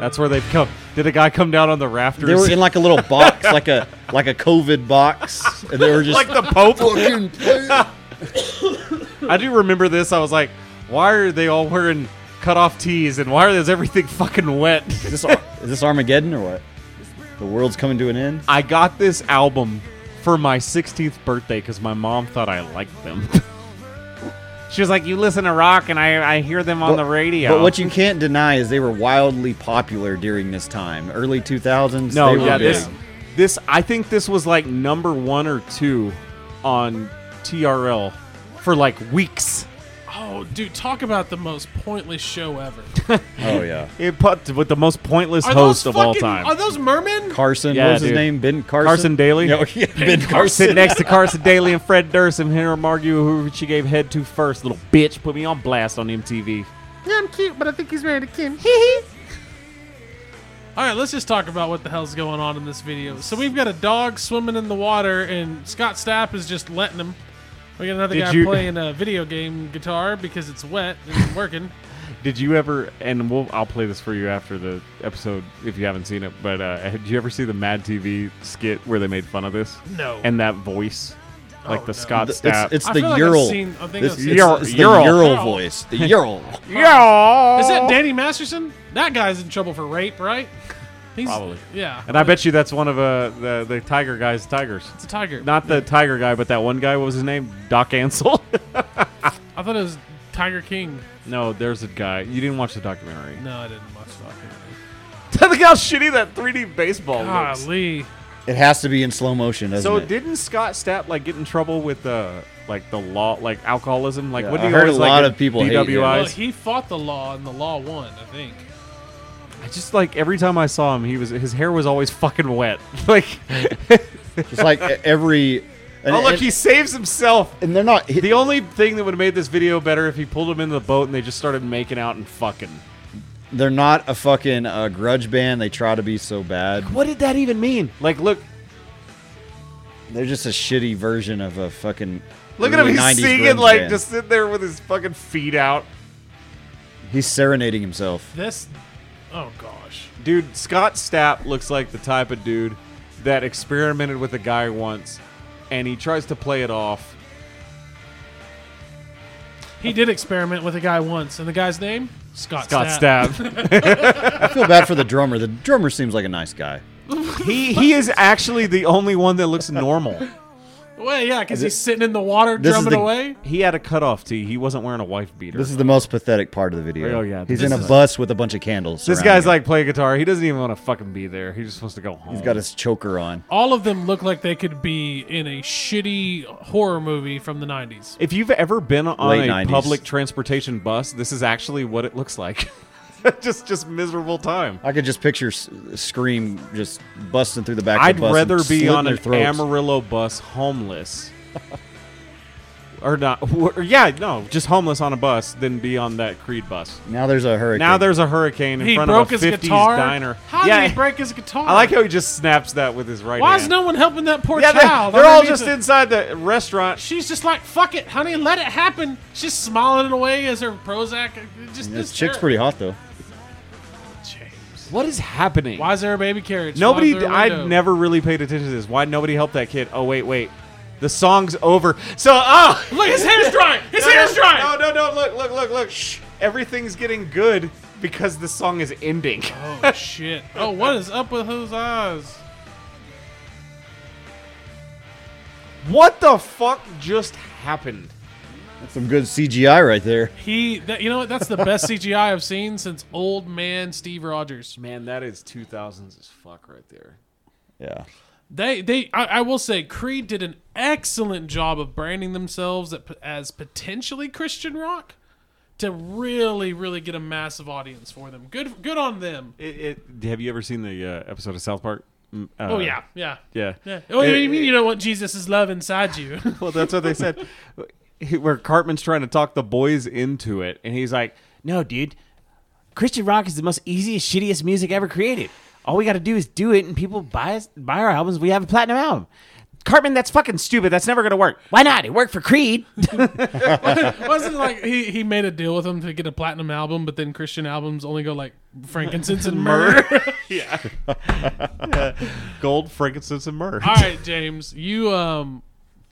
Speaker 3: That's where they've come. Did a guy come down on the rafters?
Speaker 1: They were in like a little box, like a like a COVID box, and they were just
Speaker 3: like the Pope. I do remember this. I was like, why are they all wearing cut off tees and why is everything fucking wet?
Speaker 1: Is this, is this Armageddon or what? The world's coming to an end.
Speaker 3: I got this album for my 16th birthday because my mom thought I liked them. she was like, "You listen to rock, and I, I hear them on the radio."
Speaker 1: But what you can't deny is they were wildly popular during this time, early 2000s.
Speaker 3: no,
Speaker 1: they were
Speaker 3: yeah,
Speaker 1: big.
Speaker 3: this this I think this was like number one or two on TRL for like weeks.
Speaker 2: Oh, dude, talk about the most pointless show ever.
Speaker 1: Oh yeah,
Speaker 3: It put with the most pointless
Speaker 2: Are
Speaker 3: host
Speaker 2: those
Speaker 3: of all
Speaker 2: fucking-
Speaker 3: time.
Speaker 2: Are those mermen?
Speaker 1: Carson.
Speaker 3: Yeah,
Speaker 1: what was his
Speaker 3: dude.
Speaker 1: name? Ben Carson.
Speaker 3: Carson Daly?
Speaker 1: No, yeah, Ben
Speaker 3: Sitting
Speaker 1: Carson.
Speaker 3: next to Carson Daly and Fred Durst and Henry Margu, who she gave head to first. Little bitch, put me on blast on MTV.
Speaker 2: Yeah, I'm cute, but I think he's married to Kim. All right, let's just talk about what the hell's going on in this video. So we've got a dog swimming in the water, and Scott Stapp is just letting him. We got another
Speaker 3: Did
Speaker 2: guy
Speaker 3: you-
Speaker 2: playing a video game guitar because it's wet and it's working.
Speaker 3: Did you ever? And we'll I'll play this for you after the episode if you haven't seen it. But uh, did you ever see the Mad TV skit where they made fun of this?
Speaker 2: No. Oh,
Speaker 3: And that voice, like the
Speaker 2: no.
Speaker 3: Scott
Speaker 1: It's,
Speaker 3: Stapp.
Speaker 1: it's
Speaker 2: I
Speaker 1: the
Speaker 2: feel like I've
Speaker 1: Ural.
Speaker 2: seen- I think
Speaker 1: This- it's,
Speaker 2: I've seen-
Speaker 1: it's the
Speaker 3: Ural.
Speaker 1: Ural
Speaker 2: Ural.
Speaker 1: voice. The Ural.
Speaker 3: Yo!
Speaker 2: Is that Danny Masterson? That guy's in trouble for rape, right? He's,
Speaker 3: Probably.
Speaker 2: Yeah.
Speaker 3: And I bet you that's one of uh, the the Tiger guys. Tigers.
Speaker 2: it's a tiger.
Speaker 3: Not the Tiger guy, but that one guy. What was his name? Doc Ansel.
Speaker 2: I thought it was Tiger King.
Speaker 3: no, there's a guy. You didn't watch the documentary.
Speaker 2: No, I didn't watch that.
Speaker 3: Look how shitty that 3D baseball looks.
Speaker 2: Golly.
Speaker 1: It has to be in slow motion, doesn't
Speaker 3: So
Speaker 1: it?
Speaker 3: didn't Scott Stapp like get in trouble with uh like the law like alcoholism like
Speaker 1: Yeah,
Speaker 3: what
Speaker 1: I
Speaker 3: do you
Speaker 1: heard a
Speaker 3: always, like,
Speaker 1: lot
Speaker 3: get
Speaker 1: of people hate him.
Speaker 2: Well,
Speaker 3: DWIs?
Speaker 2: he fought the law, and the law won, I think.
Speaker 3: I just like every time I saw him he was his hair was always fucking wet. Like
Speaker 1: It's like e- every. And,
Speaker 3: Oh look
Speaker 1: and-
Speaker 3: he saves himself.
Speaker 1: and they're not.
Speaker 3: The only thing that would have made this video better if he pulled him into the boat and they just started making out and fucking.
Speaker 1: They're not a fucking uh, grudge band. They try to be so bad.
Speaker 3: What did that even mean? Like look
Speaker 1: They're just a shitty version of a fucking.
Speaker 3: look at him
Speaker 1: early
Speaker 3: he's
Speaker 1: 90s
Speaker 3: singing
Speaker 1: grunge
Speaker 3: like
Speaker 1: band.
Speaker 3: just sitting there with his fucking feet out.
Speaker 1: He's serenading himself.
Speaker 2: This. Oh, gosh.
Speaker 3: Dude, Scott Stapp looks like the type of dude that experimented with a guy once and he tries to play it off.
Speaker 2: He did experiment with a guy once, and the guy's name? Scott,
Speaker 3: Scott
Speaker 2: Stapp.
Speaker 3: Stapp.
Speaker 1: I feel bad for the drummer. The drummer seems like a nice guy.
Speaker 3: he he is actually the only one that looks normal.
Speaker 2: Well, yeah, because he's sitting in the water
Speaker 1: this is
Speaker 2: drumming
Speaker 1: the-
Speaker 2: away.
Speaker 3: He had a cutoff tee. He wasn't wearing a wife beater.
Speaker 1: This is the most pathetic part of the video.
Speaker 3: Oh, yeah.
Speaker 1: He's
Speaker 3: This
Speaker 1: in a
Speaker 3: is-
Speaker 1: bus with a bunch of candles.
Speaker 3: This
Speaker 1: surrounding
Speaker 3: guy's
Speaker 1: him.
Speaker 3: like playing guitar. He doesn't even want to fucking be there. He just wants to go home.
Speaker 1: He's got his choker on.
Speaker 2: All of them look like they could be in a shitty horror movie from the 90s.
Speaker 3: if you've ever been on
Speaker 1: Late
Speaker 3: a
Speaker 1: 90s.
Speaker 3: public transportation bus, this is actually what it looks like. just just miserable time.
Speaker 1: I could just picture S- Scream just busting through the back of
Speaker 3: I'd
Speaker 1: the bus. and
Speaker 3: rather be
Speaker 1: slitting
Speaker 3: on
Speaker 1: their
Speaker 3: an
Speaker 1: throats.
Speaker 3: Amarillo bus homeless. or not. Or, yeah, no, just homeless on a bus than be on that Creed bus.
Speaker 1: Now there's a hurricane.
Speaker 3: Now there's a hurricane in
Speaker 2: He
Speaker 3: front
Speaker 2: broke
Speaker 3: of
Speaker 2: his
Speaker 3: a 50s
Speaker 2: guitar.
Speaker 3: diner.
Speaker 2: How
Speaker 3: yeah,
Speaker 2: did he break his guitar?
Speaker 3: I like how he just snaps that with his right
Speaker 2: Why
Speaker 3: hand.
Speaker 2: is no one helping that poor
Speaker 3: yeah, they-
Speaker 2: child?
Speaker 3: they're all
Speaker 2: underneath
Speaker 3: just
Speaker 2: the-
Speaker 3: inside the restaurant.
Speaker 2: She's just like, fuck it, honey, let it happen. She's smiling away as her Prozac. uh, Just
Speaker 1: This
Speaker 2: just
Speaker 1: chick's
Speaker 2: there.
Speaker 1: pretty hot though.
Speaker 2: James.
Speaker 3: What is happening?
Speaker 2: Why is there a baby carriage?
Speaker 3: Nobody.
Speaker 2: Why is there a
Speaker 3: I
Speaker 2: window?
Speaker 3: never really paid attention to this. Why nobody helped that kid? Oh wait, wait. The song's over. So oh
Speaker 2: Look, his hair's drying. His
Speaker 3: No, no,
Speaker 2: hair's drying.
Speaker 3: No, no, no. Look, look, look, look. Shh. Everything's getting good because the song is ending.
Speaker 2: Oh shit! Oh, what is up with those eyes?
Speaker 3: what the fuck just happened?
Speaker 1: That's some good CGI right there.
Speaker 2: He, that, you know what? That's the best CGI I've seen since old man Steve Rogers.
Speaker 3: Man, that is 2000s as fuck right there.
Speaker 1: Yeah.
Speaker 2: They, they, I, I will say, Creed did an excellent job of branding themselves at- as potentially Christian rock to really, really get a massive audience for them. Good, good on them.
Speaker 3: It, it, have you ever seen the uh, episode of South Park? Mm, uh,
Speaker 2: Oh yeah, yeah,
Speaker 3: Yeah.
Speaker 2: yeah. Oh,
Speaker 3: It-
Speaker 2: you mean you don't want Jesus' love inside you?
Speaker 3: Well, that's what they said. Where Cartman's trying to talk the boys into it, and he's like, "No, dude, Christian rock is the most easiest, shittiest music ever created. All we got to do is do it, and people buy us, buy our albums. We have a platinum album." Cartman, that's fucking stupid. That's never gonna work. Why not? It worked for Creed.
Speaker 2: Wasn't it like he, he made a deal with them to get a platinum album, but then Christian albums only go like frankincense and myrrh.
Speaker 3: yeah. Gold, frankincense, and myrrh.
Speaker 2: All right, James, you um,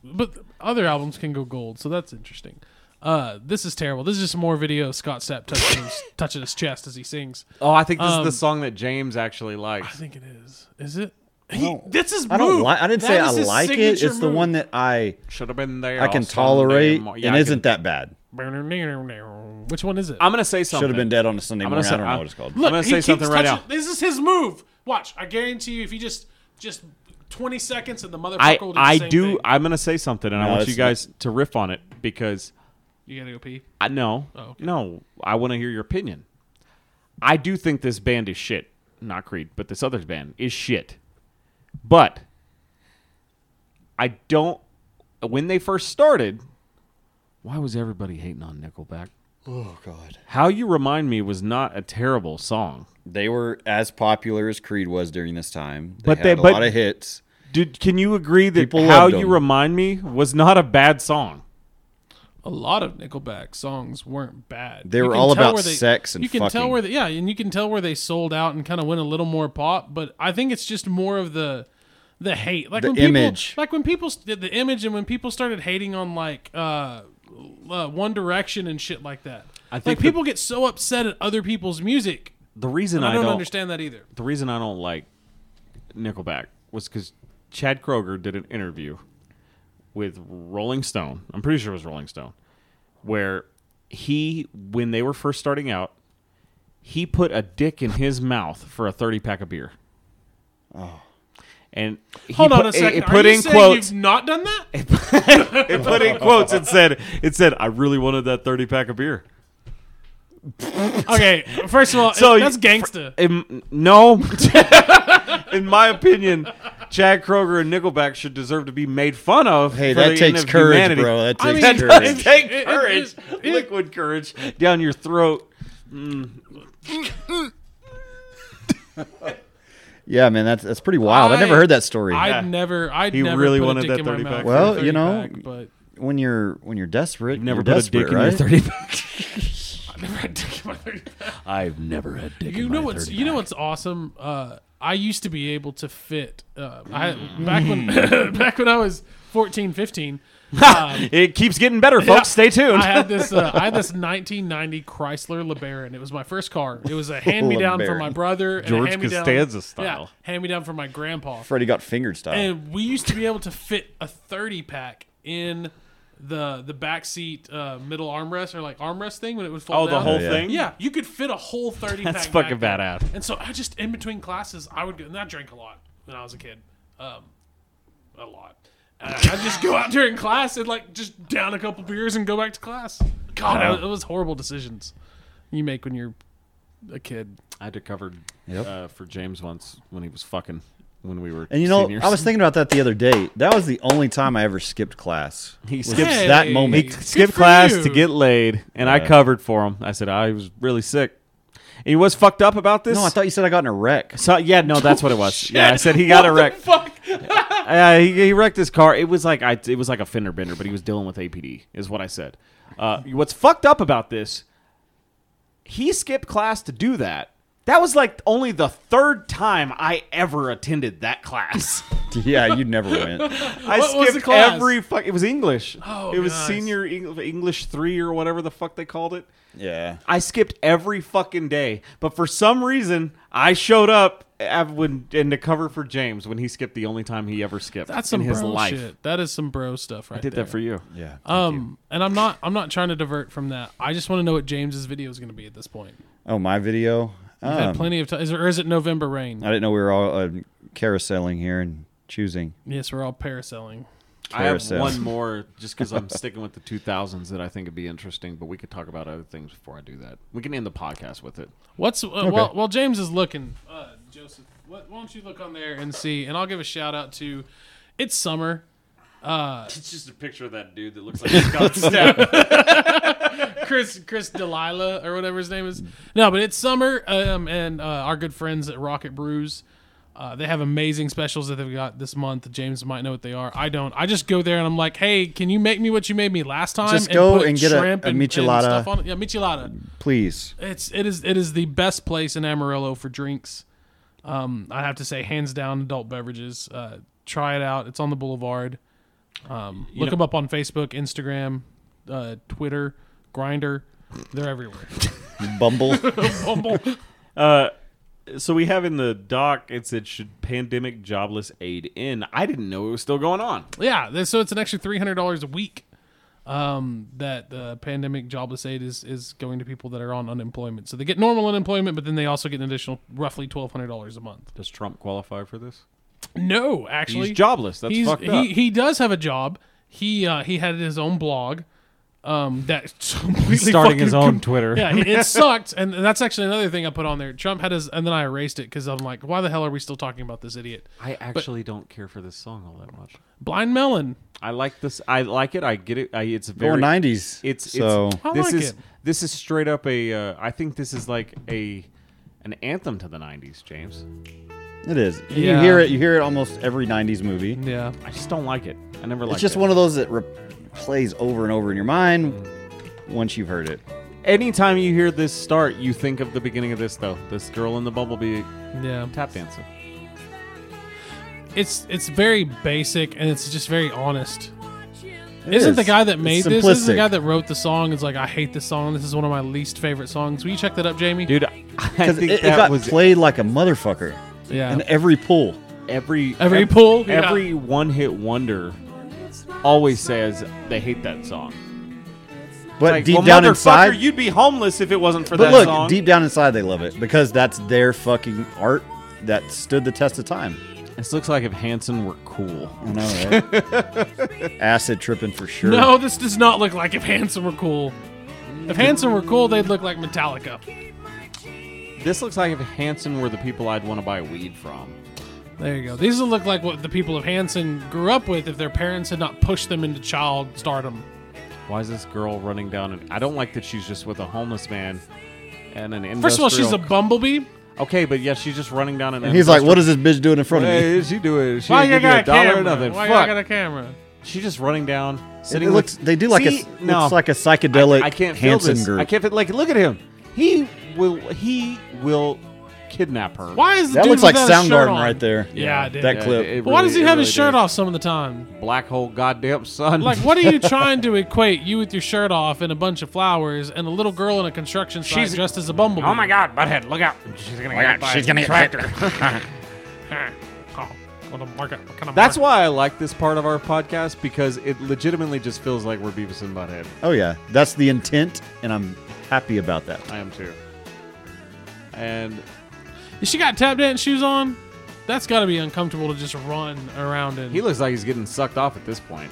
Speaker 2: but other albums can go gold, so that's interesting. Uh, this is terrible. This is just more video of Scott Stapp touching his, touching his chest as he sings.
Speaker 3: Oh, I think this
Speaker 2: Um,
Speaker 3: is the song that James actually
Speaker 2: I
Speaker 3: likes.
Speaker 2: think it is. Is it? He, this is.
Speaker 1: I don't
Speaker 2: move.
Speaker 1: like. I didn't
Speaker 2: That
Speaker 1: say
Speaker 2: is
Speaker 1: I
Speaker 2: his
Speaker 1: like it.
Speaker 2: signature
Speaker 1: It's the
Speaker 2: move.
Speaker 1: one that I
Speaker 3: Should have been there.
Speaker 1: I can
Speaker 3: all Sunday
Speaker 1: tolerate
Speaker 3: mo-
Speaker 1: and
Speaker 3: Yeah, I can-
Speaker 1: isn't that bad.
Speaker 2: Which one is it?
Speaker 3: I'm gonna say something.
Speaker 1: Should have been dead on a Sunday
Speaker 3: I'm
Speaker 1: morning.
Speaker 3: gonna say-
Speaker 1: I don't
Speaker 3: uh,
Speaker 1: know
Speaker 3: I'm-
Speaker 1: what it's called.
Speaker 3: I'm gonna
Speaker 2: he
Speaker 3: say
Speaker 2: keeps
Speaker 3: something right
Speaker 2: touching-
Speaker 3: now.
Speaker 2: This is his move. Watch, I guarantee you, if he just just twenty seconds and the motherfucker
Speaker 3: I,
Speaker 2: will do the
Speaker 3: I
Speaker 2: same
Speaker 3: do.
Speaker 2: thing.
Speaker 3: I'm gonna say something, and I
Speaker 1: No,
Speaker 3: want
Speaker 1: it's
Speaker 3: you guys to riff on it because
Speaker 2: You gotta go pee.
Speaker 3: I no,
Speaker 2: Oh, okay.
Speaker 3: no, I want to hear your opinion. I do think this band is shit. Not Creed, but this other band is shit. But I don't. When they first started, why was everybody hating on Nickelback?
Speaker 1: Oh God.
Speaker 3: How You Remind Me was not a terrible song.
Speaker 1: They were as popular as Creed was during this time. They
Speaker 3: But
Speaker 1: had
Speaker 3: they-
Speaker 1: a
Speaker 3: but-
Speaker 1: lot of hits.
Speaker 3: Did can you agree that
Speaker 1: People
Speaker 3: How
Speaker 1: loved
Speaker 3: You
Speaker 1: 'em.
Speaker 3: Remind Me was not a bad song?
Speaker 2: A lot of Nickelback songs weren't bad.
Speaker 1: They
Speaker 2: You
Speaker 1: were
Speaker 2: can
Speaker 1: all
Speaker 2: tell
Speaker 1: about
Speaker 2: where they-
Speaker 1: sex and
Speaker 2: you can tell
Speaker 1: fucking.
Speaker 2: where they, yeah, and you can tell where they sold out and kind of went a little more pop. But I think it's just more of the the hate, like
Speaker 1: The
Speaker 2: when people,
Speaker 1: image.
Speaker 2: like when people st- the image, and when people started hating on like uh, uh One Direction and shit like that.
Speaker 3: I
Speaker 2: like
Speaker 3: think the-
Speaker 2: people get so upset at other people's music.
Speaker 3: The reason
Speaker 2: And I don't
Speaker 3: don't
Speaker 2: understand that either.
Speaker 3: the reason I don't like Nickelback was because Chad Kroger did an interview with Rolling Stone. I'm pretty sure it was Rolling Stone, where he, when they were first starting out, he put a dick in his mouth for a 30 pack of beer. Oh. And he
Speaker 2: Hold on
Speaker 3: put-
Speaker 2: a second.
Speaker 3: It, it put
Speaker 2: Are you
Speaker 3: in
Speaker 2: saying
Speaker 3: quotes.
Speaker 2: You've not done that.
Speaker 3: It put in quotes. It said, "It said I really wanted that 30 pack of beer."
Speaker 2: okay, first of all,
Speaker 3: So
Speaker 2: that's
Speaker 3: you-
Speaker 2: gangsta.
Speaker 3: In, no, in my opinion, Chad Kroger and Nickelback should deserve to be made fun of.
Speaker 1: Hey,
Speaker 3: for
Speaker 1: that
Speaker 3: the end
Speaker 1: takes
Speaker 3: of
Speaker 1: courage,
Speaker 3: humanity.
Speaker 1: bro. That
Speaker 2: I
Speaker 1: takes
Speaker 2: mean-
Speaker 3: Does
Speaker 1: courage.
Speaker 3: take
Speaker 2: It- it-
Speaker 3: courage,
Speaker 2: it- it-
Speaker 3: liquid courage down your throat.
Speaker 1: yeah, man, that's that's pretty wild. I, never
Speaker 2: I-
Speaker 1: heard that story.
Speaker 2: I'd never, I'd
Speaker 3: He
Speaker 2: never
Speaker 3: really
Speaker 2: put
Speaker 3: wanted
Speaker 2: a dick
Speaker 3: that
Speaker 2: in my
Speaker 3: 30
Speaker 2: mouth
Speaker 3: pack.
Speaker 2: for
Speaker 1: Well,
Speaker 2: a
Speaker 1: you
Speaker 2: 30
Speaker 1: know,
Speaker 2: pack, but
Speaker 1: when you're when you're desperate,
Speaker 3: Never
Speaker 1: you're
Speaker 3: put a
Speaker 1: desperate,
Speaker 3: dick in
Speaker 1: right?
Speaker 3: your 30 pack.
Speaker 2: I never had dick in my 30 pack.
Speaker 3: I've never had dick
Speaker 2: You know what's, you know what's awesome? Uh, I used to be able to fit. Uh, I
Speaker 3: Mm.
Speaker 2: back when, back when I was 14, 15,
Speaker 3: it keeps getting better, folks. Stay tuned.
Speaker 2: um, I had this. Uh, I had this 1990 Chrysler LeBaron. It was my first car. It was a hand me down from my
Speaker 1: LeBaron.
Speaker 2: brother. and a
Speaker 3: George
Speaker 2: hand-me-down-
Speaker 3: Costanza
Speaker 2: yeah,
Speaker 3: style.
Speaker 2: hand me down from my grandpa.
Speaker 1: Freddie got fingered style.
Speaker 2: and we used to be able to fit a 30 pack in the the back seat uh, middle armrest or like armrest thing when it would fall
Speaker 3: oh, the
Speaker 2: down.
Speaker 3: whole
Speaker 1: yeah.
Speaker 3: thing.
Speaker 2: yeah you could fit a whole 30
Speaker 3: That's
Speaker 2: pack
Speaker 3: fucking
Speaker 2: back there.
Speaker 3: badass.
Speaker 2: and so i just in between classes i would go and i drank a lot when i was a kid um, a lot and i I'd just go out during class and like just down a couple beers and go back to class god I- it was horrible decisions you make when you're a kid
Speaker 3: I had to cover
Speaker 1: Yep.
Speaker 3: uh, for James once when he was fucking when we were.
Speaker 1: And you know,
Speaker 3: seniors.
Speaker 1: I was thinking about that the other day. That was the only time I ever skipped class.
Speaker 3: He
Speaker 1: was
Speaker 3: skipped-
Speaker 1: that
Speaker 2: Hey.
Speaker 1: moment.
Speaker 2: Good
Speaker 3: skipped
Speaker 2: for
Speaker 3: class
Speaker 2: you.
Speaker 3: to get laid, and I covered for him. I said I was really sick. And he was fucked up about this.
Speaker 1: No, I thought you said I got in a wreck.
Speaker 3: So yeah, no, that's what it was. yeah, I said he got a wreck.
Speaker 2: fuck
Speaker 3: Uh, he, he wrecked his car. It was like I, it was like a fender bender, but he was dealing with APD, is what I said. Uh, what's fucked up about this? He skipped class to do that, That was like only the third time I ever attended that class.
Speaker 1: Yeah, you never went.
Speaker 2: What
Speaker 3: I
Speaker 2: was the
Speaker 3: skipped
Speaker 2: class?
Speaker 3: every fuck. It was English.
Speaker 2: Oh,
Speaker 3: it was
Speaker 2: nice.
Speaker 3: senior Eng- English three or whatever the fuck they called it.
Speaker 1: Yeah.
Speaker 3: I skipped every fucking day, but for some reason I showed up at- when in the cover for James when he skipped the only time he ever skipped
Speaker 2: That's some
Speaker 3: in his
Speaker 2: bro
Speaker 3: life.
Speaker 2: shit. That is some bro stuff right
Speaker 3: I did
Speaker 2: there.
Speaker 3: that for you.
Speaker 1: Yeah.
Speaker 2: Um, and I'm not I'm not trying to divert from that. I just want to know what James's video is going to be at this point.
Speaker 1: Oh, my video.
Speaker 2: We've had
Speaker 1: Um,
Speaker 2: plenty of time. Is, there, or is it November rain?
Speaker 3: uh,
Speaker 1: I didn't know we were all um, carouseling here and choosing.
Speaker 2: yes, we're all parasailing.
Speaker 3: I have
Speaker 1: Carousel.
Speaker 3: one more just because I'm sticking with the 2000s that I think would be interesting, but we could talk about other things before I do that. We can end the podcast with it.
Speaker 2: What's uh, while, while James is looking, uh, Joseph? What, why don't you look on there and see? And I'll give a shout out to. It's summer.
Speaker 3: It's just a picture of that dude that looks like he's got stabbed.
Speaker 2: Chris Chris Delilah or whatever his name is. No, but it's summer, um, and uh, our good friends at Rocket Brews, uh, they have amazing specials that they've got this month. James might know what they are. I don't. I just go there and I'm like, hey, can you make me what you made me last time?
Speaker 1: Just go and get a-
Speaker 2: shrimp
Speaker 1: a
Speaker 2: and- and
Speaker 1: michelada.
Speaker 2: stuff on it. Yeah, michelada.
Speaker 1: Please.
Speaker 2: It's it is it is the best place in Amarillo for drinks. Um, I have to say, hands down, adult beverages. Uh, try it out. It's on the Boulevard. Um, look them up on Facebook, Instagram, uh, Twitter, Grinder. They're everywhere.
Speaker 1: Bumble.
Speaker 2: Bumble.
Speaker 3: so we have in the doc, it said, should pandemic jobless aid end? I didn't know it was still going on.
Speaker 2: yeah, th- so it's an extra three hundred dollars a week um, that the pandemic jobless aid is is going to people that are on unemployment. So they get normal unemployment, but then they also get an additional roughly twelve hundred dollars a month.
Speaker 3: Does Trump qualify for this?
Speaker 2: No, actually,
Speaker 3: He's jobless. That's
Speaker 2: he's,
Speaker 3: fucked
Speaker 2: he,
Speaker 3: up.
Speaker 2: he does have a job. He uh, he had his own blog. Um, that completely
Speaker 3: starting his
Speaker 2: fucking
Speaker 3: own Twitter.
Speaker 2: Yeah, it- it sucked, and that's actually another thing I put on there. Trump had his, and then I erased it because I'm like, why the hell are we still talking about this idiot?
Speaker 3: I actually don't care for this song all that much.
Speaker 2: Blind Melon.
Speaker 3: I like this. I like it. I get it. I, it's
Speaker 1: More
Speaker 3: very
Speaker 1: 90s.
Speaker 3: It's
Speaker 1: so.
Speaker 3: it's,
Speaker 2: I
Speaker 3: this
Speaker 2: like
Speaker 3: is
Speaker 2: it.
Speaker 3: this is straight up a. Uh, I think this is like a an anthem to the '90s, James.
Speaker 1: It is. You
Speaker 2: Yeah.
Speaker 1: hear it. You hear it almost every '90s movie.
Speaker 2: Yeah,
Speaker 3: I just don't like it. I never liked
Speaker 1: It's just
Speaker 3: it.
Speaker 1: one of those that re- plays over and over in your mind once you've heard it.
Speaker 3: Anytime you hear this start, you think of the beginning of this though. This girl in the bumblebee
Speaker 2: yeah.
Speaker 3: tap dancing.
Speaker 2: It's it's very basic and it's just very honest.
Speaker 1: It
Speaker 2: Isn't
Speaker 1: is.
Speaker 2: the guy that
Speaker 1: It's
Speaker 2: made this? Isn't the
Speaker 1: simplistic.
Speaker 2: guy that wrote the song? Is like, I hate this song. This is one of my least favorite songs. Will you check that up, Jamie?
Speaker 3: Dude, I I
Speaker 1: 'Cause it,
Speaker 3: think
Speaker 1: it
Speaker 3: that
Speaker 1: got
Speaker 3: was
Speaker 1: played like a motherfucker
Speaker 2: yeah.
Speaker 1: in every pool.
Speaker 3: every
Speaker 2: Every
Speaker 3: ev-
Speaker 2: pool? Yeah.
Speaker 3: Every one hit wonder always says they hate that song.
Speaker 1: But
Speaker 3: Like,
Speaker 1: deep
Speaker 3: well,
Speaker 1: down
Speaker 3: motherfucker,
Speaker 1: inside,
Speaker 3: you'd be homeless if it wasn't for
Speaker 1: but
Speaker 3: that
Speaker 1: look,
Speaker 3: song.
Speaker 1: deep down inside, they love it because that's their fucking art that stood the test of time.
Speaker 3: This looks like if Hanson were cool.
Speaker 1: I know, right? Acid tripping for sure.
Speaker 2: No, this does not look like if Hanson were cool. If Hanson were cool, they'd look like Metallica.
Speaker 3: This looks like if Hanson were the people I'd want to buy weed from.
Speaker 2: There you go. These will look like what the people of Hanson grew up with if their parents had not pushed them into child stardom.
Speaker 3: Why is this girl running down? And I don't like that she's just with a homeless man and an industrial.
Speaker 2: First of all, she's a bumblebee.
Speaker 3: okay, but yeah, she's just running down an.
Speaker 1: And he's like, "What is this bitch doing in front of me?"
Speaker 3: Hey, is she doing? She
Speaker 2: Why
Speaker 3: ain't
Speaker 2: you
Speaker 3: give you
Speaker 2: got
Speaker 3: a
Speaker 2: a
Speaker 3: dollar or
Speaker 2: camera?
Speaker 3: nothing.
Speaker 2: Why
Speaker 3: Fuck.
Speaker 2: you got a camera?
Speaker 3: She's just running down,
Speaker 1: It
Speaker 3: sitting.
Speaker 1: looks,
Speaker 3: with-
Speaker 1: they do like
Speaker 3: See?
Speaker 1: a
Speaker 3: no,
Speaker 1: looks like a
Speaker 3: I-
Speaker 1: psychedelic
Speaker 3: I can't feel
Speaker 1: Hanson
Speaker 3: this.
Speaker 1: group.
Speaker 3: I can't feel, like look at him. He will. He will kidnap her.
Speaker 2: Why is the
Speaker 1: that
Speaker 2: dude
Speaker 1: looks like
Speaker 2: without his shirt
Speaker 1: Soundgarden
Speaker 2: on?
Speaker 1: right there.
Speaker 2: Yeah, it did.
Speaker 1: That
Speaker 3: Yeah,
Speaker 1: clip.
Speaker 3: it
Speaker 2: But why
Speaker 3: really-
Speaker 2: does he
Speaker 3: it
Speaker 2: have
Speaker 3: really
Speaker 2: his shirt
Speaker 3: did.
Speaker 2: off some of the time?
Speaker 3: Black hole, goddamn son.
Speaker 2: Like, what are you trying to equate you with your shirt off and a bunch of flowers and a little girl in a construction site
Speaker 3: She's-
Speaker 2: dressed as a bumblebee?
Speaker 11: Oh my God, butthead, look out! She's gonna get by
Speaker 1: she's
Speaker 11: a
Speaker 1: gonna get
Speaker 11: tractor.
Speaker 2: Oh, what a market, what kind of
Speaker 3: That's
Speaker 2: market?
Speaker 3: why I like this part of our podcast because it legitimately just feels like we're Beavis and Butthead.
Speaker 1: Oh yeah, that's the intent, and I'm happy about that.
Speaker 3: I am too. And
Speaker 2: She got tap dance shoes on. That's got to be uncomfortable to just run around in.
Speaker 3: he looks like he's getting sucked off at this point.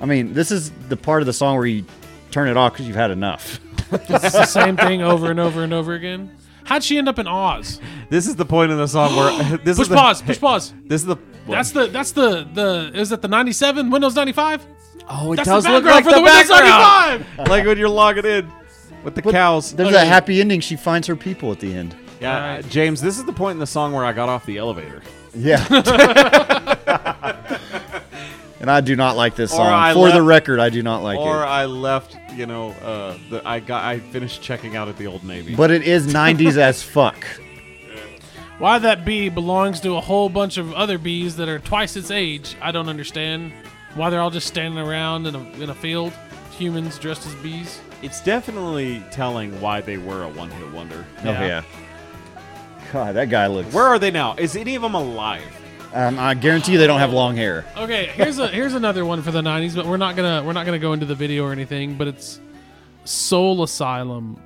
Speaker 1: I mean, this is the part of the song where you turn it off because you've had enough.
Speaker 2: It's the same thing over and over and over again. How'd she end up in Oz?
Speaker 3: This is the point in the song where this
Speaker 2: Push
Speaker 3: is the,
Speaker 2: pause. Push pause.
Speaker 3: This is the
Speaker 2: That's the that's the the is that the ninety seven Windows ninety five?
Speaker 3: oh, it
Speaker 2: that's
Speaker 3: does
Speaker 2: the
Speaker 3: look
Speaker 2: background
Speaker 3: like
Speaker 2: for
Speaker 3: the,
Speaker 2: the Windows
Speaker 3: background, like when you're logging in with the cows. Oh,
Speaker 1: There's that happy ending. She finds her people at the end.
Speaker 3: Yeah, uh, James. This is the point in the song where I got off the elevator.
Speaker 1: Yeah, And I do not like this
Speaker 3: Or
Speaker 1: song.
Speaker 3: I
Speaker 1: For the
Speaker 3: left-
Speaker 1: record, I do not like
Speaker 3: or
Speaker 1: it.
Speaker 3: I left, you know, uh, the, I got, I finished checking out at the Old Navy.
Speaker 1: But it is 90s as fuck.
Speaker 2: Why that bee belongs to a whole bunch of other bees that are twice its age, I don't understand. Why they're all just standing around in a, in a field, humans dressed as bees.
Speaker 3: It's definitely telling why they were a one-hit wonder.
Speaker 1: Oh, yeah. God, that guy looks.
Speaker 3: Where are they now? Is any of them alive?
Speaker 1: Um, I guarantee you they don't have long hair.
Speaker 2: Okay, here's a here's another one for the '90s, but we're not gonna we're not gonna go into the video or anything. But it's Soul Asylum,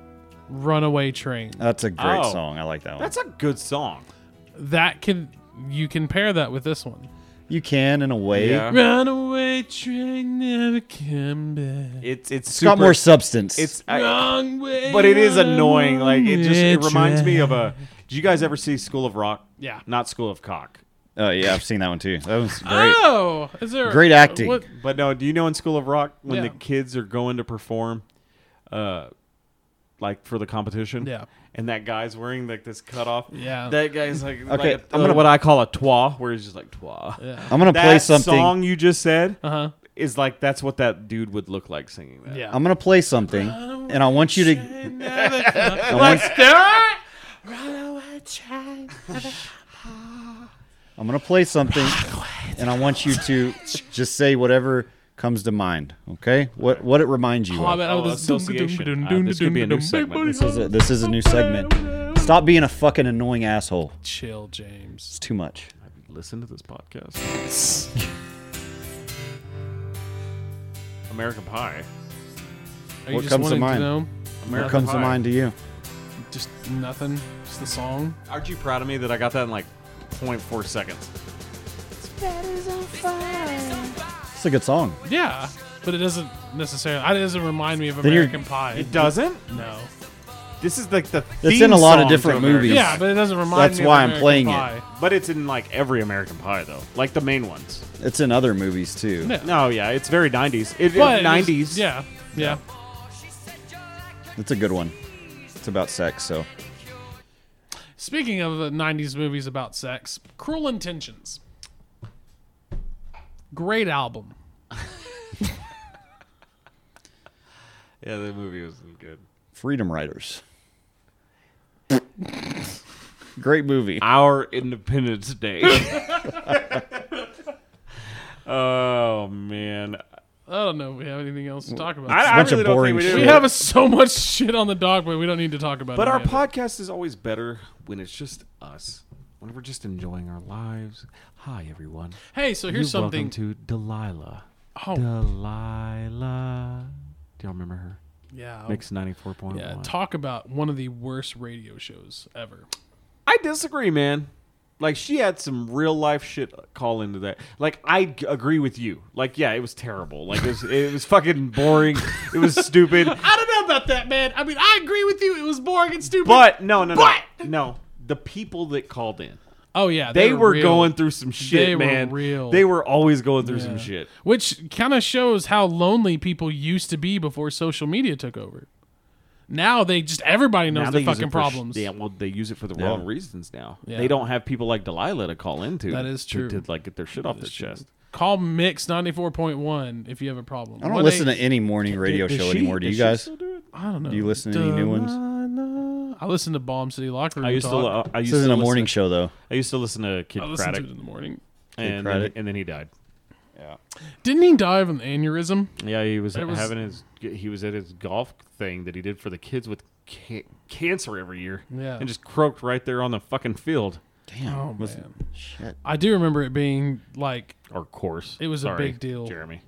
Speaker 2: Runaway Train.
Speaker 1: That's a great Oh. song. I like that one.
Speaker 3: That's a good song.
Speaker 2: That can you can pair that with this one.
Speaker 1: You can, in a way.
Speaker 2: Runaway train, never come back.
Speaker 3: It's it's
Speaker 1: It's got more substance.
Speaker 3: It's I-
Speaker 2: Wrong way,
Speaker 3: but it is annoying. Like it just it
Speaker 2: wrong
Speaker 3: reminds me of
Speaker 2: way.
Speaker 3: a. Did you guys ever see School of Rock?
Speaker 2: Yeah.
Speaker 3: Not School of Cock.
Speaker 1: Oh, yeah, I've seen that one too. That was great.
Speaker 3: Ah!
Speaker 2: Oh, is there
Speaker 1: Great acting.
Speaker 2: what-
Speaker 3: But no, do you know in School of Rock when
Speaker 2: Yeah.
Speaker 3: the kids are going to perform, uh, like for the competition?
Speaker 2: Yeah.
Speaker 3: And that guy's wearing like this cutoff.
Speaker 2: Yeah.
Speaker 3: That guy's like okay.
Speaker 1: Okay,
Speaker 3: Like
Speaker 1: I'm gonna-
Speaker 3: what I call a twa, where he's just like twa.
Speaker 2: Yeah.
Speaker 1: I'm gonna
Speaker 3: That
Speaker 1: play something-
Speaker 3: song you just said.
Speaker 2: Uh-huh.
Speaker 3: Is like that's what that dude would look like singing that.
Speaker 2: Yeah.
Speaker 1: I'm going to play something, and I want you to. I want-
Speaker 2: Let's do
Speaker 3: Ah!
Speaker 2: it.
Speaker 1: I'm going to play something, and I want you to just say whatever comes to mind, okay? What what it reminds you of.
Speaker 2: Hobbit, oh, this-
Speaker 3: association. Uh, this could be a new segment.
Speaker 1: This is a, this is a new segment. Stop being a fucking annoying asshole.
Speaker 2: Chill, James.
Speaker 1: It's too much.
Speaker 3: Listen to this podcast. American Pie.
Speaker 2: Are you
Speaker 1: What
Speaker 2: just
Speaker 1: comes to
Speaker 2: wanting
Speaker 1: mind?
Speaker 2: know?
Speaker 1: What
Speaker 3: American
Speaker 1: comes to
Speaker 3: Pie.
Speaker 1: mind to you?
Speaker 2: Just nothing. Just the song.
Speaker 3: Aren't you proud of me that I got that in like 0.4 seconds?
Speaker 1: It's a good song.
Speaker 2: Yeah, but it doesn't necessarily. It doesn't remind me of
Speaker 1: Then you're-
Speaker 2: American Pie.
Speaker 3: It doesn't?
Speaker 2: No.
Speaker 3: This is like the
Speaker 1: It's
Speaker 3: theme
Speaker 1: in a lot of
Speaker 3: song to
Speaker 1: different
Speaker 3: American
Speaker 1: movies.
Speaker 2: Yeah,
Speaker 3: Pie.
Speaker 2: but it doesn't remind
Speaker 1: That's
Speaker 2: me. of
Speaker 1: why I'm
Speaker 2: American
Speaker 1: playing it.
Speaker 2: Pie.
Speaker 3: But it's in like every American Pie though, like the main ones.
Speaker 1: It's in other movies too.
Speaker 2: Yeah.
Speaker 3: No, yeah, it's very 90s. It, it-
Speaker 2: But it was-
Speaker 3: 90s.
Speaker 2: Yeah, yeah.
Speaker 1: It's a good one. It's about sex, so
Speaker 2: Speaking of uh, '90s movies about sex, Cruel Intentions. Great album.
Speaker 3: Yeah, the movie was good.
Speaker 1: Freedom Riders. Great movie.
Speaker 3: Our Independence Day. oh man.
Speaker 2: I don't know if we have anything else to talk about.
Speaker 3: I, I
Speaker 1: bunch
Speaker 3: really
Speaker 1: of
Speaker 3: don't
Speaker 1: boring
Speaker 3: think we
Speaker 2: we
Speaker 3: do.
Speaker 2: have so much shit on the dog, but we don't need to talk about
Speaker 3: But
Speaker 2: it.
Speaker 3: our
Speaker 2: man.
Speaker 3: podcast is always better when it's just us, when we're just enjoying our lives. Hi, everyone.
Speaker 2: Hey, so here's
Speaker 3: You're
Speaker 2: something-
Speaker 3: Welcome to Delilah.
Speaker 2: Oh.
Speaker 3: Delilah. Do y'all remember her?
Speaker 2: Yeah.
Speaker 3: Mix 94.1.
Speaker 2: Oh. Yeah, talk about one of the worst radio shows ever.
Speaker 3: I disagree, man. Like, she had some real life shit call into that. Like, I g- agree with you. Like, yeah, it was terrible. Like, it was, it was fucking boring. It was stupid.
Speaker 2: I don't know about that, man. I mean, I agree with you. It was boring and stupid.
Speaker 3: But, no, no, no.
Speaker 2: But-
Speaker 3: No. The people that called in.
Speaker 2: oh yeah,
Speaker 3: they, were
Speaker 2: real.
Speaker 3: going through some shit,
Speaker 2: They were
Speaker 3: man.
Speaker 2: real.
Speaker 3: They were always going through some
Speaker 2: Yeah.
Speaker 3: shit.
Speaker 2: which kind of shows how lonely people used to be before social media took over. Now they just everybody knows their
Speaker 3: use it
Speaker 2: fucking
Speaker 3: for sh-
Speaker 2: problems.
Speaker 3: yeah, well, they use it for the
Speaker 1: Yeah.
Speaker 3: wrong reasons now.
Speaker 2: Yeah.
Speaker 3: They don't have people like Delilah to call into.
Speaker 2: That is
Speaker 3: to-
Speaker 2: true.
Speaker 3: To, like get their shit off their chest.
Speaker 2: Call Mix ninety four point one if you have a problem.
Speaker 1: I don't listen to any morning radio
Speaker 3: Does
Speaker 1: show
Speaker 3: she-
Speaker 1: anymore. Do
Speaker 3: does
Speaker 1: you
Speaker 3: she
Speaker 1: guys?
Speaker 3: still do it?
Speaker 2: I don't know.
Speaker 1: Do you listen to any new ones?
Speaker 2: ones? I listen to Bomb City Locker Room.
Speaker 3: I used to.
Speaker 2: Talk.
Speaker 3: lo- uh, I used
Speaker 1: This isn't
Speaker 3: to
Speaker 1: a morning
Speaker 3: listen,
Speaker 1: show though.
Speaker 3: I used to listen to Kid
Speaker 2: I listen to
Speaker 3: Craddock,
Speaker 2: it in the morning.
Speaker 3: and then,
Speaker 1: Craddock.
Speaker 3: and then he died.
Speaker 2: Didn't he die of an aneurysm?
Speaker 3: Yeah, he was,
Speaker 2: It was-
Speaker 3: having his. He was at his golf thing that he did for the kids with ca- cancer every year.
Speaker 2: Yeah.
Speaker 3: and just croaked right there on the fucking field
Speaker 1: Damn.
Speaker 2: Oh
Speaker 1: was-
Speaker 2: man,
Speaker 1: Shit.
Speaker 2: I do remember it being like
Speaker 3: or course.
Speaker 2: It was a
Speaker 3: Sorry,
Speaker 2: big deal.
Speaker 3: Jeremy.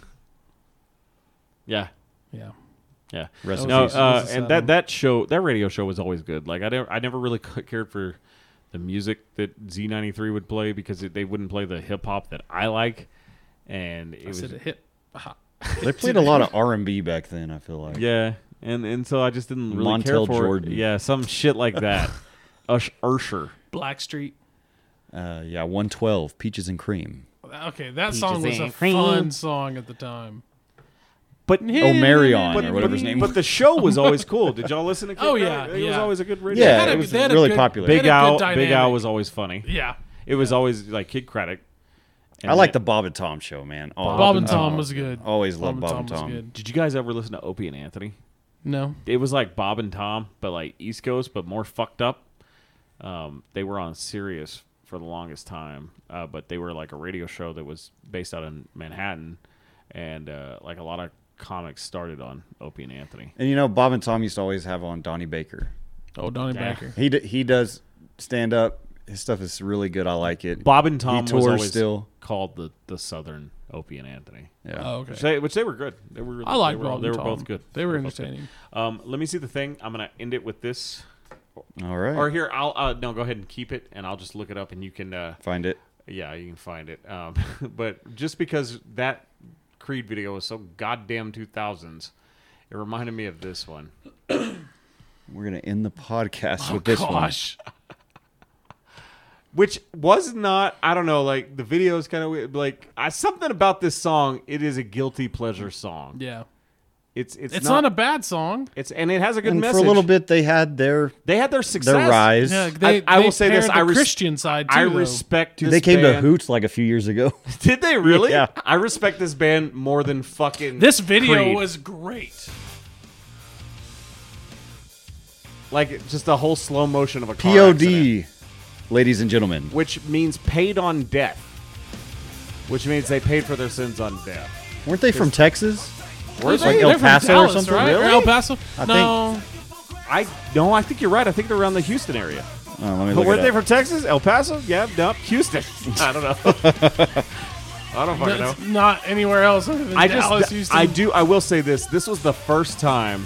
Speaker 3: yeah,
Speaker 2: yeah.
Speaker 3: Yeah.
Speaker 1: Rest in
Speaker 3: no,
Speaker 1: peace.
Speaker 2: That was
Speaker 3: uh,
Speaker 2: a sad
Speaker 3: and
Speaker 2: one.
Speaker 3: that that show that radio show was always good. Like I never I never really c- cared for the music that Z93 would play because it, they wouldn't play the hip hop that I like, and it
Speaker 2: I
Speaker 3: was
Speaker 2: said it hit. aha.
Speaker 1: They played a lot of R and B back then. I feel like.
Speaker 3: yeah, and and so I just didn't really
Speaker 1: Montel
Speaker 3: care for
Speaker 1: Jordan.
Speaker 3: it. Yeah, some shit like that. Ush Ursher.
Speaker 2: Blackstreet.
Speaker 1: Uh, yeah. One twelve. Peaches and cream.
Speaker 2: Okay, that song was a
Speaker 11: and cream.
Speaker 2: fun song at the time.
Speaker 3: But
Speaker 1: Omarion
Speaker 3: but,
Speaker 1: or whatever his
Speaker 3: but-
Speaker 1: name
Speaker 3: But
Speaker 1: was.
Speaker 3: the show was always cool. Did y'all listen to? Kid
Speaker 2: Oh,
Speaker 3: Rock?
Speaker 2: yeah,
Speaker 3: it was
Speaker 2: yeah.
Speaker 3: always a good radio.
Speaker 1: Yeah,
Speaker 2: had a-
Speaker 1: it was
Speaker 2: they had a
Speaker 1: really
Speaker 2: good-
Speaker 1: popular.
Speaker 2: they
Speaker 3: Big
Speaker 2: had a good
Speaker 3: Al. Big
Speaker 2: dynamic.
Speaker 3: Al was always funny.
Speaker 2: Yeah.
Speaker 3: It was always like Kid Craddock
Speaker 1: I like the Bob and Tom show, man. Oh,
Speaker 2: Bob and Tom was good.
Speaker 1: Always
Speaker 2: Bob
Speaker 1: loved
Speaker 2: and
Speaker 1: Bob
Speaker 2: Tom
Speaker 1: and
Speaker 2: was
Speaker 1: Tom.
Speaker 2: good.
Speaker 3: Did you guys ever listen to Opie and Anthony?
Speaker 2: No.
Speaker 3: It was like Bob and Tom, but like East Coast, but more fucked up. Um, they were on Sirius for the longest time, uh, but they were like a radio show that was based out in Manhattan, and uh, like a lot of comics started on Opie and Anthony.
Speaker 1: And you know, Bob and Tom used to always have on Donnie Baker.
Speaker 2: Oh, Donnie
Speaker 3: Yeah.
Speaker 2: Baker.
Speaker 1: He d- he does stand up. His stuff is really good. I like it.
Speaker 3: Bob and Tom
Speaker 1: he
Speaker 3: was
Speaker 1: tours
Speaker 3: always
Speaker 1: still.
Speaker 3: called the the Southern Opie and Anthony.
Speaker 1: Yeah.
Speaker 2: Oh, okay.
Speaker 3: Which they, which they were good. They were. Really,
Speaker 2: I liked
Speaker 3: They were,
Speaker 2: Bob
Speaker 3: they
Speaker 2: and
Speaker 3: were both
Speaker 2: Tom.
Speaker 3: good.
Speaker 2: They were
Speaker 3: both good.
Speaker 2: entertaining.
Speaker 3: Um, let me see the thing. I'm gonna end it with this.
Speaker 1: All right.
Speaker 3: Or here, I'll uh, no. Go ahead and keep it, and I'll just look it up, and you can uh,
Speaker 1: Find it.
Speaker 3: Yeah, you can find it. Um, but just because that Creed video was so goddamn 2000s, it reminded me of this one.
Speaker 1: We're gonna end the podcast
Speaker 3: Oh,
Speaker 1: with this
Speaker 3: gosh. Which was not, I don't know, like the video is kind of weird. Like I, something about this song, it is a guilty pleasure song.
Speaker 2: Yeah.
Speaker 3: It's it's,
Speaker 2: It's, not, a bad song.
Speaker 3: it's and it has a
Speaker 1: one.
Speaker 3: good
Speaker 1: And
Speaker 3: message.
Speaker 1: for a little bit, they had their
Speaker 3: they had their success.
Speaker 1: rise.
Speaker 2: Yeah, they,
Speaker 3: I, I
Speaker 2: they
Speaker 3: will say this:
Speaker 2: paired
Speaker 3: I
Speaker 2: the
Speaker 3: res-
Speaker 2: Christian side too.
Speaker 3: I
Speaker 2: though.
Speaker 3: respect.
Speaker 1: Dude,
Speaker 3: this
Speaker 1: they came to
Speaker 3: band.
Speaker 1: Hoots like a few years ago.
Speaker 3: Did they really?
Speaker 1: Yeah.
Speaker 3: I respect this band more than fucking
Speaker 2: This video
Speaker 3: Creed.
Speaker 2: was great.
Speaker 3: like just a whole slow motion of a car accident,
Speaker 1: POD, ladies and gentlemen.
Speaker 3: which means paid on death, which means they paid for their sins on death.
Speaker 1: Weren't they from Texas?
Speaker 3: Were
Speaker 1: Like
Speaker 3: they?
Speaker 1: El
Speaker 2: They're from
Speaker 1: Paso or
Speaker 2: Dallas,
Speaker 1: something?
Speaker 2: right? Or
Speaker 3: Really?
Speaker 2: El Paso?
Speaker 1: I
Speaker 2: no.
Speaker 3: I no, I think you're right. I think they're around the Houston area.
Speaker 1: Oh, let me
Speaker 3: But
Speaker 1: look
Speaker 3: weren't
Speaker 1: it
Speaker 3: they
Speaker 1: up.
Speaker 3: from Texas? El Paso? Yeah, no, Houston. I don't know. I don't fucking know.
Speaker 2: That's not anywhere else other than
Speaker 3: I just,
Speaker 2: Dallas, Houston.
Speaker 3: I do. I will say this. This was the first time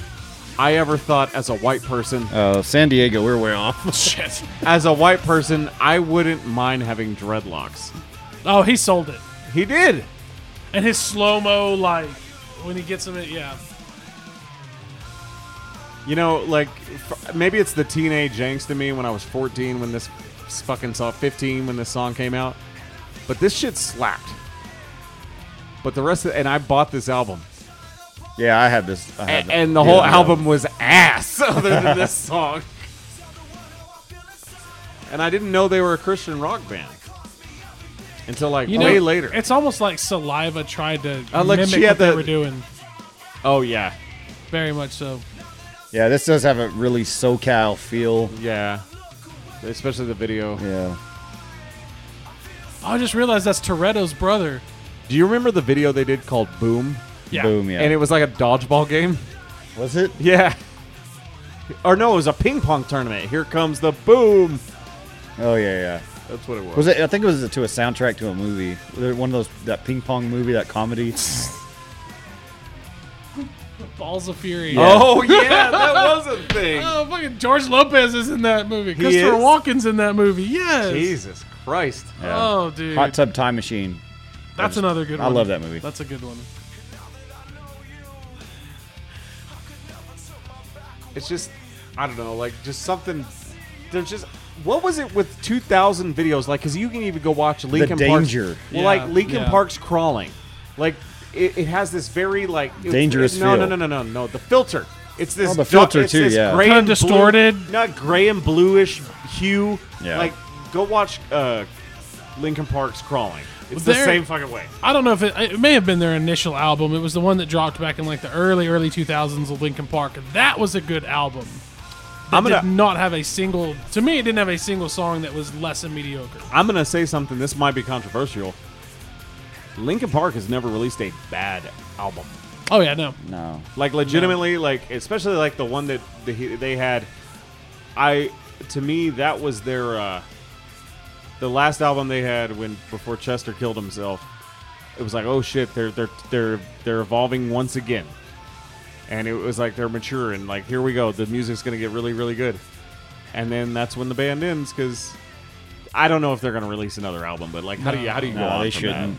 Speaker 3: I ever thought, as a white person,
Speaker 1: Uh, San Diego. We're way off.
Speaker 2: Shit.
Speaker 3: as a white person, I wouldn't mind having dreadlocks.
Speaker 2: Oh, he sold it.
Speaker 3: He did.
Speaker 2: And his slow mo, like when he gets him, in, yeah.
Speaker 3: You know, like f- maybe it's the teenage angst in me when I was 14 when this fucking saw 15 when this song came out. But this shit slapped. But the rest of and I bought this album.
Speaker 1: Yeah, I had this. I
Speaker 3: A-
Speaker 1: had
Speaker 3: And,
Speaker 1: that.
Speaker 3: the
Speaker 1: Yeah,
Speaker 3: whole
Speaker 1: yeah.
Speaker 3: album was ass other than this song. And I didn't know they were a Christian rock band until like
Speaker 2: You know,
Speaker 3: way later.
Speaker 2: It's almost like Saliva tried to
Speaker 3: Uh, look,
Speaker 2: mimic
Speaker 3: she had
Speaker 2: what they
Speaker 3: the-
Speaker 2: were doing.
Speaker 3: oh yeah.
Speaker 2: Very much so.
Speaker 1: Yeah, this does have a really SoCal feel.
Speaker 3: Yeah. Especially the video.
Speaker 1: Yeah.
Speaker 2: Oh, I just realized that's Toretto's brother.
Speaker 3: Do you remember the video they did called Boom?
Speaker 2: Yeah.
Speaker 1: Boom. Yeah.
Speaker 3: And it was like a dodgeball game?
Speaker 1: was it?
Speaker 3: Yeah. Or no, it was a ping pong tournament. Here comes the boom.
Speaker 1: Oh yeah, yeah.
Speaker 3: That's what it was.
Speaker 1: Was it? I think it was to a soundtrack to a movie. One of those that ping pong movie, that comedy.
Speaker 2: Balls of Fury.
Speaker 3: Oh yeah, that was a thing.
Speaker 2: Oh, fucking George Lopez is in that movie. Christopher
Speaker 3: is?
Speaker 2: Walken's in that movie. Yes.
Speaker 3: Jesus Christ.
Speaker 1: Yeah.
Speaker 2: Oh, dude.
Speaker 1: Hot Tub Time Machine.
Speaker 2: That's another good
Speaker 1: I
Speaker 2: one.
Speaker 1: love that movie.
Speaker 2: That's a good one.
Speaker 3: It's just I don't know, like just something there's just what was it with 2000 videos like cuz you can even go watch Linkin
Speaker 1: danger.
Speaker 3: Park's, well, like
Speaker 2: Yeah,
Speaker 3: Linkin
Speaker 2: yeah.
Speaker 3: Park's crawling. Like it, it has this very like it-
Speaker 1: Dangerous
Speaker 3: No, no,
Speaker 1: feel.
Speaker 3: no, no, no, no. The filter. It's this
Speaker 1: Oh, the
Speaker 3: du-
Speaker 1: filter,
Speaker 3: it's
Speaker 1: too,
Speaker 3: this
Speaker 1: yeah.
Speaker 3: gray
Speaker 2: Kinda
Speaker 3: and blue-
Speaker 2: distorted.
Speaker 3: not gray and bluish hue.
Speaker 1: Yeah.
Speaker 3: Like go watch uh Linkin Park's crawling. It's the
Speaker 2: There-
Speaker 3: same fucking way.
Speaker 2: I don't know if it, it may have been their initial album. It was the one that dropped back in like the early early 2000s of Linkin Park. That was a good album. That
Speaker 3: I'm gonna-
Speaker 2: did not have a single. To me, it didn't have a single song that was less than mediocre.
Speaker 3: I'm gonna say something. This might be controversial. Linkin Park has never released a bad album.
Speaker 2: Oh yeah, no.
Speaker 1: No.
Speaker 3: Like legitimately, like especially like the one that the, they had. I to me that was their uh, the last album they had when before Chester killed himself. It was like oh shit, they're they're they're they're evolving once again, and it was like they're mature and like here we go, the music's gonna get really really good, and then that's when the band ends because. I don't know if they're going to release another album, but like, how do you how do you go
Speaker 1: No,
Speaker 3: on
Speaker 1: they
Speaker 3: from
Speaker 1: shouldn't.
Speaker 3: That?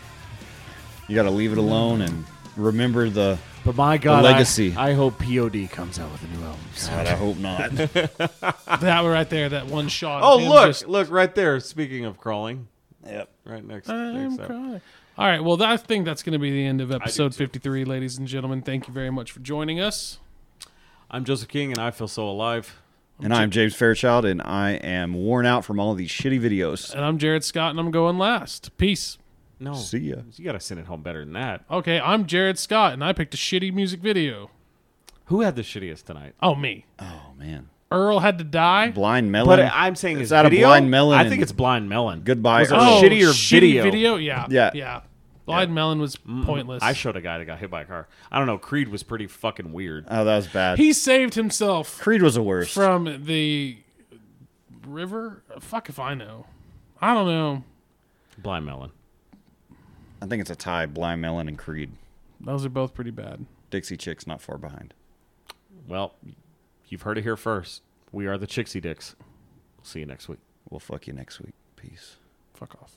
Speaker 1: You got to leave it alone and remember the.
Speaker 3: But my God,
Speaker 1: legacy.
Speaker 3: I, I hope POD comes out with a new album. soon.
Speaker 1: God, I hope not.
Speaker 2: That one right there, that one shot.
Speaker 3: Oh,
Speaker 2: of him
Speaker 3: look,
Speaker 2: just-
Speaker 3: look right there. Speaking of crawling,
Speaker 1: yep.
Speaker 3: right next.
Speaker 2: I'm
Speaker 3: next up.
Speaker 2: crying. All right, well, I think that's going to be the end of episode
Speaker 3: too.
Speaker 2: 53, ladies and gentlemen. Thank you very much for joining us.
Speaker 3: I'm Joseph King, and I feel so alive.
Speaker 1: And I'm James Fairchild, and I am worn out from all these shitty videos.
Speaker 2: And I'm Jared Scott, and I'm going last. Peace.
Speaker 3: No.
Speaker 1: See ya.
Speaker 3: You got to send it home better than that.
Speaker 2: Okay, I'm Jared Scott, and I picked a shitty music video.
Speaker 3: Who had the shittiest tonight?
Speaker 2: Oh, me.
Speaker 1: Oh man.
Speaker 2: Earl had to die.
Speaker 1: Blind Melon.
Speaker 3: But I'm saying
Speaker 1: is
Speaker 3: his
Speaker 1: that
Speaker 3: video?
Speaker 1: a Blind Melon?
Speaker 3: I think
Speaker 1: and
Speaker 3: it's Blind Melon.
Speaker 1: Goodbye,
Speaker 3: Was it a
Speaker 1: Earl.
Speaker 3: shittier
Speaker 2: Oh, shitty
Speaker 3: Oh, video?
Speaker 2: Video, yeah,
Speaker 1: Yeah.
Speaker 2: yeah. Blind Melon was pointless.
Speaker 3: I showed a guy that got hit by a car. I don't know. Creed was pretty fucking weird.
Speaker 1: Oh, that was bad.
Speaker 2: he saved himself
Speaker 1: Creed was the worst.
Speaker 2: from the river. Fuck if I know. I don't know.
Speaker 3: Blind Melon.
Speaker 1: I think it's a tie. Blind Melon and Creed.
Speaker 2: Those are both pretty bad.
Speaker 1: Dixie Chicks not far behind.
Speaker 3: Well, you've heard it here first. We are the Chicksy Dicks. See you next week.
Speaker 1: We'll fuck you next week. Peace.
Speaker 2: Fuck off.